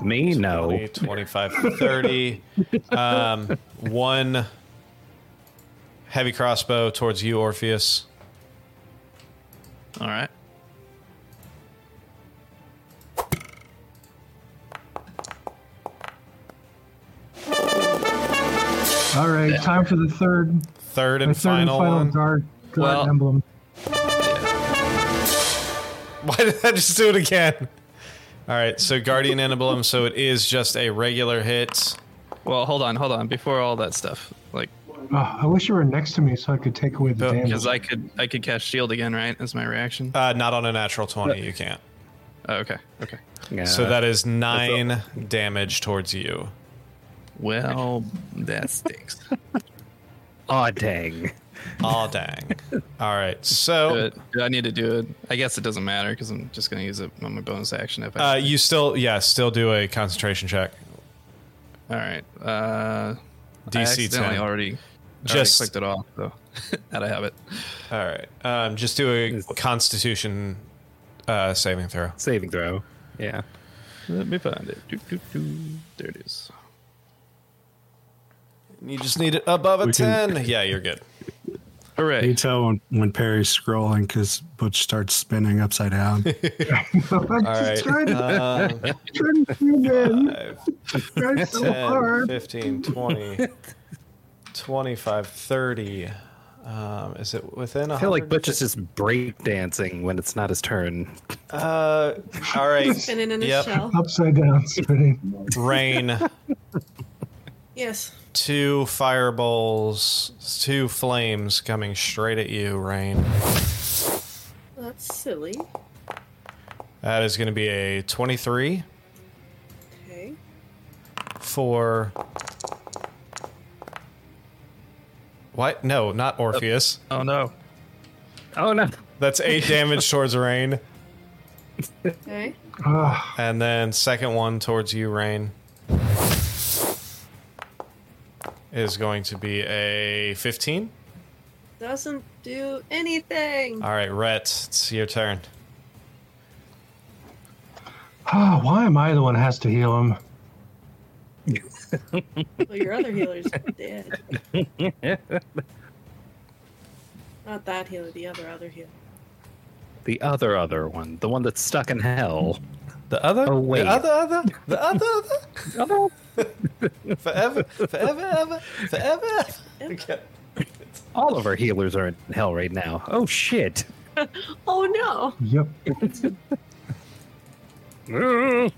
Me, no. 20, 25, 30. um, one heavy crossbow towards you, Orpheus. All right. All right, time for the third, Third the and third final, and final one. guard, guard Well- emblem. Why did I just do it again? All right, so Guardian Emblem, so it is just a regular hit. Well, hold on, hold on. Before all that stuff, like, Mm-hmm. Ah, I wish you were next to me so I could take away the But- damage. because I could, I could cast shield again, right? As my reaction. Uh, not on a natural 20, Uh, you can't. Oh, okay, okay. Yeah. So that is nine damage towards you. Well, that stinks. Aw, dang. Aw, dang. All right, so But do I need to do it? I guess it doesn't matter because I'm just gonna use it on my bonus action if I. uh, you still, yeah, still do a concentration check. all right. Uh, I DC accidentally 10. already Just- just clicked it off. So out of habit. All right, um, just do a Constitution uh, saving throw. Saving throw. Yeah. Let me find it. Doop, doop, doop. There it is. You just need it above a We can- 10. Yeah, you're good. Hooray! You tell when, when Perry's scrolling because Butch starts spinning upside down. All right. tried to- Um, tried to tune in. five, Tried so 10, hard. 15, 20, 25, 30. Um, is it within a I feel like Butch is just breakdancing when it's not his turn. Uh, all right. Spinning in a Yep. shell. Upside down spinning. Rain, Yes. two fireballs, two flames coming straight at you, Rain. That's silly. That is going to be a 23 Okay. for. What? No, not Orpheus. Oh no! Oh, no. That's eight damage towards Rain. Okay. Ah, And then second one towards you, Rain. Is going to be a 15. Doesn't do anything. All right, Rhett, it's your turn. ah, why am I the one that has to heal him? Well, your other healer's dead. Not that healer, the other other healer. The other, other one. The one that's stuck in hell. The other? Oh, wait. The other, other? The other, other? Other? Forever, forever, ever, forever. ever. Okay. All of our healers are in hell right now. Oh, shit. Oh no! Yep. Mm.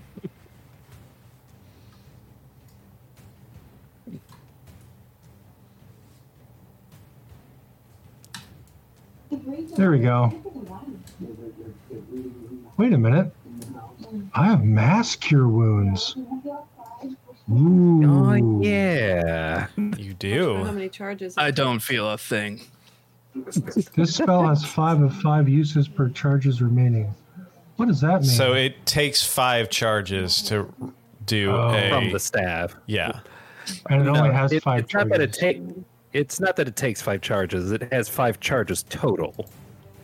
There we go. Wait a minute. I have mass cure wounds. Ooh. Oh, yeah. You How do. many charges? I don't feel a thing. This spell has five of five uses per charges remaining. What does that mean? So it takes five charges to do Oh. a. From the staff. yeah. and Oh, it only has It- five it's charges. Not that it take, it's not that it takes five charges. It has five charges total.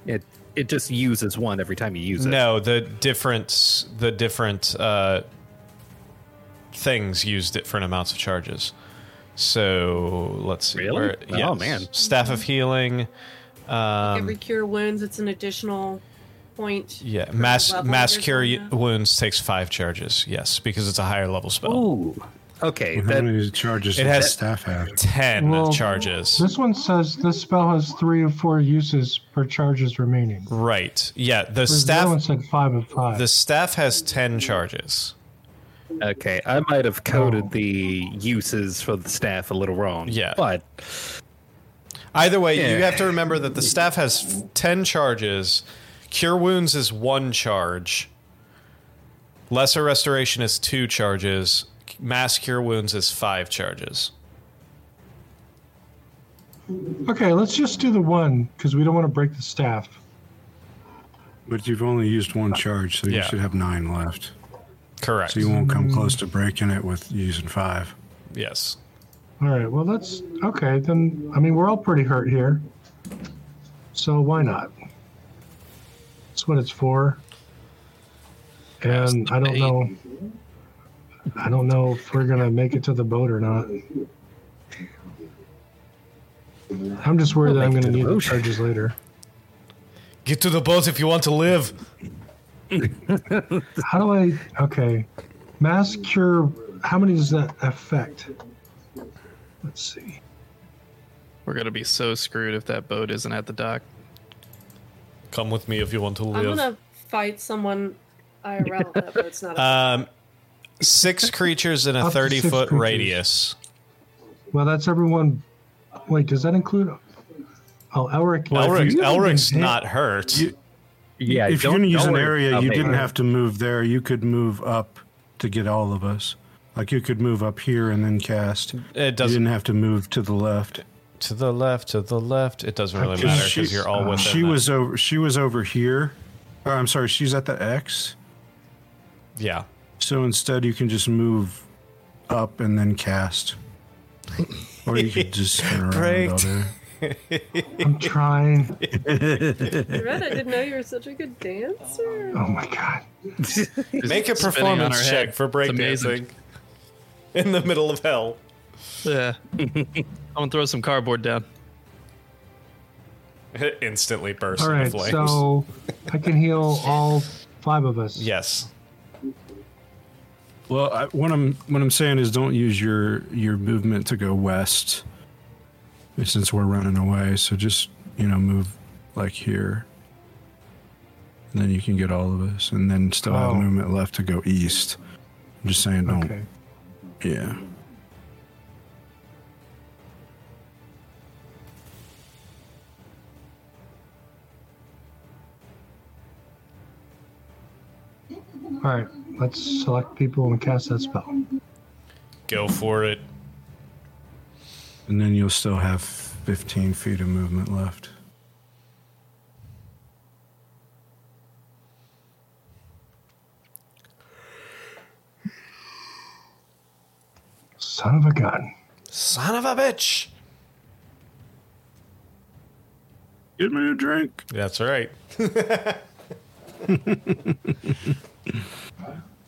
It it just uses one every time you use it. No, the different the different uh, things use different amounts of charges. So let's see. Where, Really? Oh, man. Staff of Healing. Um, Every cure wounds, it's an additional point. Yeah, mass level mass or cure y- something? wounds takes five charges. Yes, because it's a higher level spell. Ooh. Okay. Mm-hmm. How That, many charges It does has- the staff have? Ten Well- charges. This one says this spell has three or four uses per charges remaining. right. Yeah. The The other one staff. said five of five. The staff has ten charges. okay. I might have Oh. coded the uses for the staff a little wrong. Yeah. But Either way, you Yeah. have to remember that the staff has f- 10 charges. Cure wounds is one charge. Lesser restoration is two charges. Mass cure wounds is five charges. okay, let's just do the one because we don't want to break the staff. But you've only used one charge, so you Uh, Yeah. should have nine left. Correct. So you won't come close to breaking it with using five. yes. All right. Well, that's okay. Then I mean, we're all pretty hurt here, so why not? That's what it's for. And I don't know. I don't know if we're gonna make it to the boat or not. I'm just worried that I'm make it gonna to the need the boat. charges later. Get to the boat if you want to live. How do I? Okay, mass cure. How many does that affect? Let's see. We're gonna be so screwed if that boat isn't at the dock. Come with me if you want to I'm live. gonna fight someone IRL that, but it's not. A, Um, six creatures in a Up to 30 six foot creatures. radius. Well, that's everyone. Wait, does that include? Oh, Elric. Elric, you haven't Elric's been hit. not hurt. You- yeah. if you're don't- going to use don't an worry area, about you me. didn't have to move there. You could move up to get all of us. Like you could move up here and then cast. You it doesn't. didn't have to move to the left. To the left, to the left. It doesn't really matter She- because you're all within. Um, She that. was over. She was over here. Or, I'm sorry. She's at the X. Yeah. So instead, you can just move up and then cast. Or you could just spin around all Breaked. day. I'm trying. Red, I didn't know you were such a good dancer. Oh my god. Just Make a spinning on performance our check head. for It's breakdancing amazing. in the middle of hell. Yeah. I'm gonna throw some cardboard down. It instantly bursts All into right, flames. so I can heal all five of us. yes, Well, I, what I'm what I'm saying is, don't use your your movement to go west, eh, since we're running away. So just you know move like here, and then you can get all of us, and then still Oh. have movement left to go east. I'm just saying, don't. Okay. Yeah. All right. Let's select people and cast that spell. go for it. And then you'll still have 15 feet of movement left. Son of a gun. Son of a bitch. Give me a drink. That's right.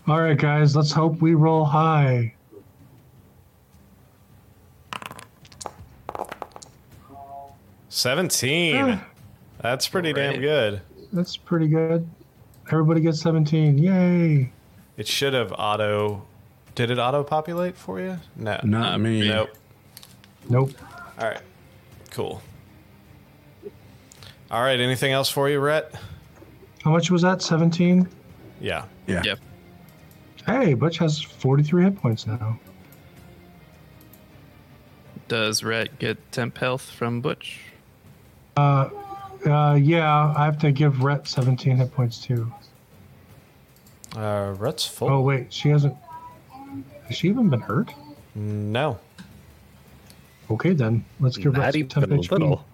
All right, guys. Let's hope we roll high. Seventeen. That's pretty damn Alright. good. That's pretty good. Everybody gets 17. Yay. It should have auto. Did it auto populate for you? No. Not me. Nope. Nope. All right. Cool. All right. Anything else for you, Rhett? How much was that? 17. Yeah. Yeah. Yep. Hey, Butch has 43 hit points now. Does Rhett get temp health from Butch? Uh, yeah, I have to give Rhett 17 hit points too. Uh, Rhett's full. Oh wait, she hasn't. Has she even been hurt? No. Okay, then let's give Rhett Not some temp even a HP. little.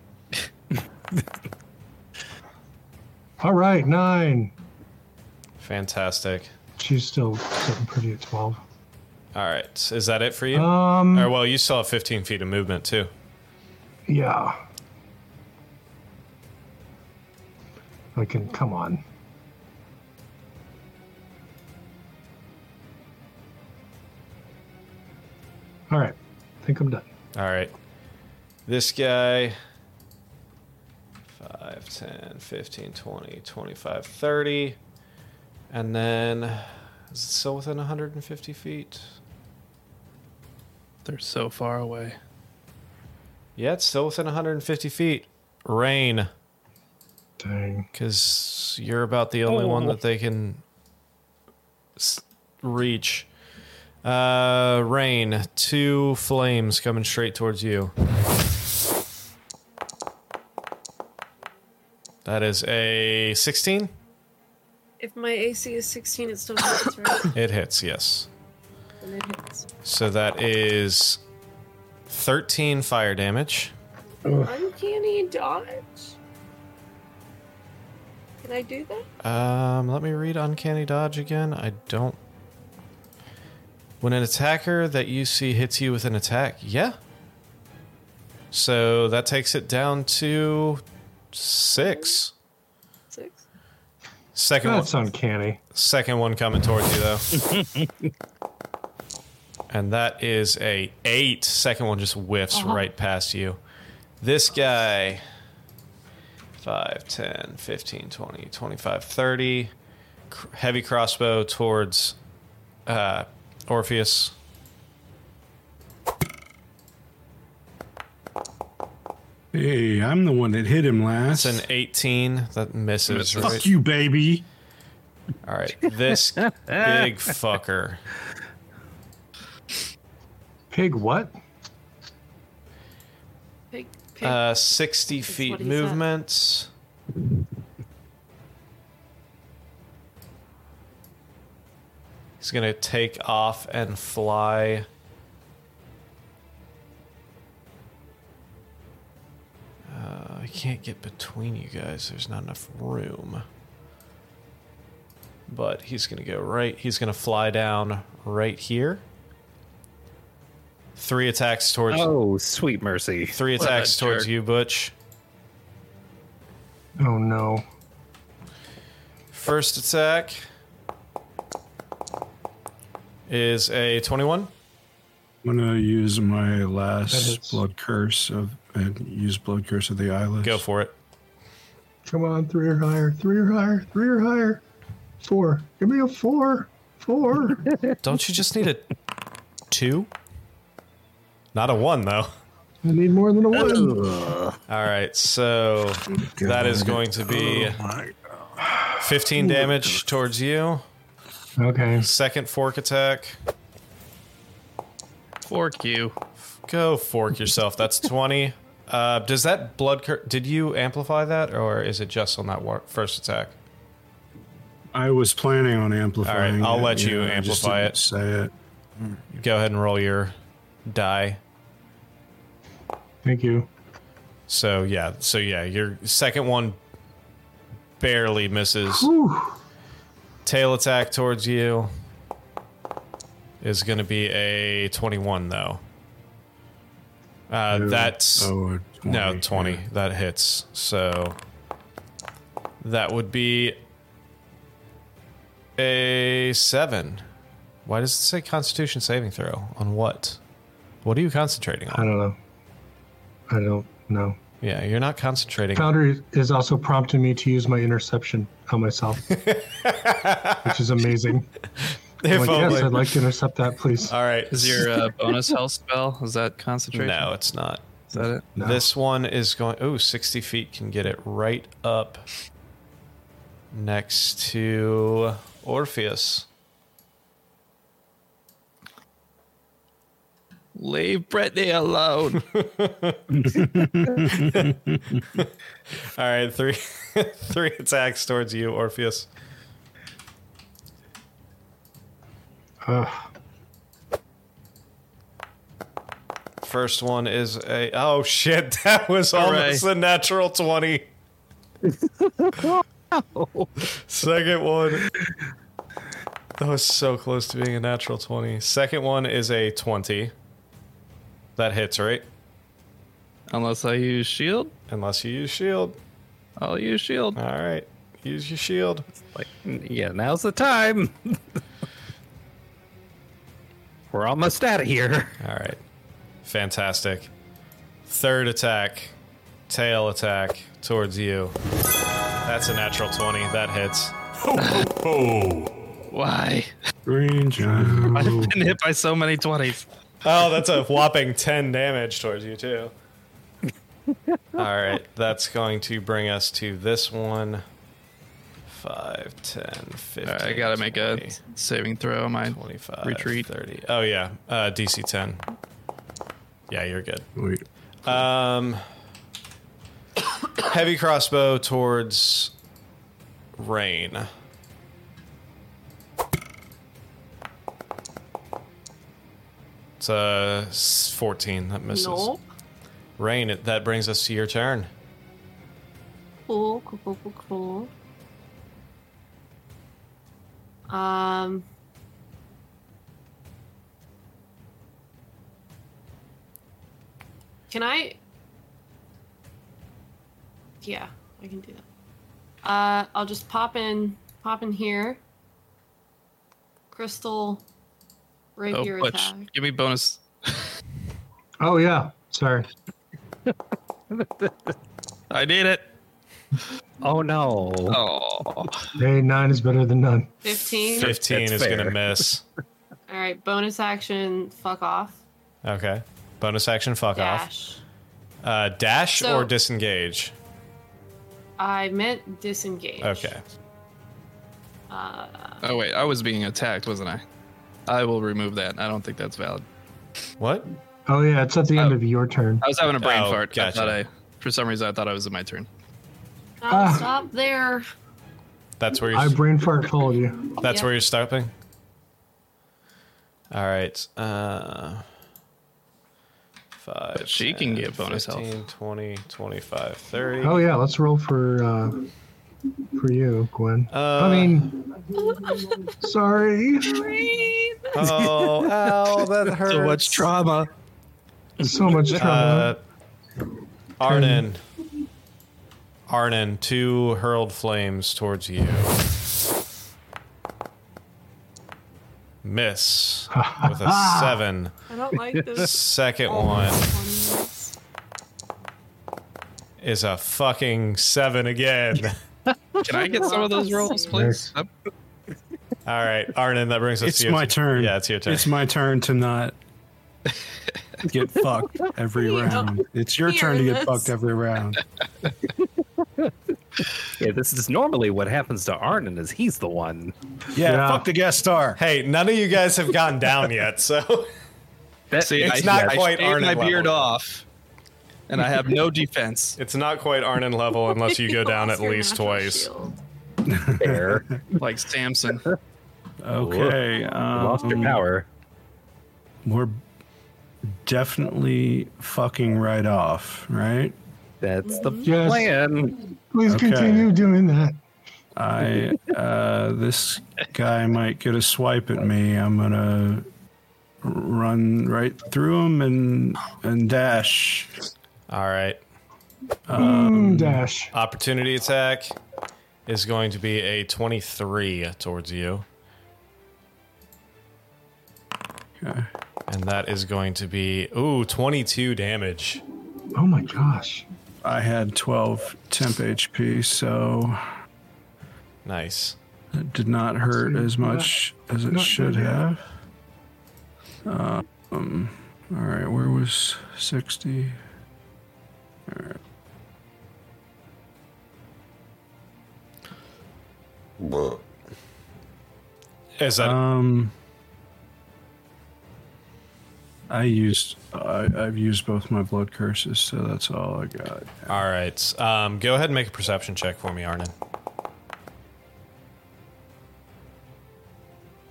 All right, nine. Fantastic. She's still sitting pretty at 12. All right. Is that it for you? Um, or well, you still have 15 feet of movement too. yeah. I can come on. All right, I think I'm done. All right. This guy. Five. 5, 10, 15, 20, 25, 30. And then, is it still within 150 feet? They're so far away. Yeah, it's still within 150 feet. Rain, Dang. because you're about the only one that they can s- reach. Uh, rain, two flames coming straight towards you. That is a 16. If my AC is 16, it still hits, right? It hits, yes. and it hits. So that is 13 fire damage. Uncanny dodge? Can I do that? Um, let me read Uncanny Dodge again. I don't. When an attacker that you see hits you with an attack, yeah. So that takes it down to six. Six? Second one, That's uncanny. second one coming towards you though. and that is a eight. Second one just whiffs Uh-huh. right past you. This guy 5 10 15 20 25 30 C- heavy crossbow towards uh, Orpheus. Hey, I'm the one that hit him last. It's an 18 that misses. Fuck Right? you, baby. All right, this big fucker. Pig what? Pig, pig. Uh, 60 That's feet what he said. movements. He's going to take off and fly. Uh, I can't get between you guys. There's not enough room. But he's going to go right. He's going to fly down right here. Three attacks towards Oh, sweet mercy. Three What a attacks towards jerk. you, Butch. Oh no. First attack is a 21. I'm gonna use my That last hits. blood curse of and use blood curse of the eyeless. Go for it. Come on, three or higher, three or higher, three or higher. Four. Give me a four. Four. Don't you just need a two? Not a one, though. I need more than a one. All right, so that is going to be 15 damage towards you. Okay. Second fork attack. Fork you. Go fork yourself. That's 20. Uh, does that blood cur- did you amplify that or is it just on that war- first attack? I was planning on amplifying. All right, I'll it, let you I just amplify didn't it. Say it. Go ahead and roll your die. Thank you. So yeah, so yeah, your second one barely misses. Whew. Tail attack towards you is going to be a 21 though. Uh, that's oh, a 20. no 20 that hits. So that would be a 7. Why does it say constitution saving throw on what? What are you concentrating I on? don't know. I don't know. Yeah, you're not concentrating Foundry is also prompting me to use my interception on myself, which is amazing. If I'm like, yes, only. I'd like to intercept that, please. All right. Is your uh, bonus health spell? Is that concentration? No, it's not. Is that it? No. This one is going. Oh, 60 feet can get it right up next to Orpheus. Leave Brittany alone. All right, three, three attacks towards you, Orpheus. Ugh. First one is a. Oh shit! That was almost a natural 20. Second one. That was so close to being a natural 20. Second one is a 20. That hits, right? Unless I use shield, Unless you use shield. I'll use shield. All right. Use your shield. Like, yeah, now's the time. We're almost out of here. All right. Fantastic. Third attack tail attack towards you. That's a natural 20. That hits. Why? Green Giant. I've been hit by so many 20s. Oh, that's a whopping 10 damage towards you, too. All right, that's going to bring us to this one. 5, 10, 15. All right, I gotta make a 20, saving throw. Am I 25, retreat. 30. Oh, yeah. Uh, DC 10. Yeah, you're good. Wait. Um, heavy crossbow towards Rain. It's a s- 14 that misses. No. Rain, it- that brings us to your turn. Cool, cool, cool, cool, cool. Um. Can I? Yeah, I can do that. Uh, I'll just pop in, pop in here. Crystal Oh, rapier butch. attack. Give me bonus. Oh yeah. Sorry. I need it. Oh no. Oh, Hey, nine is better than none. Fifteen. 15 That's is going to fair. miss. All right, bonus action. Fuck off. Okay. Bonus action, fuck off. Dash. Uh, dash So- or disengage? I meant disengage. Okay. oh wait, I was being attacked, wasn't I? I will remove that. I don't think that's valid. What? Oh yeah, it's at the end of your turn. I was having a brain Oh, fart. gotcha. I thought I, for some reason, I thought I was in my turn. Now Ah. stop there. That's where you're I brain fart told you. That's Yep. where you're stopping. All right. Uh, five. But she can get bonus health. 15, 20, 25, 30. Oh yeah, let's roll for uh, for you, Gwen. Uh, I mean, sorry. Oh, ow, that hurts. So much trauma. So much Uh, trouble. Arnon. Arnon, two hurled flames towards you. Miss with a seven. I don't like this. Second one is a fucking seven again. Can I get some of those rolls, please? Oh, Up- All right, Arnon, that brings us It's to your my turn. Yeah, it's your turn. It's my turn to not get fucked every We don't round. It's your turn to hear get this. fucked every round. Yeah, this is normally what happens to Arnon is he's the one. Yeah, Yeah. fuck the guest star. hey, none of you guys have gotten down yet, so That, See, It's I, not I quite shaved Arnon my beard level. off, and I have no defense. it's not quite Arnon level unless you go down at Lost your least natural twice. shield. fair. Like Samson. Okay. Um, Lost your power. We're definitely fucking right off, right? That's the Yes. plan. Please okay. continue doing that. I uh, this guy might get a swipe at me. I'm gonna run right through him and and dash. All right, Mm, Dash. opportunity attack is going to be a 23 towards you, Okay. and that is going to be ooh 22 damage. Oh my gosh. I had 12 temp HP, so Nice. it did not hurt as much as it should have. Um, all right, where was 60? Is that Um, I used I, I've used both my blood curses, so that's all I got. all right? Um, go ahead and make a perception check for me, Arnon.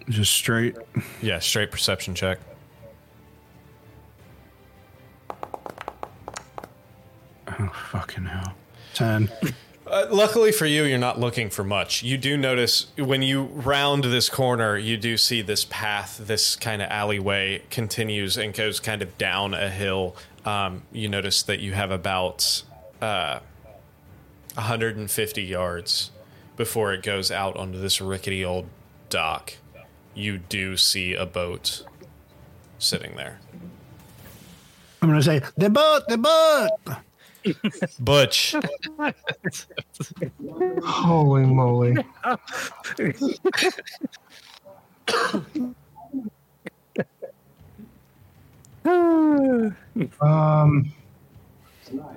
Just straight. Yeah, straight perception check. Oh fucking hell! Ten. Uh, luckily for you, you're not looking for much. You do notice when you round this corner, you do see this path, this kind of alleyway continues and goes kind of down a hill. Um, you notice that you have about uh, 150 yards before it goes out onto this rickety old dock. You do see a boat sitting there. Uh, I'm gonna say the boat, the boat. Butch. Holy moly. Um.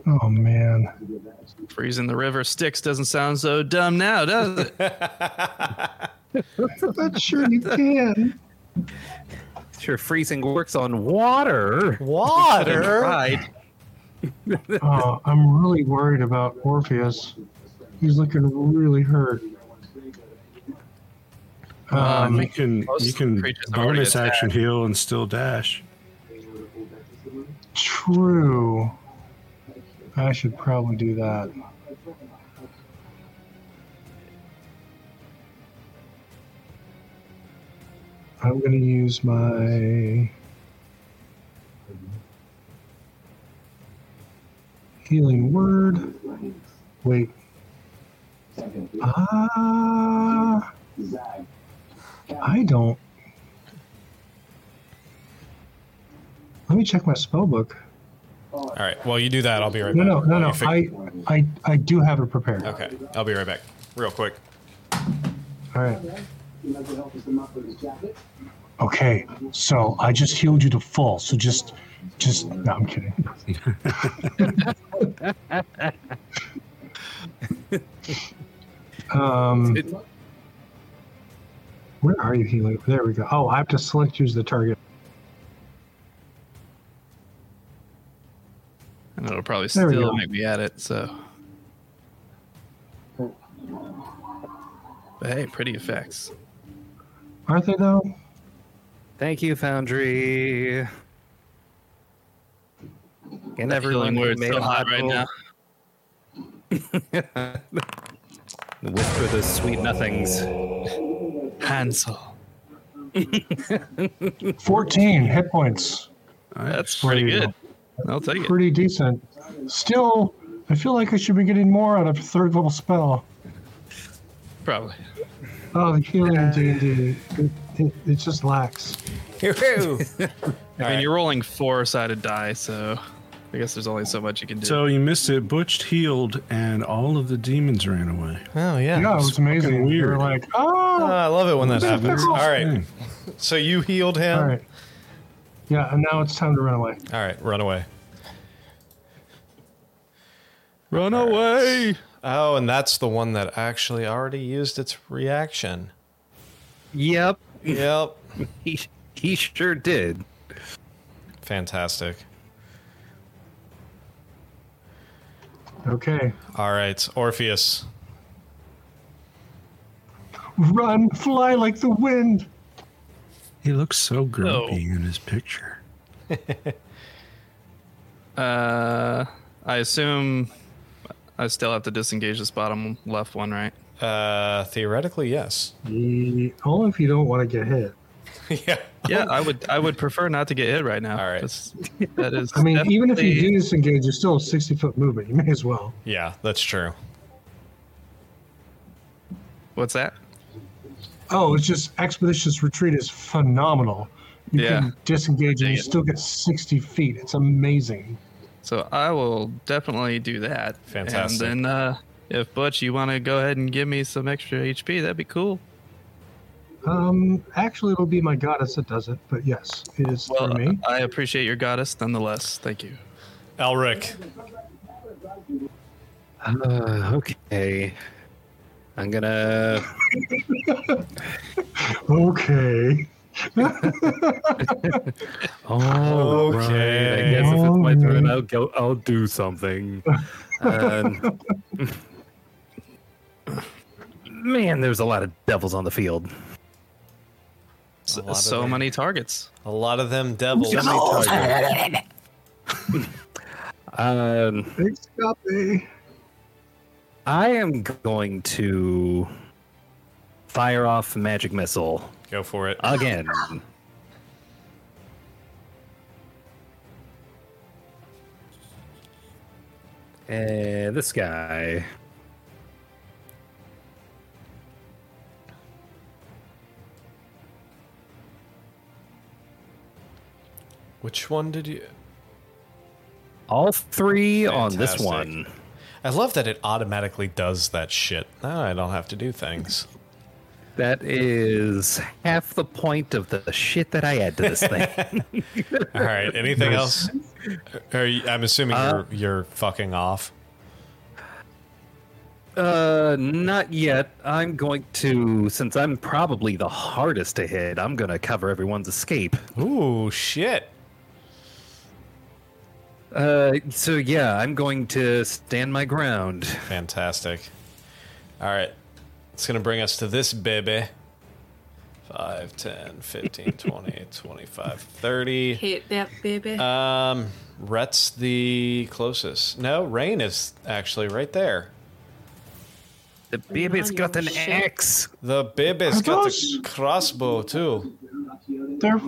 Oh man. Freezing the river Styx doesn't sound so dumb now, does it? But sure you can. Sure, freezing works on water. Water. Right. Oh, I'm really worried about Orpheus. He's looking really hurt. Um, Um, you can most you can creatures have already bonus action heal and still dash. true. I should probably do that. I'm going to use my healing word. Wait. Ah. I don't. Let me check my spell book. All right. Well, you do that. I'll be right No, back. no, no, You no. fig- I, I, I do have it prepared. Okay. I'll be right back. Real quick. All right. Okay, so I just healed you to full. So just, just no, I'm kidding. um, where are you healing? There we go. Oh, I have to select use the target. And it'll probably There we still go. make me at it, so. But hey, pretty effects. Aren't they though? Thank you, Foundry. And everyone Feeling who where it's made so hot right audible- now. Whisper those sweet nothings. Hansel. Fourteen hit points. That's where pretty you good. I'll take it. Pretty decent. Still, I feel like I should be getting more out of a third level spell. Probably. Oh, the healing in D and D, it it just lacks. I mean, you're rolling four sided die, so I guess there's only so much you can do. So you missed it. Butch healed, and all of the demons ran away. Oh yeah. Yeah, it was amazing. We were weird. like, oh, Oh, I love it when that happens. All right. Dang. So you healed him. all right. Yeah, and now it's time to run away. All right, Run away. Run away! Oh, and that's the one that actually already used its reaction. Yep, Yep. he, he sure did. Fantastic. Okay. All right, Orpheus. Run, fly like the wind. He looks so grumpy Oh. in his picture. Uh, I assume I still have to disengage this bottom left one, right? Uh, theoretically, yes. Ye- Only if you don't want to get hit. yeah. Yeah, I would. I would prefer not to get hit right now. All right. That's- That is. I mean, even if you definitely- do disengage, you're still a 60 foot movement. You may as well. Yeah, that's true. What's that? Oh, it's just expeditious retreat is phenomenal. You Yeah. can disengage and Dang you it. still get 60 feet. It's amazing. So I will definitely do that. Fantastic. And then uh, if Butch, you want to go ahead and give me some extra HP, that'd be cool. Um, actually, it'll be my goddess that does it, but yes, it is Well, through me. I appreciate your goddess nonetheless. Thank you. Elric. Uh, okay. I'm gonna. Okay. Oh, right, I guess if it's my turn, I'll go. I'll do something. Um, man, there's a lot of devils on the field. S- lot of so them. many targets. A lot of them devils. Um, Thanks, Guppy. I am going to fire off magic missile Go for it. again. And Eh, this guy. Which one did you? all three on this Fantastic. one. I love that it automatically does that shit. Now I don't have to do things. That is half the point of the shit that I add to this thing. All right. Anything else? Are you, I'm assuming you're you're fucking off. Uh, not yet. I'm going to, since I'm probably the hardest to hit, I'm going to cover everyone's escape. Ooh, shit. Uh, so yeah, I'm going to stand my ground. Fantastic. All right. It's going to bring us to this baby. 5, 10, 15, 20, 25, 30. Hit that baby. Um, Rhett's the closest. No, Rain is actually right there. The baby's got an axe. The Oh baby's got the those- crossbow, too. Their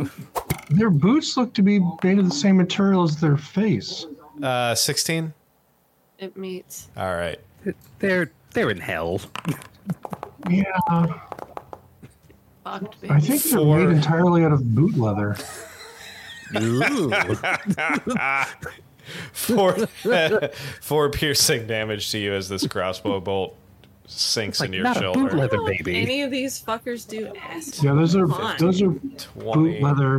their boots look to be made of the same material as their face. Uh, 16? it meets. All right. They're they're in hell. Yeah, Fucked I baby. think they're Four. made entirely out of boot leather. Ooh. Four, four piercing damage to you as this crossbow bolt sinks like into your not a boot shoulder. leather Well, if baby. Any of these fuckers do ass? Yeah, those are Fine. those are 20, boot leather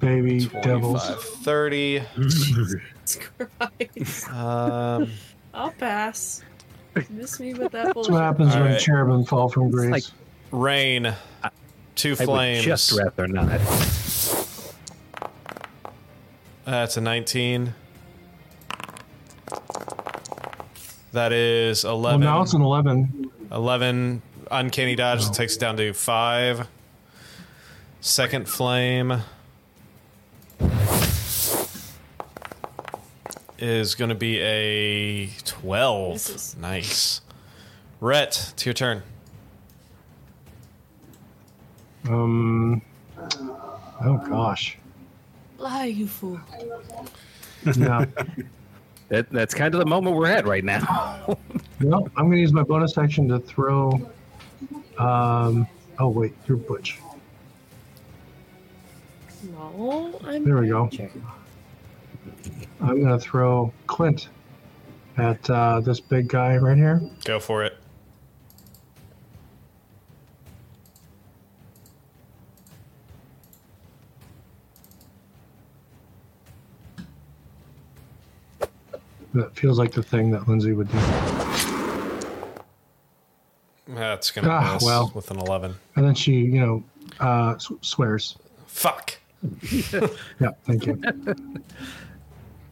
baby 25, devils. 30. Jesus Christ. Um, I'll pass. Miss me with that That's what bullshit. happens when Alright. cherubim fall from grace. like- Rain, two I flames. would just rather not. That's a 19. That is well, 11. now it's an eleven. 11 uncanny dodge that takes it down to 5. Second flame is going to be a 12. Misses. Nice. Rhett, it's your turn. Um, oh gosh, Lie, you fool. yeah. That, that's kind of the moment we're at right now. well, I'm gonna use my bonus action to throw. Um, oh wait, you're Butch. No, I'm. There we go. I'm gonna throw Clint at uh, this big guy right here. Go for it. That feels like the thing that Lindsay would do. That's going to Ah, miss well. with an 11. And then she, you know, uh, s- swears. Fuck. Yeah, thank you.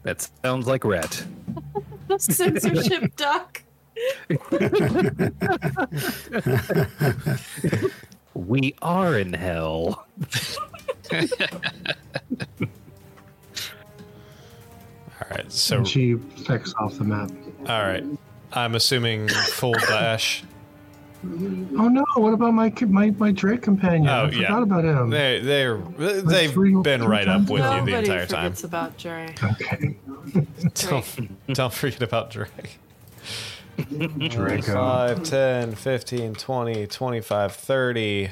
That sounds like Rhett. The censorship duck. We are in hell. All right. So And she flicks off the map. All right. I'm assuming full dash. Oh no! What about my ki- my my Drake companion? Oh, I yeah. forgot about him. They they're they've three or been four right up times with you Nobody the entire time. forgets about Dre. Okay, Don't, don't forget about Drake. Draco. 5, 10, 15, 20, 25, 30.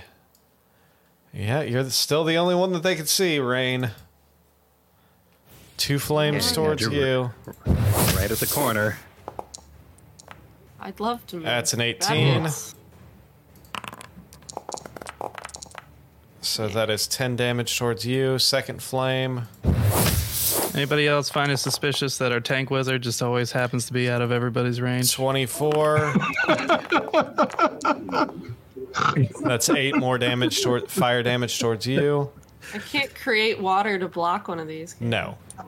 Yeah, you're still the only one that they could see, Rain. Two flames Yeah, towards you're- you. Right at the corner. I'd love to. move. That's an That 18. hits. So that is 10 damage towards you. Second flame. Anybody else find it suspicious that our tank wizard just always happens to be out of everybody's range? 24. That's 8 more damage toward fire damage towards you. I can't create water to block one of these. No. I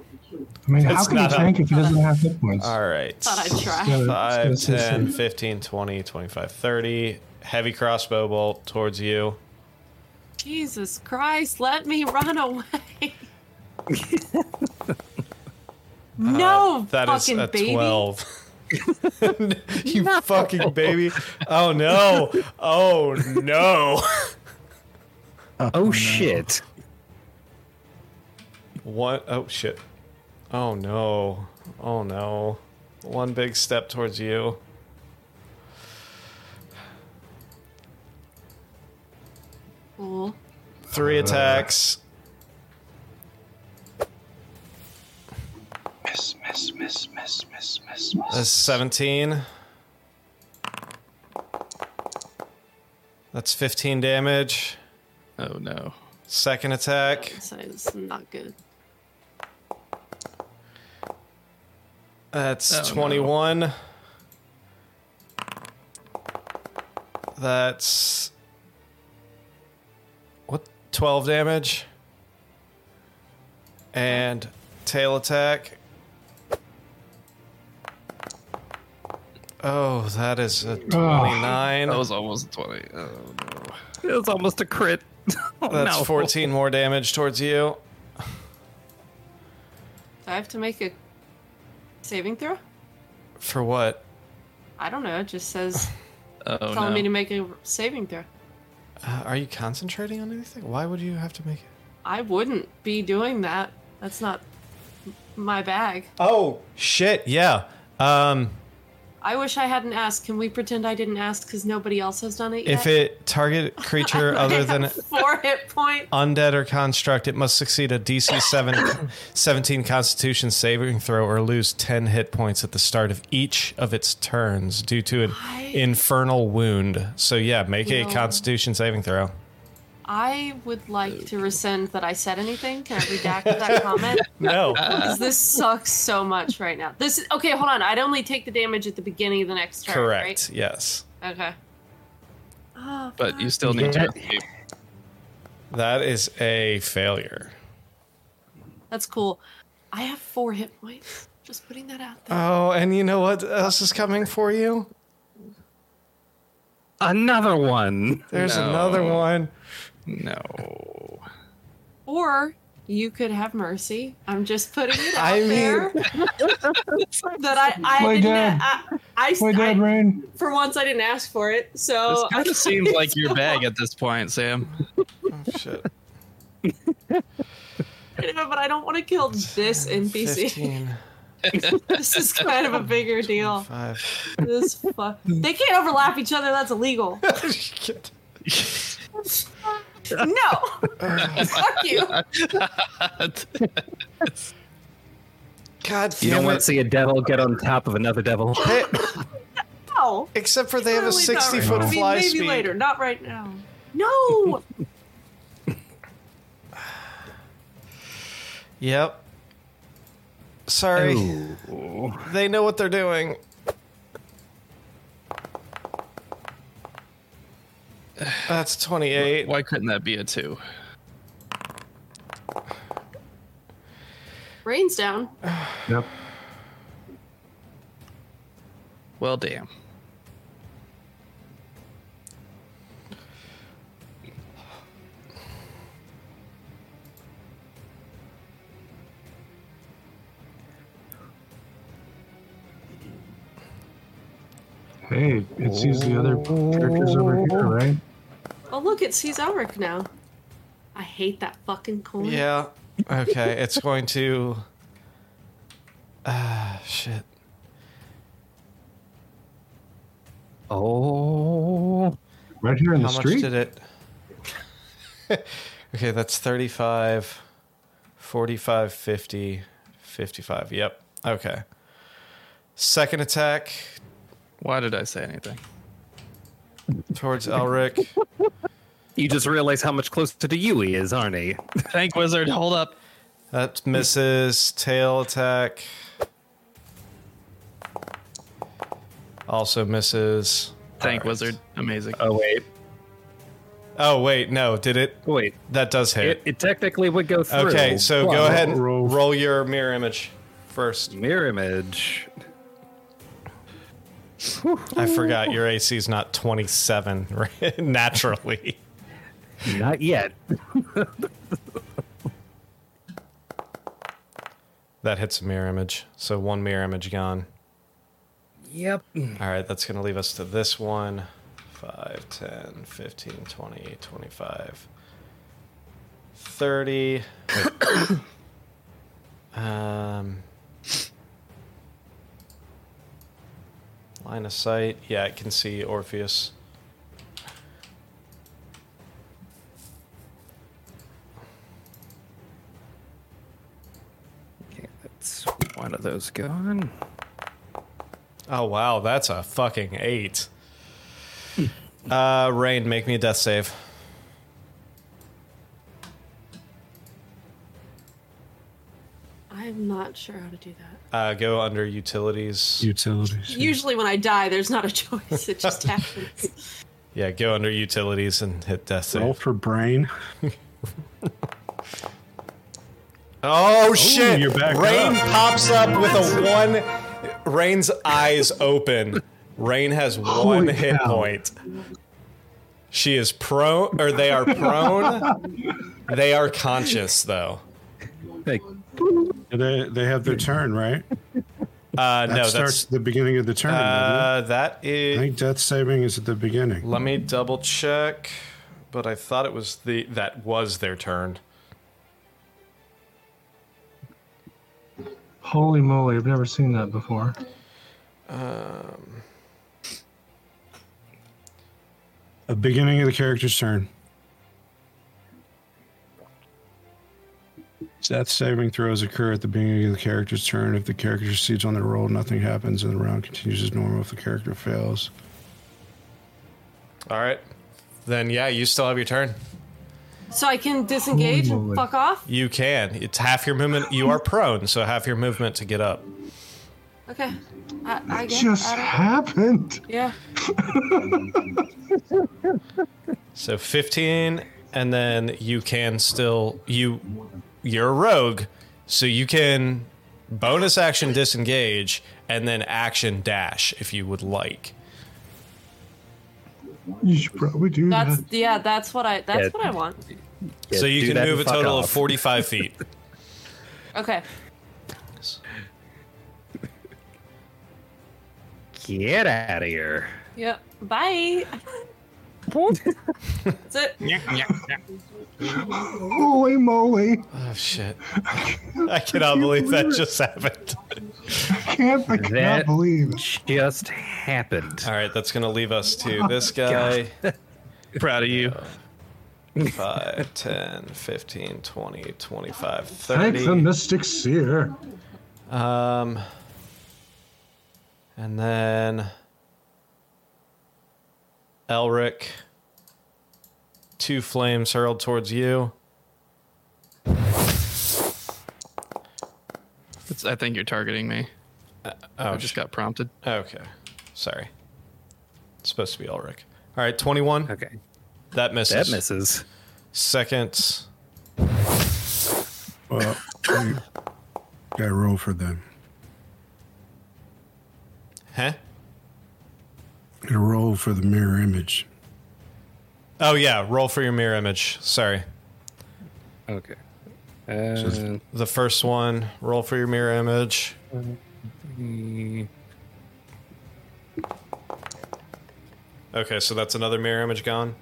mean, how It's can you not a- tank if he doesn't have hit points? All right. Thought I'd try. Yeah, Five, it's- it's- 10, 15, 20, 25, 30. Heavy crossbow bolt towards you. Jesus Christ, let me run away. no Uh, That is fucking a baby. 12. you fucking baby. Oh no. Oh no. Oh, shit. One oh shit. Oh no. Oh no. One big step towards you. Cool. Three attacks. Miss, miss, miss, miss, miss, miss. That's 17. That's 15 damage. Oh no. Second attack. So it's not good. That's Oh, no. 21. That's. What? 12 damage. And tail attack. Oh, that is a 29. That was almost 20. Oh no. It was almost a crit. Oh, That's no. 14 more damage towards you. Do I have to make a saving throw? For what? I don't know. It just says Oh telling no. me to make a saving throw. Uh, are you concentrating on anything? Why would you have to make it? I wouldn't be doing that. That's not m- my bag. Oh, shit. Yeah. Um, I wish I hadn't asked. Can we pretend I didn't ask because nobody else has done it yet? If it target creature I other than have four hit points. undead or construct, it must succeed a DC 7, 17 Constitution saving throw or lose 10 hit points at the start of each of its turns due to an I- infernal wound. So, yeah, make No. a Constitution saving throw. I would like to rescind that I said anything. Can I redact that comment? No. 'Cause this sucks so much right now. This is, okay. Hold on. I'd only take the damage at the beginning of the next turn. Correct. Yes. Right? Okay. Oh, But you still need to escape. That is a failure. that's cool. I have four hit points. Just putting that out there. Oh, and you know what else is coming for you? Another one. There's No. another one. No. Or you could have mercy. I'm just putting it out I mean- there. that I, I My didn't. dad. I, I, My dad, I- Rain. for once, I didn't ask for it. This So kind of seems like your bag at this point, Sam. Shit. but I don't want to kill this NPC. 15, this is kind of a bigger deal. 5. This fuck. They can't overlap each other. That's illegal. Shit. No. fuck you. God You damn don't want it. to see a devil get on top of another devil. They- No. except for they have a Totally not 60 right foot now. fly I mean, maybe speed. later. Not right now. No. Yep. Sorry. They know what they're doing. That's 28. Why couldn't that be a two? Rain's down. Yep. Well, damn. Hey, it sees the other characters over here, right? Oh look, it sees Elric now. I hate that fucking coin. Yeah. Okay, it's going to. Ah, shit. Oh. Right here in How the much street. did it? okay, that's 35, 45, 50, 55. Yep. Okay. Second attack Why did I say anything? towards Elric. You just realize how much closer to you he is, aren't he? Thank Wizard, hold up. That misses. Tail attack. Also misses. Thank Wizard. Amazing. Oh, wait. Oh, wait. No, did it? Wait. That does hit. It, it technically would go through. okay, so go ahead and roll- roll your mirror image first. Mirror image. I forgot your AC is not 27 right? naturally. Not yet. That hits a mirror image. So one mirror image gone. Yep. All right, that's going to leave us to this one 5, 10, 15, 20, 25, 30. um, line of sight. Yeah, it can see Orpheus. Okay, that's One of those gone. Oh wow, that's a fucking eight. Uh, Rain, make me a death save. I'm not sure how to do that. Uh, go under utilities. Utilities. Usually, when I die, there's not a choice; it just happens. yeah, go under utilities and hit death save. Roll for brain. Oh shit! you're back Rain up. pops up with a one. Rain's eyes open. Rain has one Holy hit cow. point. She is prone, or they are prone. they are conscious though. Like, They, they have their turn, right? Uh, That no, starts that's at the beginning of the turn. doesn't it? uh, that I is. think death saving is at the beginning. Let me double check. But I thought it was the that was their turn. Holy moly, I've never seen that before. The beginning of the character's turn. Death saving throws occur at the beginning of the character's turn. If the character succeeds on their roll, nothing happens, and the round continues as normal. If the character fails, All right. Then yeah, you still have your turn. so I can disengage and Holy. fuck off. You can. It's half your movement. You are prone, so half your movement to get up. Okay, I, I guess. Just I don't- happened. yeah. So 15, and then you can still you you're a rogue, so you can bonus action disengage and then action dash if you would like. You should probably do That's that. yeah. That's what I. That's Yeah. what I want. yeah, so do you that can move a and fuck total of off. 45 feet. Okay. Get out of here. Yep. Bye. That's it. Holy moly. oh shit. I cannot believe that just happened. I can't, I cannot That- believe. it. Just happened. All right, that's going to leave us Oh, to this guy. Proud of you. 5, 10, 15, 20, 25, Thank the 30. Mystic Seer. Um, and then Elric, two flames hurled towards you. It's, I think you're targeting me. Oh, I just got prompted. okay. Sorry. It's supposed to be Elric. All right, 21. Okay. That misses. That misses. Second. well, I gotta roll for them. Huh? Gotta roll for the mirror image. Oh, yeah. Roll for your mirror image. Sorry. Okay. Uh, The first one, roll for your mirror image. Okay, so that's another mirror image gone.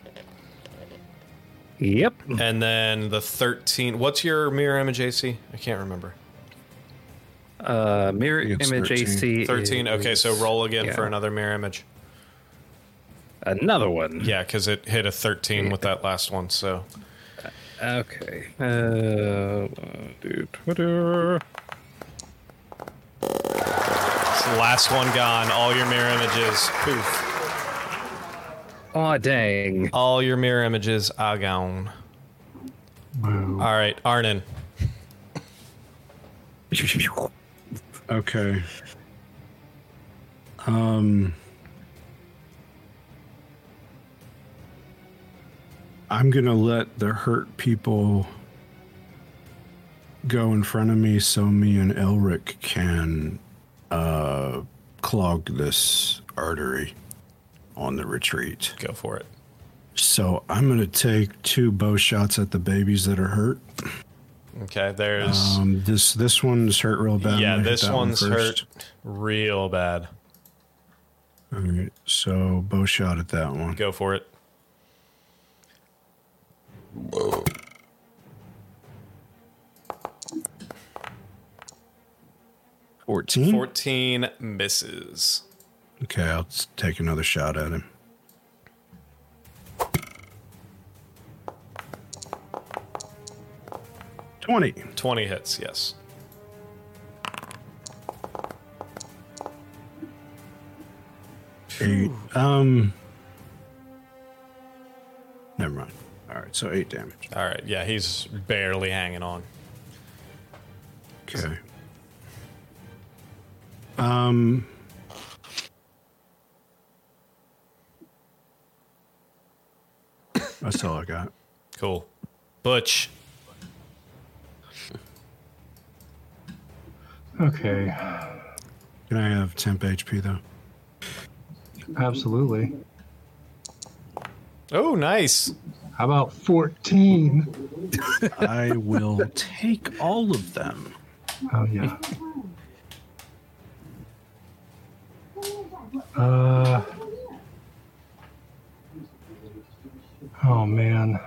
yep. And then the 13. What's your mirror image AC? I can't remember. Uh, mirror think it's image 13. AC. 13. Okay, so is- roll again yeah. for another mirror image. Another one. Yeah, because it hit a 13 with that last one. So Okay. Uh, do Twitter. it's the last one gone. All your mirror images, poof. Aw, dang. All your mirror images are gone. Wow. All right, Arnon. Okay. Um. I'm gonna let the hurt people go in front of me so me and Elric can uh, clog this artery on the retreat. Go for it. So I'm gonna take two bow shots at the babies that are hurt. Okay, there's. Um, this this one's hurt real bad. I'm yeah, gonna hit this that one one's first. hurt real bad. All right, so bow shot at that one. Go for it. Fourteen. 14 misses. Okay, I'll s- take another shot at him. Twenty. 20 hits, yes. Eight. Um. Never mind. All right, so eight damage. All right. Yeah, he's barely hanging on. Okay. Um. That's all I got. Cool. Butch. Okay, Can I have temp HP though? absolutely. Oh, nice. How about 14? I will take all of them. Oh yeah. Uh. Oh man.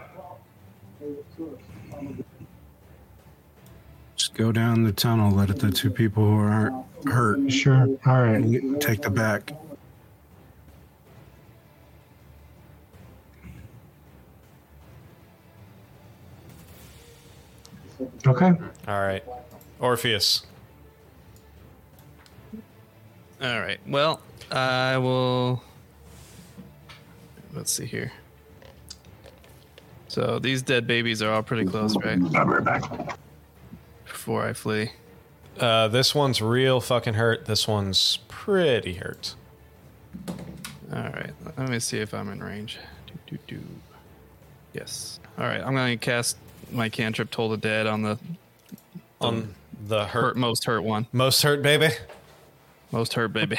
Just go down the tunnel. Let it the two people who aren't hurt Sure. All right. take the back. Okay. All right. Orpheus. All right. Well, I will. Let's see here. So these dead babies are all pretty close, I'll right? be right back. Before I flee. Uh, this one's real fucking hurt. This one's pretty hurt. All right. Let me see if I'm in range. Do, do, do. Yes. All right. I'm going to cast my cantrip Toll the Dead on the On the hurt, hurt most hurt one. most hurt baby. Most hurt baby.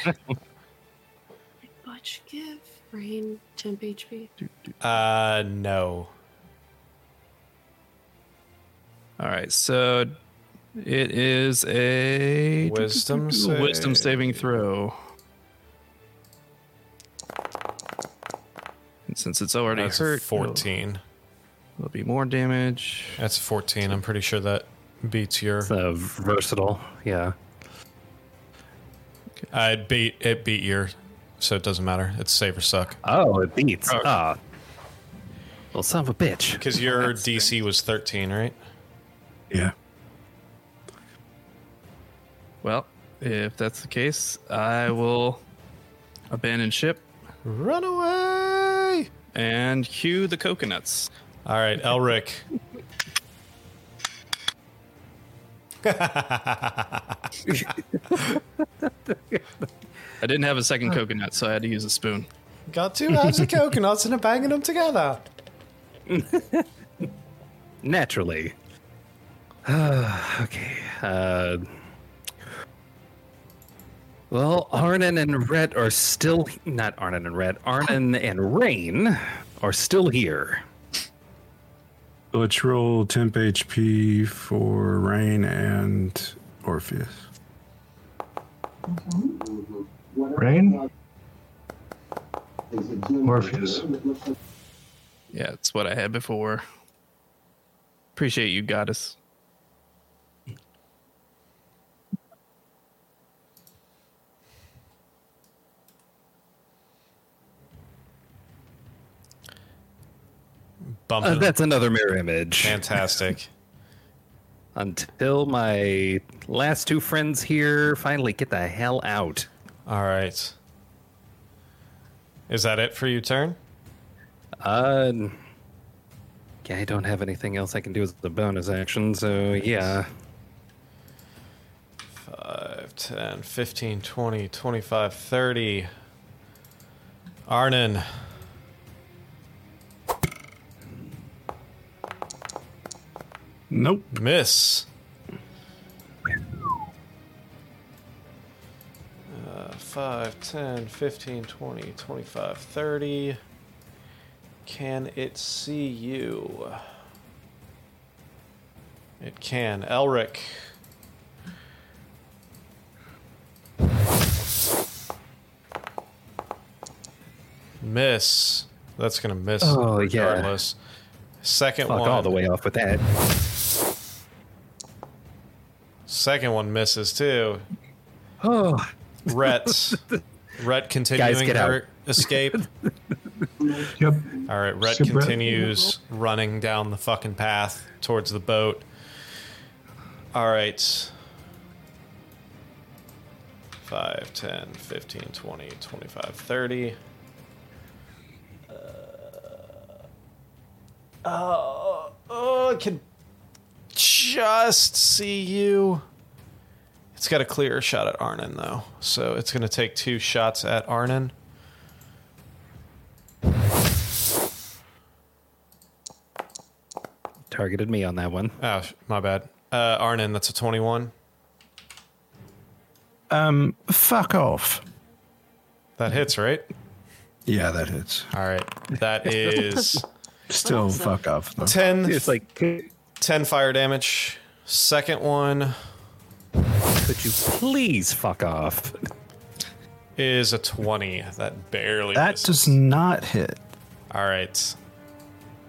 Butch, give Rain temp HP. Uh, no. All right. So it is a Wisdom wisdom save. saving throw. And since it's already That's hurt, a 14. It'll, it'll be more damage. That's a 14. I'm pretty sure that beats your. So versatile. Yeah. I uh, beat it beat your, so it doesn't matter. It's save or suck Oh, it beats. Oh. Ah. Well, son of a bitch. because your That's DC was 13, right? Yeah. Well, if that's the case, I will abandon ship Run away! and cue the coconuts. All right, Elric. I didn't have a second coconut, so I had to use a spoon. Got two halves of coconuts and I'm banging them together. Naturally. okay. Uh, well, Arnon and Red are still not Arnon and Red. Arnon and Rain are still here. Let's roll temp HP for Rain and Orpheus. Rain. Orpheus. Yeah, it's what I had before. Appreciate you, goddess. Uh, Uh, Bumping. Uh, that's another mirror image. Fantastic. Until my last two friends here finally get the hell out. All right. Is that it for your turn? Uh, n- yeah, I don't have anything else I can do as a bonus action, so yeah. 5, 10, 15, 20, 25, 30. Arnon. Nope. Miss. Uh, 5, 10, 15, 20, 25, 30. Can it see you? It can. Elric. Miss. That's going to miss Oh, yeah. regardless. Second Fuck one. all the way off with that. Second one misses too. Oh, Rhett. Rhett continuing get out. her escape. Yep. All right, Rhett Ship Rhett. continues running down the fucking path towards the boat. All right. 5, 10, 15, 20, 25, 30. Uh, oh, oh, I can just see you. It's got a clearer shot at Arnon, though. So it's going to take two shots at Arnon. Targeted me on that one. Oh, sh- my bad. Uh, Arnon, that's a 21. Um, fuck off. That hits, right? Yeah, that hits. All right. That is Still Awesome. fuck off though. 10, It's like, could 10 fire damage. Second one you please fuck off? is a 20. That barely That misses. does not hit. All right.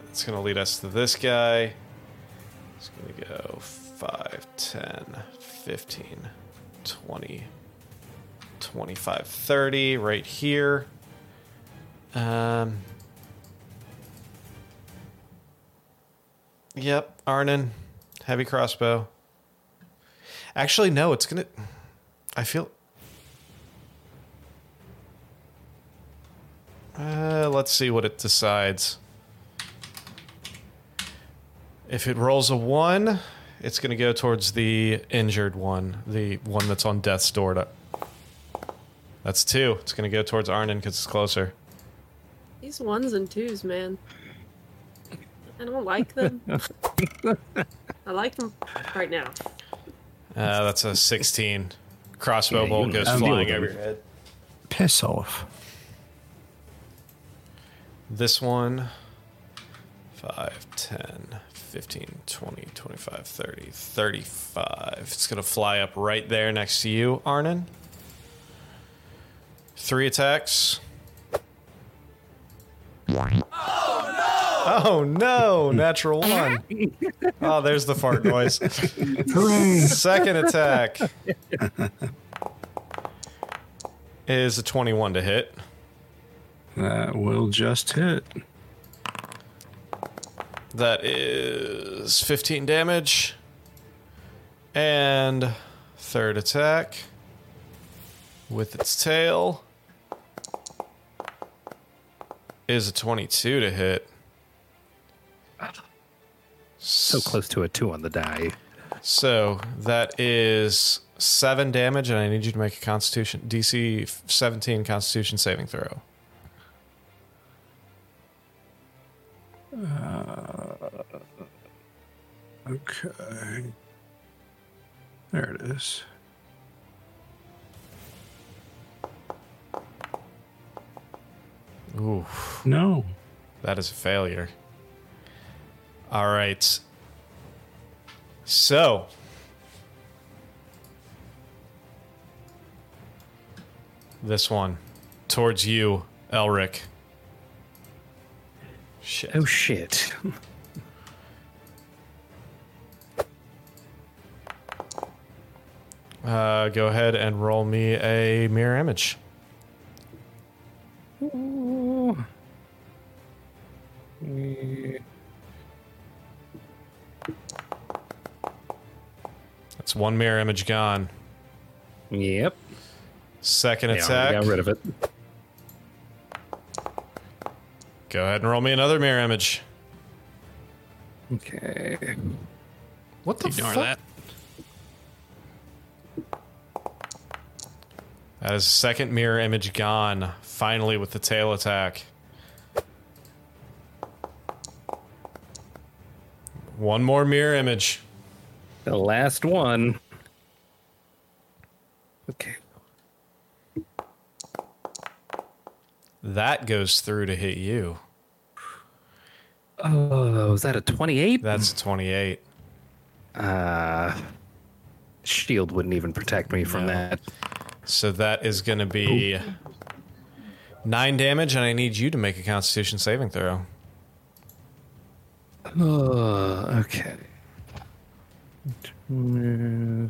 It's going to lead us to this guy. It's going to go 5, 10, 15, 20, 25, 30 right here. Um, yep, Arnon, heavy crossbow. Actually, no, it's going to. I feel. Uh, let's see what it decides. If it rolls a one, it's going to go towards the injured one, the one that's on death's door. To... That's two. It's going to go towards Arnon because it's closer. These ones and twos, man. I don't like them. I like them right now. Uh, that's a 16. Crossbow Yeah, bolt you goes know. flying Deal over with your head. Piss off. This one 5, 10, 15, 20, 25, 30, 35. It's going to fly up right there next to you, Arnon. Three attacks. Oh no! Oh no! Natural one. Oh, there's the fart noise. Hooray! Second attack is a 21 to hit. That will just hit. That is 15 damage. And third attack with its tail is a 22 to hit. So close to a two on the die. So that is 7 damage, and I need you to make a constitution DC 17 constitution saving throw. Okay. There it is. Ooh, No. that is a failure. All right. So this one towards you, Elric. Shit. Oh shit. Uh, go ahead and roll me a mirror image. Ooh. Eh, That's one mirror image gone. Yep. Second Yeah, I attack. got rid of it. Go ahead and roll me another mirror image. Okay. What the Ignore fuck? that. That is second mirror image gone. Finally, with the tail attack. One more mirror image. The last one. Okay. That goes through to hit you. Oh, is that a 28? That's a 28. Uh, shield wouldn't even protect me from No. that. So that is going to be nine damage, and I need you to make a constitution saving throw. Uh, okay. Uh,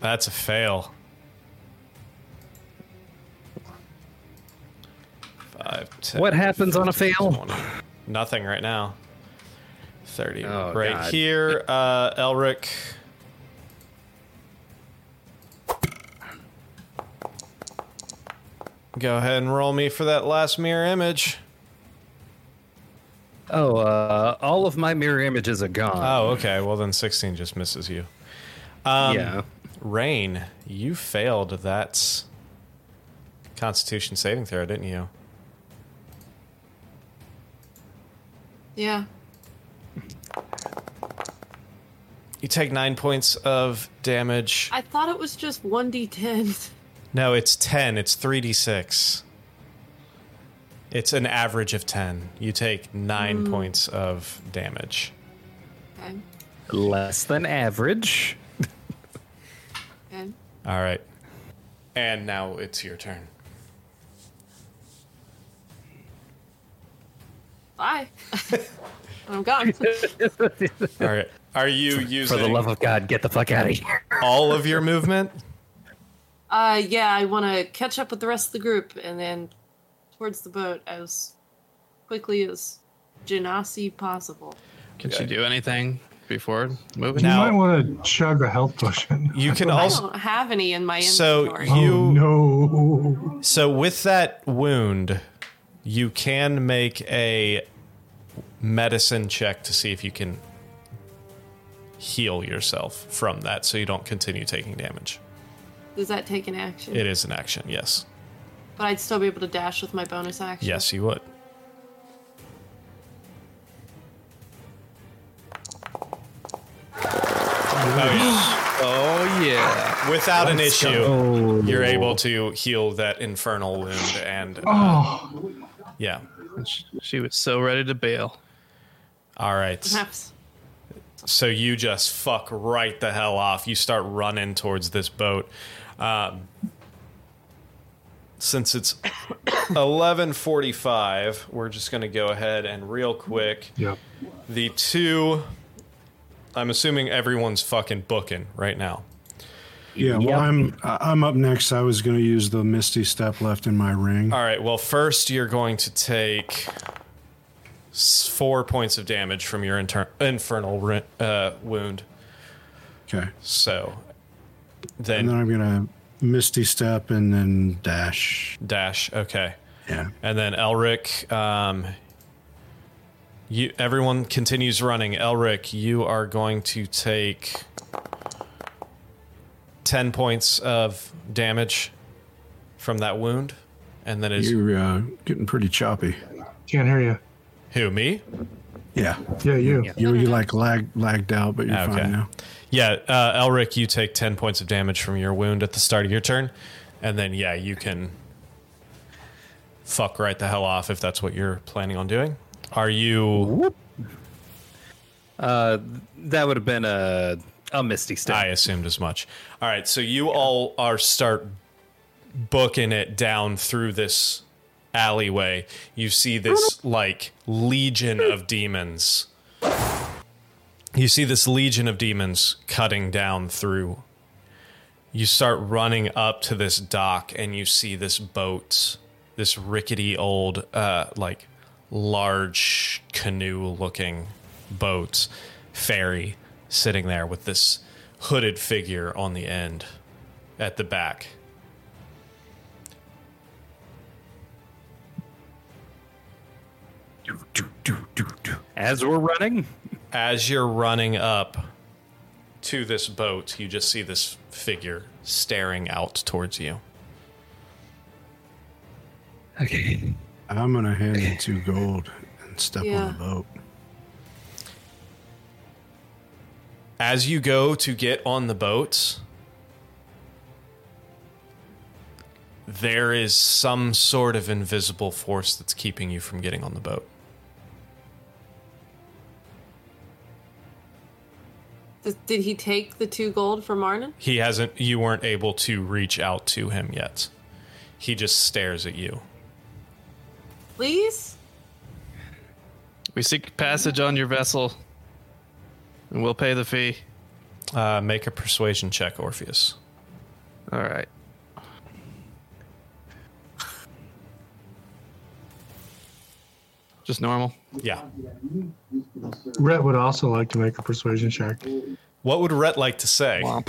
That's a fail. 10, What happens on a 15, fail? 20. Nothing right now. 30. Oh, right God. here, uh, Elric. Go ahead and roll me for that last mirror image. Oh, uh, all of my mirror images are gone. Oh, okay. Well, then 16 just misses you. yeah. Rain, you failed that Constitution saving throw, didn't you? Yeah. You take nine points of damage. I thought it was just 1d10. No, it's 10. It's 3d6. It's an average of 10. You take 9 points of damage. Okay. Less than average. Okay. All right. And now it's your turn. Bye. I'm gone. All right. Are you using For the love of God, get the fuck out of here. all of your movement? Uh, yeah, I want to catch up with the rest of the group and then towards the boat as quickly as Genasi possible. Can she do anything before moving? You Now- might want to chug a health potion. You can I also don't have any in my So inventory. you- Oh, no. So with that wound, you can make a medicine check to see if you can heal yourself from that so you don't continue taking damage. Does that take an action? It is an action, yes. But I'd still be able to dash with my bonus action. Yes, you would. Oh, Oh yeah. yeah. Without an issue, you're able to heal that infernal wound and uh, Oh, yeah. She- She was so ready to bail. All right. Perhaps. So you just fuck right the hell off. You start running towards this boat. Um, since it's 11:45, we're just going to go ahead and real quick yep. the two I'm assuming everyone's fucking booking right now. Yeah, well, I'm I- I'm up next. I was going to use the Misty Step left in my ring. All right, well first you're going to take s- 4 points of damage from your inter- infernal ri- uh, wound. Okay, So and then then I'm going to Misty Step and then dash. dash. Okay. Yeah, And then Elric, um, you everyone continues running. Elric, you are going to take ten points of damage from that wound, and then is you're uh, getting pretty choppy. Can't hear you. who me? Yeah, Yeah, you. you you like lag lagged out, but you're Okay. fine now. Yeah, uh, Elric, you take ten points of damage from your wound at the start of your turn, and then yeah, you can fuck right the hell off if that's what you're planning on doing. Are you? That would have been a a misty step. I assumed as much. All right, so you all are start booking it down through this alleyway. You see this like legion of demons. You see this legion of demons cutting down through. You start running up to this dock and you see this boat, this rickety old uh like large canoe looking boat ferry sitting there with this hooded figure on the end at the back. As we're running, As you're running up to this boat, you just see this figure staring out towards you. okay. I'm going to hand you two gold and step Yeah. on the boat. As you go to get on the boat, there is some sort of invisible force that's keeping you from getting on the boat. Th- Did he take the two gold from Arnon? He hasn't you weren't able to reach out to him yet. He just stares at you. Please? We seek passage on your vessel, and we'll pay the fee. Uh, make a persuasion check, Orpheus. All right. Just normal. Yeah. Rhett would also like to make a persuasion check. What would Rhett like to say? Womp.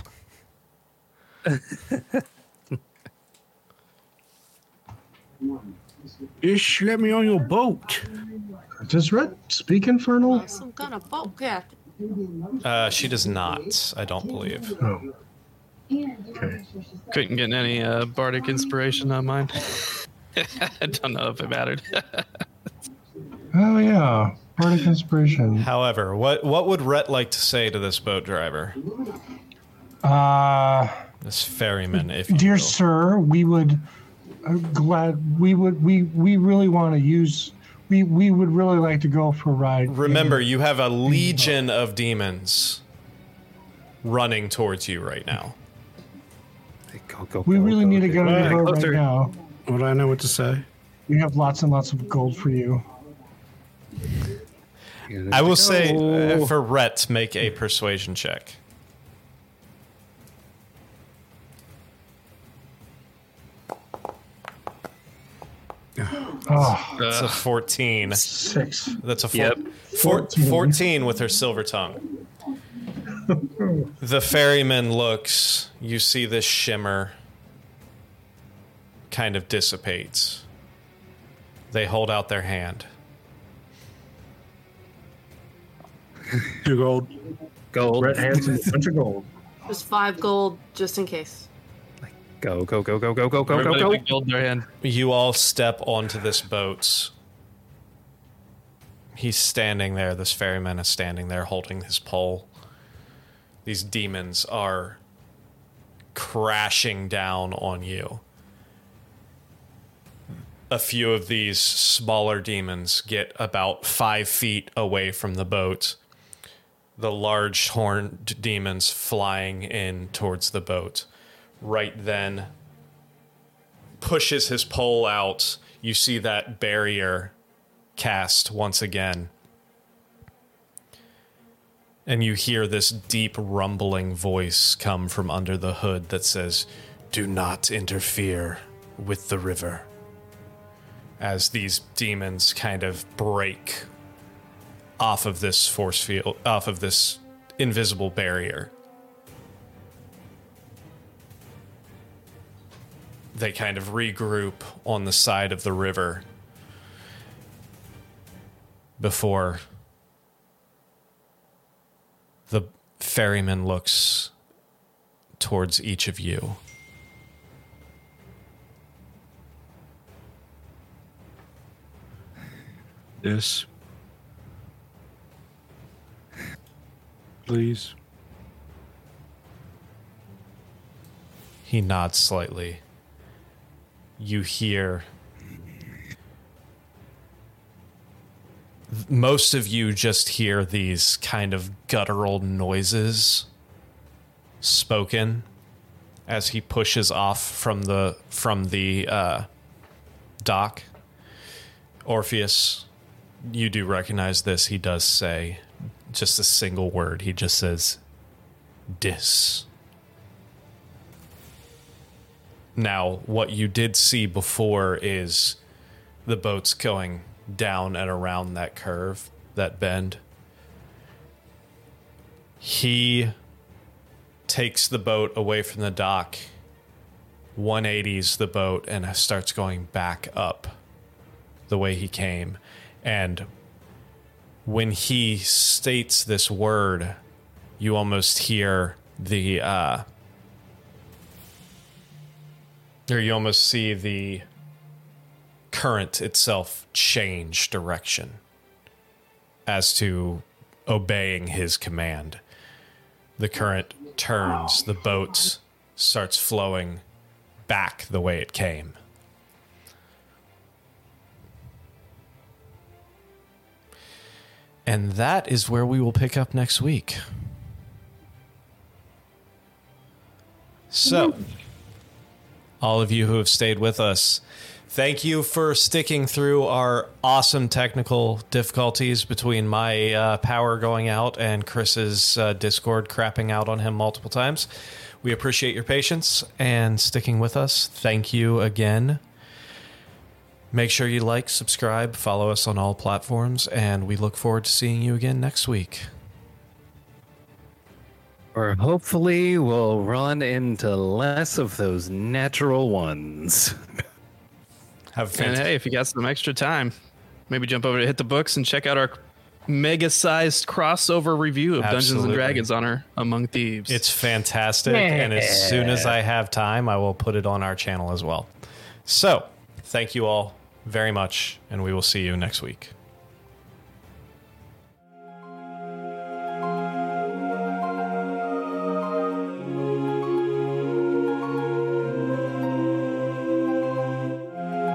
Ish, let me on your boat. Does Rhett speak infernal? Some kind of boat. Yeah. Uh, she does not, I don't believe. Oh, Okay. Couldn't get any uh, bardic inspiration on mine. I don't know if it mattered. oh yeah. Bardic inspiration. However, what what would Rhett like to say to this boat driver, Uh, this ferryman, if you dear will? sir, we would uh, glad we would we we really want to use we we would really like to go for a ride. Remember, you have a legion of demons running towards you right now. Hey, Go, go, We go, really go, need to dude. get on Hey, the boat closer. right now. Would I know what to say? We have lots and lots of gold for you. You I will need to say go. uh, for Rhett, make a persuasion check. Oh, That's a 14. six. That's a four, Yep. four- 14 with her silver tongue. the ferryman looks. You see this shimmer kind of dissipates. They hold out their hand. Two gold. gold. Brett hands him a bunch of gold. There's five gold just in case. Go, go, go, go, go, go, go, Everybody go, go. big gold in their hand. You all step onto this boat. He's standing there. This ferryman is standing there holding his pole. These demons are crashing down on you. A few of these smaller demons get about five feet away from the boat. The large horned demons flying in towards the boat. Right then, pushes his pole out, you see that barrier cast once again. And you hear this deep rumbling voice come from under the hood that says, Do not interfere with the river. As these demons kind of break off of this force field, off of this invisible barrier. they kind of regroup on the side of the river before the ferryman looks towards each of you. This. Please. He nods slightly. You hear. Most of you just hear these kind of guttural noises spoken as he pushes off from the from the uh, dock. Orpheus, you do recognize this. He does say just a single word. He just says, "Dis." Now, what you did see before is the boat's going down and around that curve, that bend. He takes the boat away from the dock, 180s the boat, and starts going back up the way he came. And when he states this word, you almost hear the. Uh, or you almost see the current itself change direction as to obeying his command. The current turns, the boat starts flowing back the way it came. And that is where we will pick up next week. So all of you who have stayed with us. Thank you for sticking through our awesome technical difficulties between my uh, power going out and Chris's uh, Discord crapping out on him multiple times. We appreciate your patience and sticking with us. Thank you again. Make sure you like, subscribe, follow us on all platforms, and we look forward to seeing you again next week. Or hopefully we'll run into less of those natural ones. Have a And fantastic hey, if you got some extra time, maybe jump over to hit the books and check out our mega-sized crossover review of Dungeons Absolutely. and Dragons on our Among Thieves. It's fantastic. And as soon as I have time, I will put it on our channel as well. So, thank you all very much, and we will see you next week.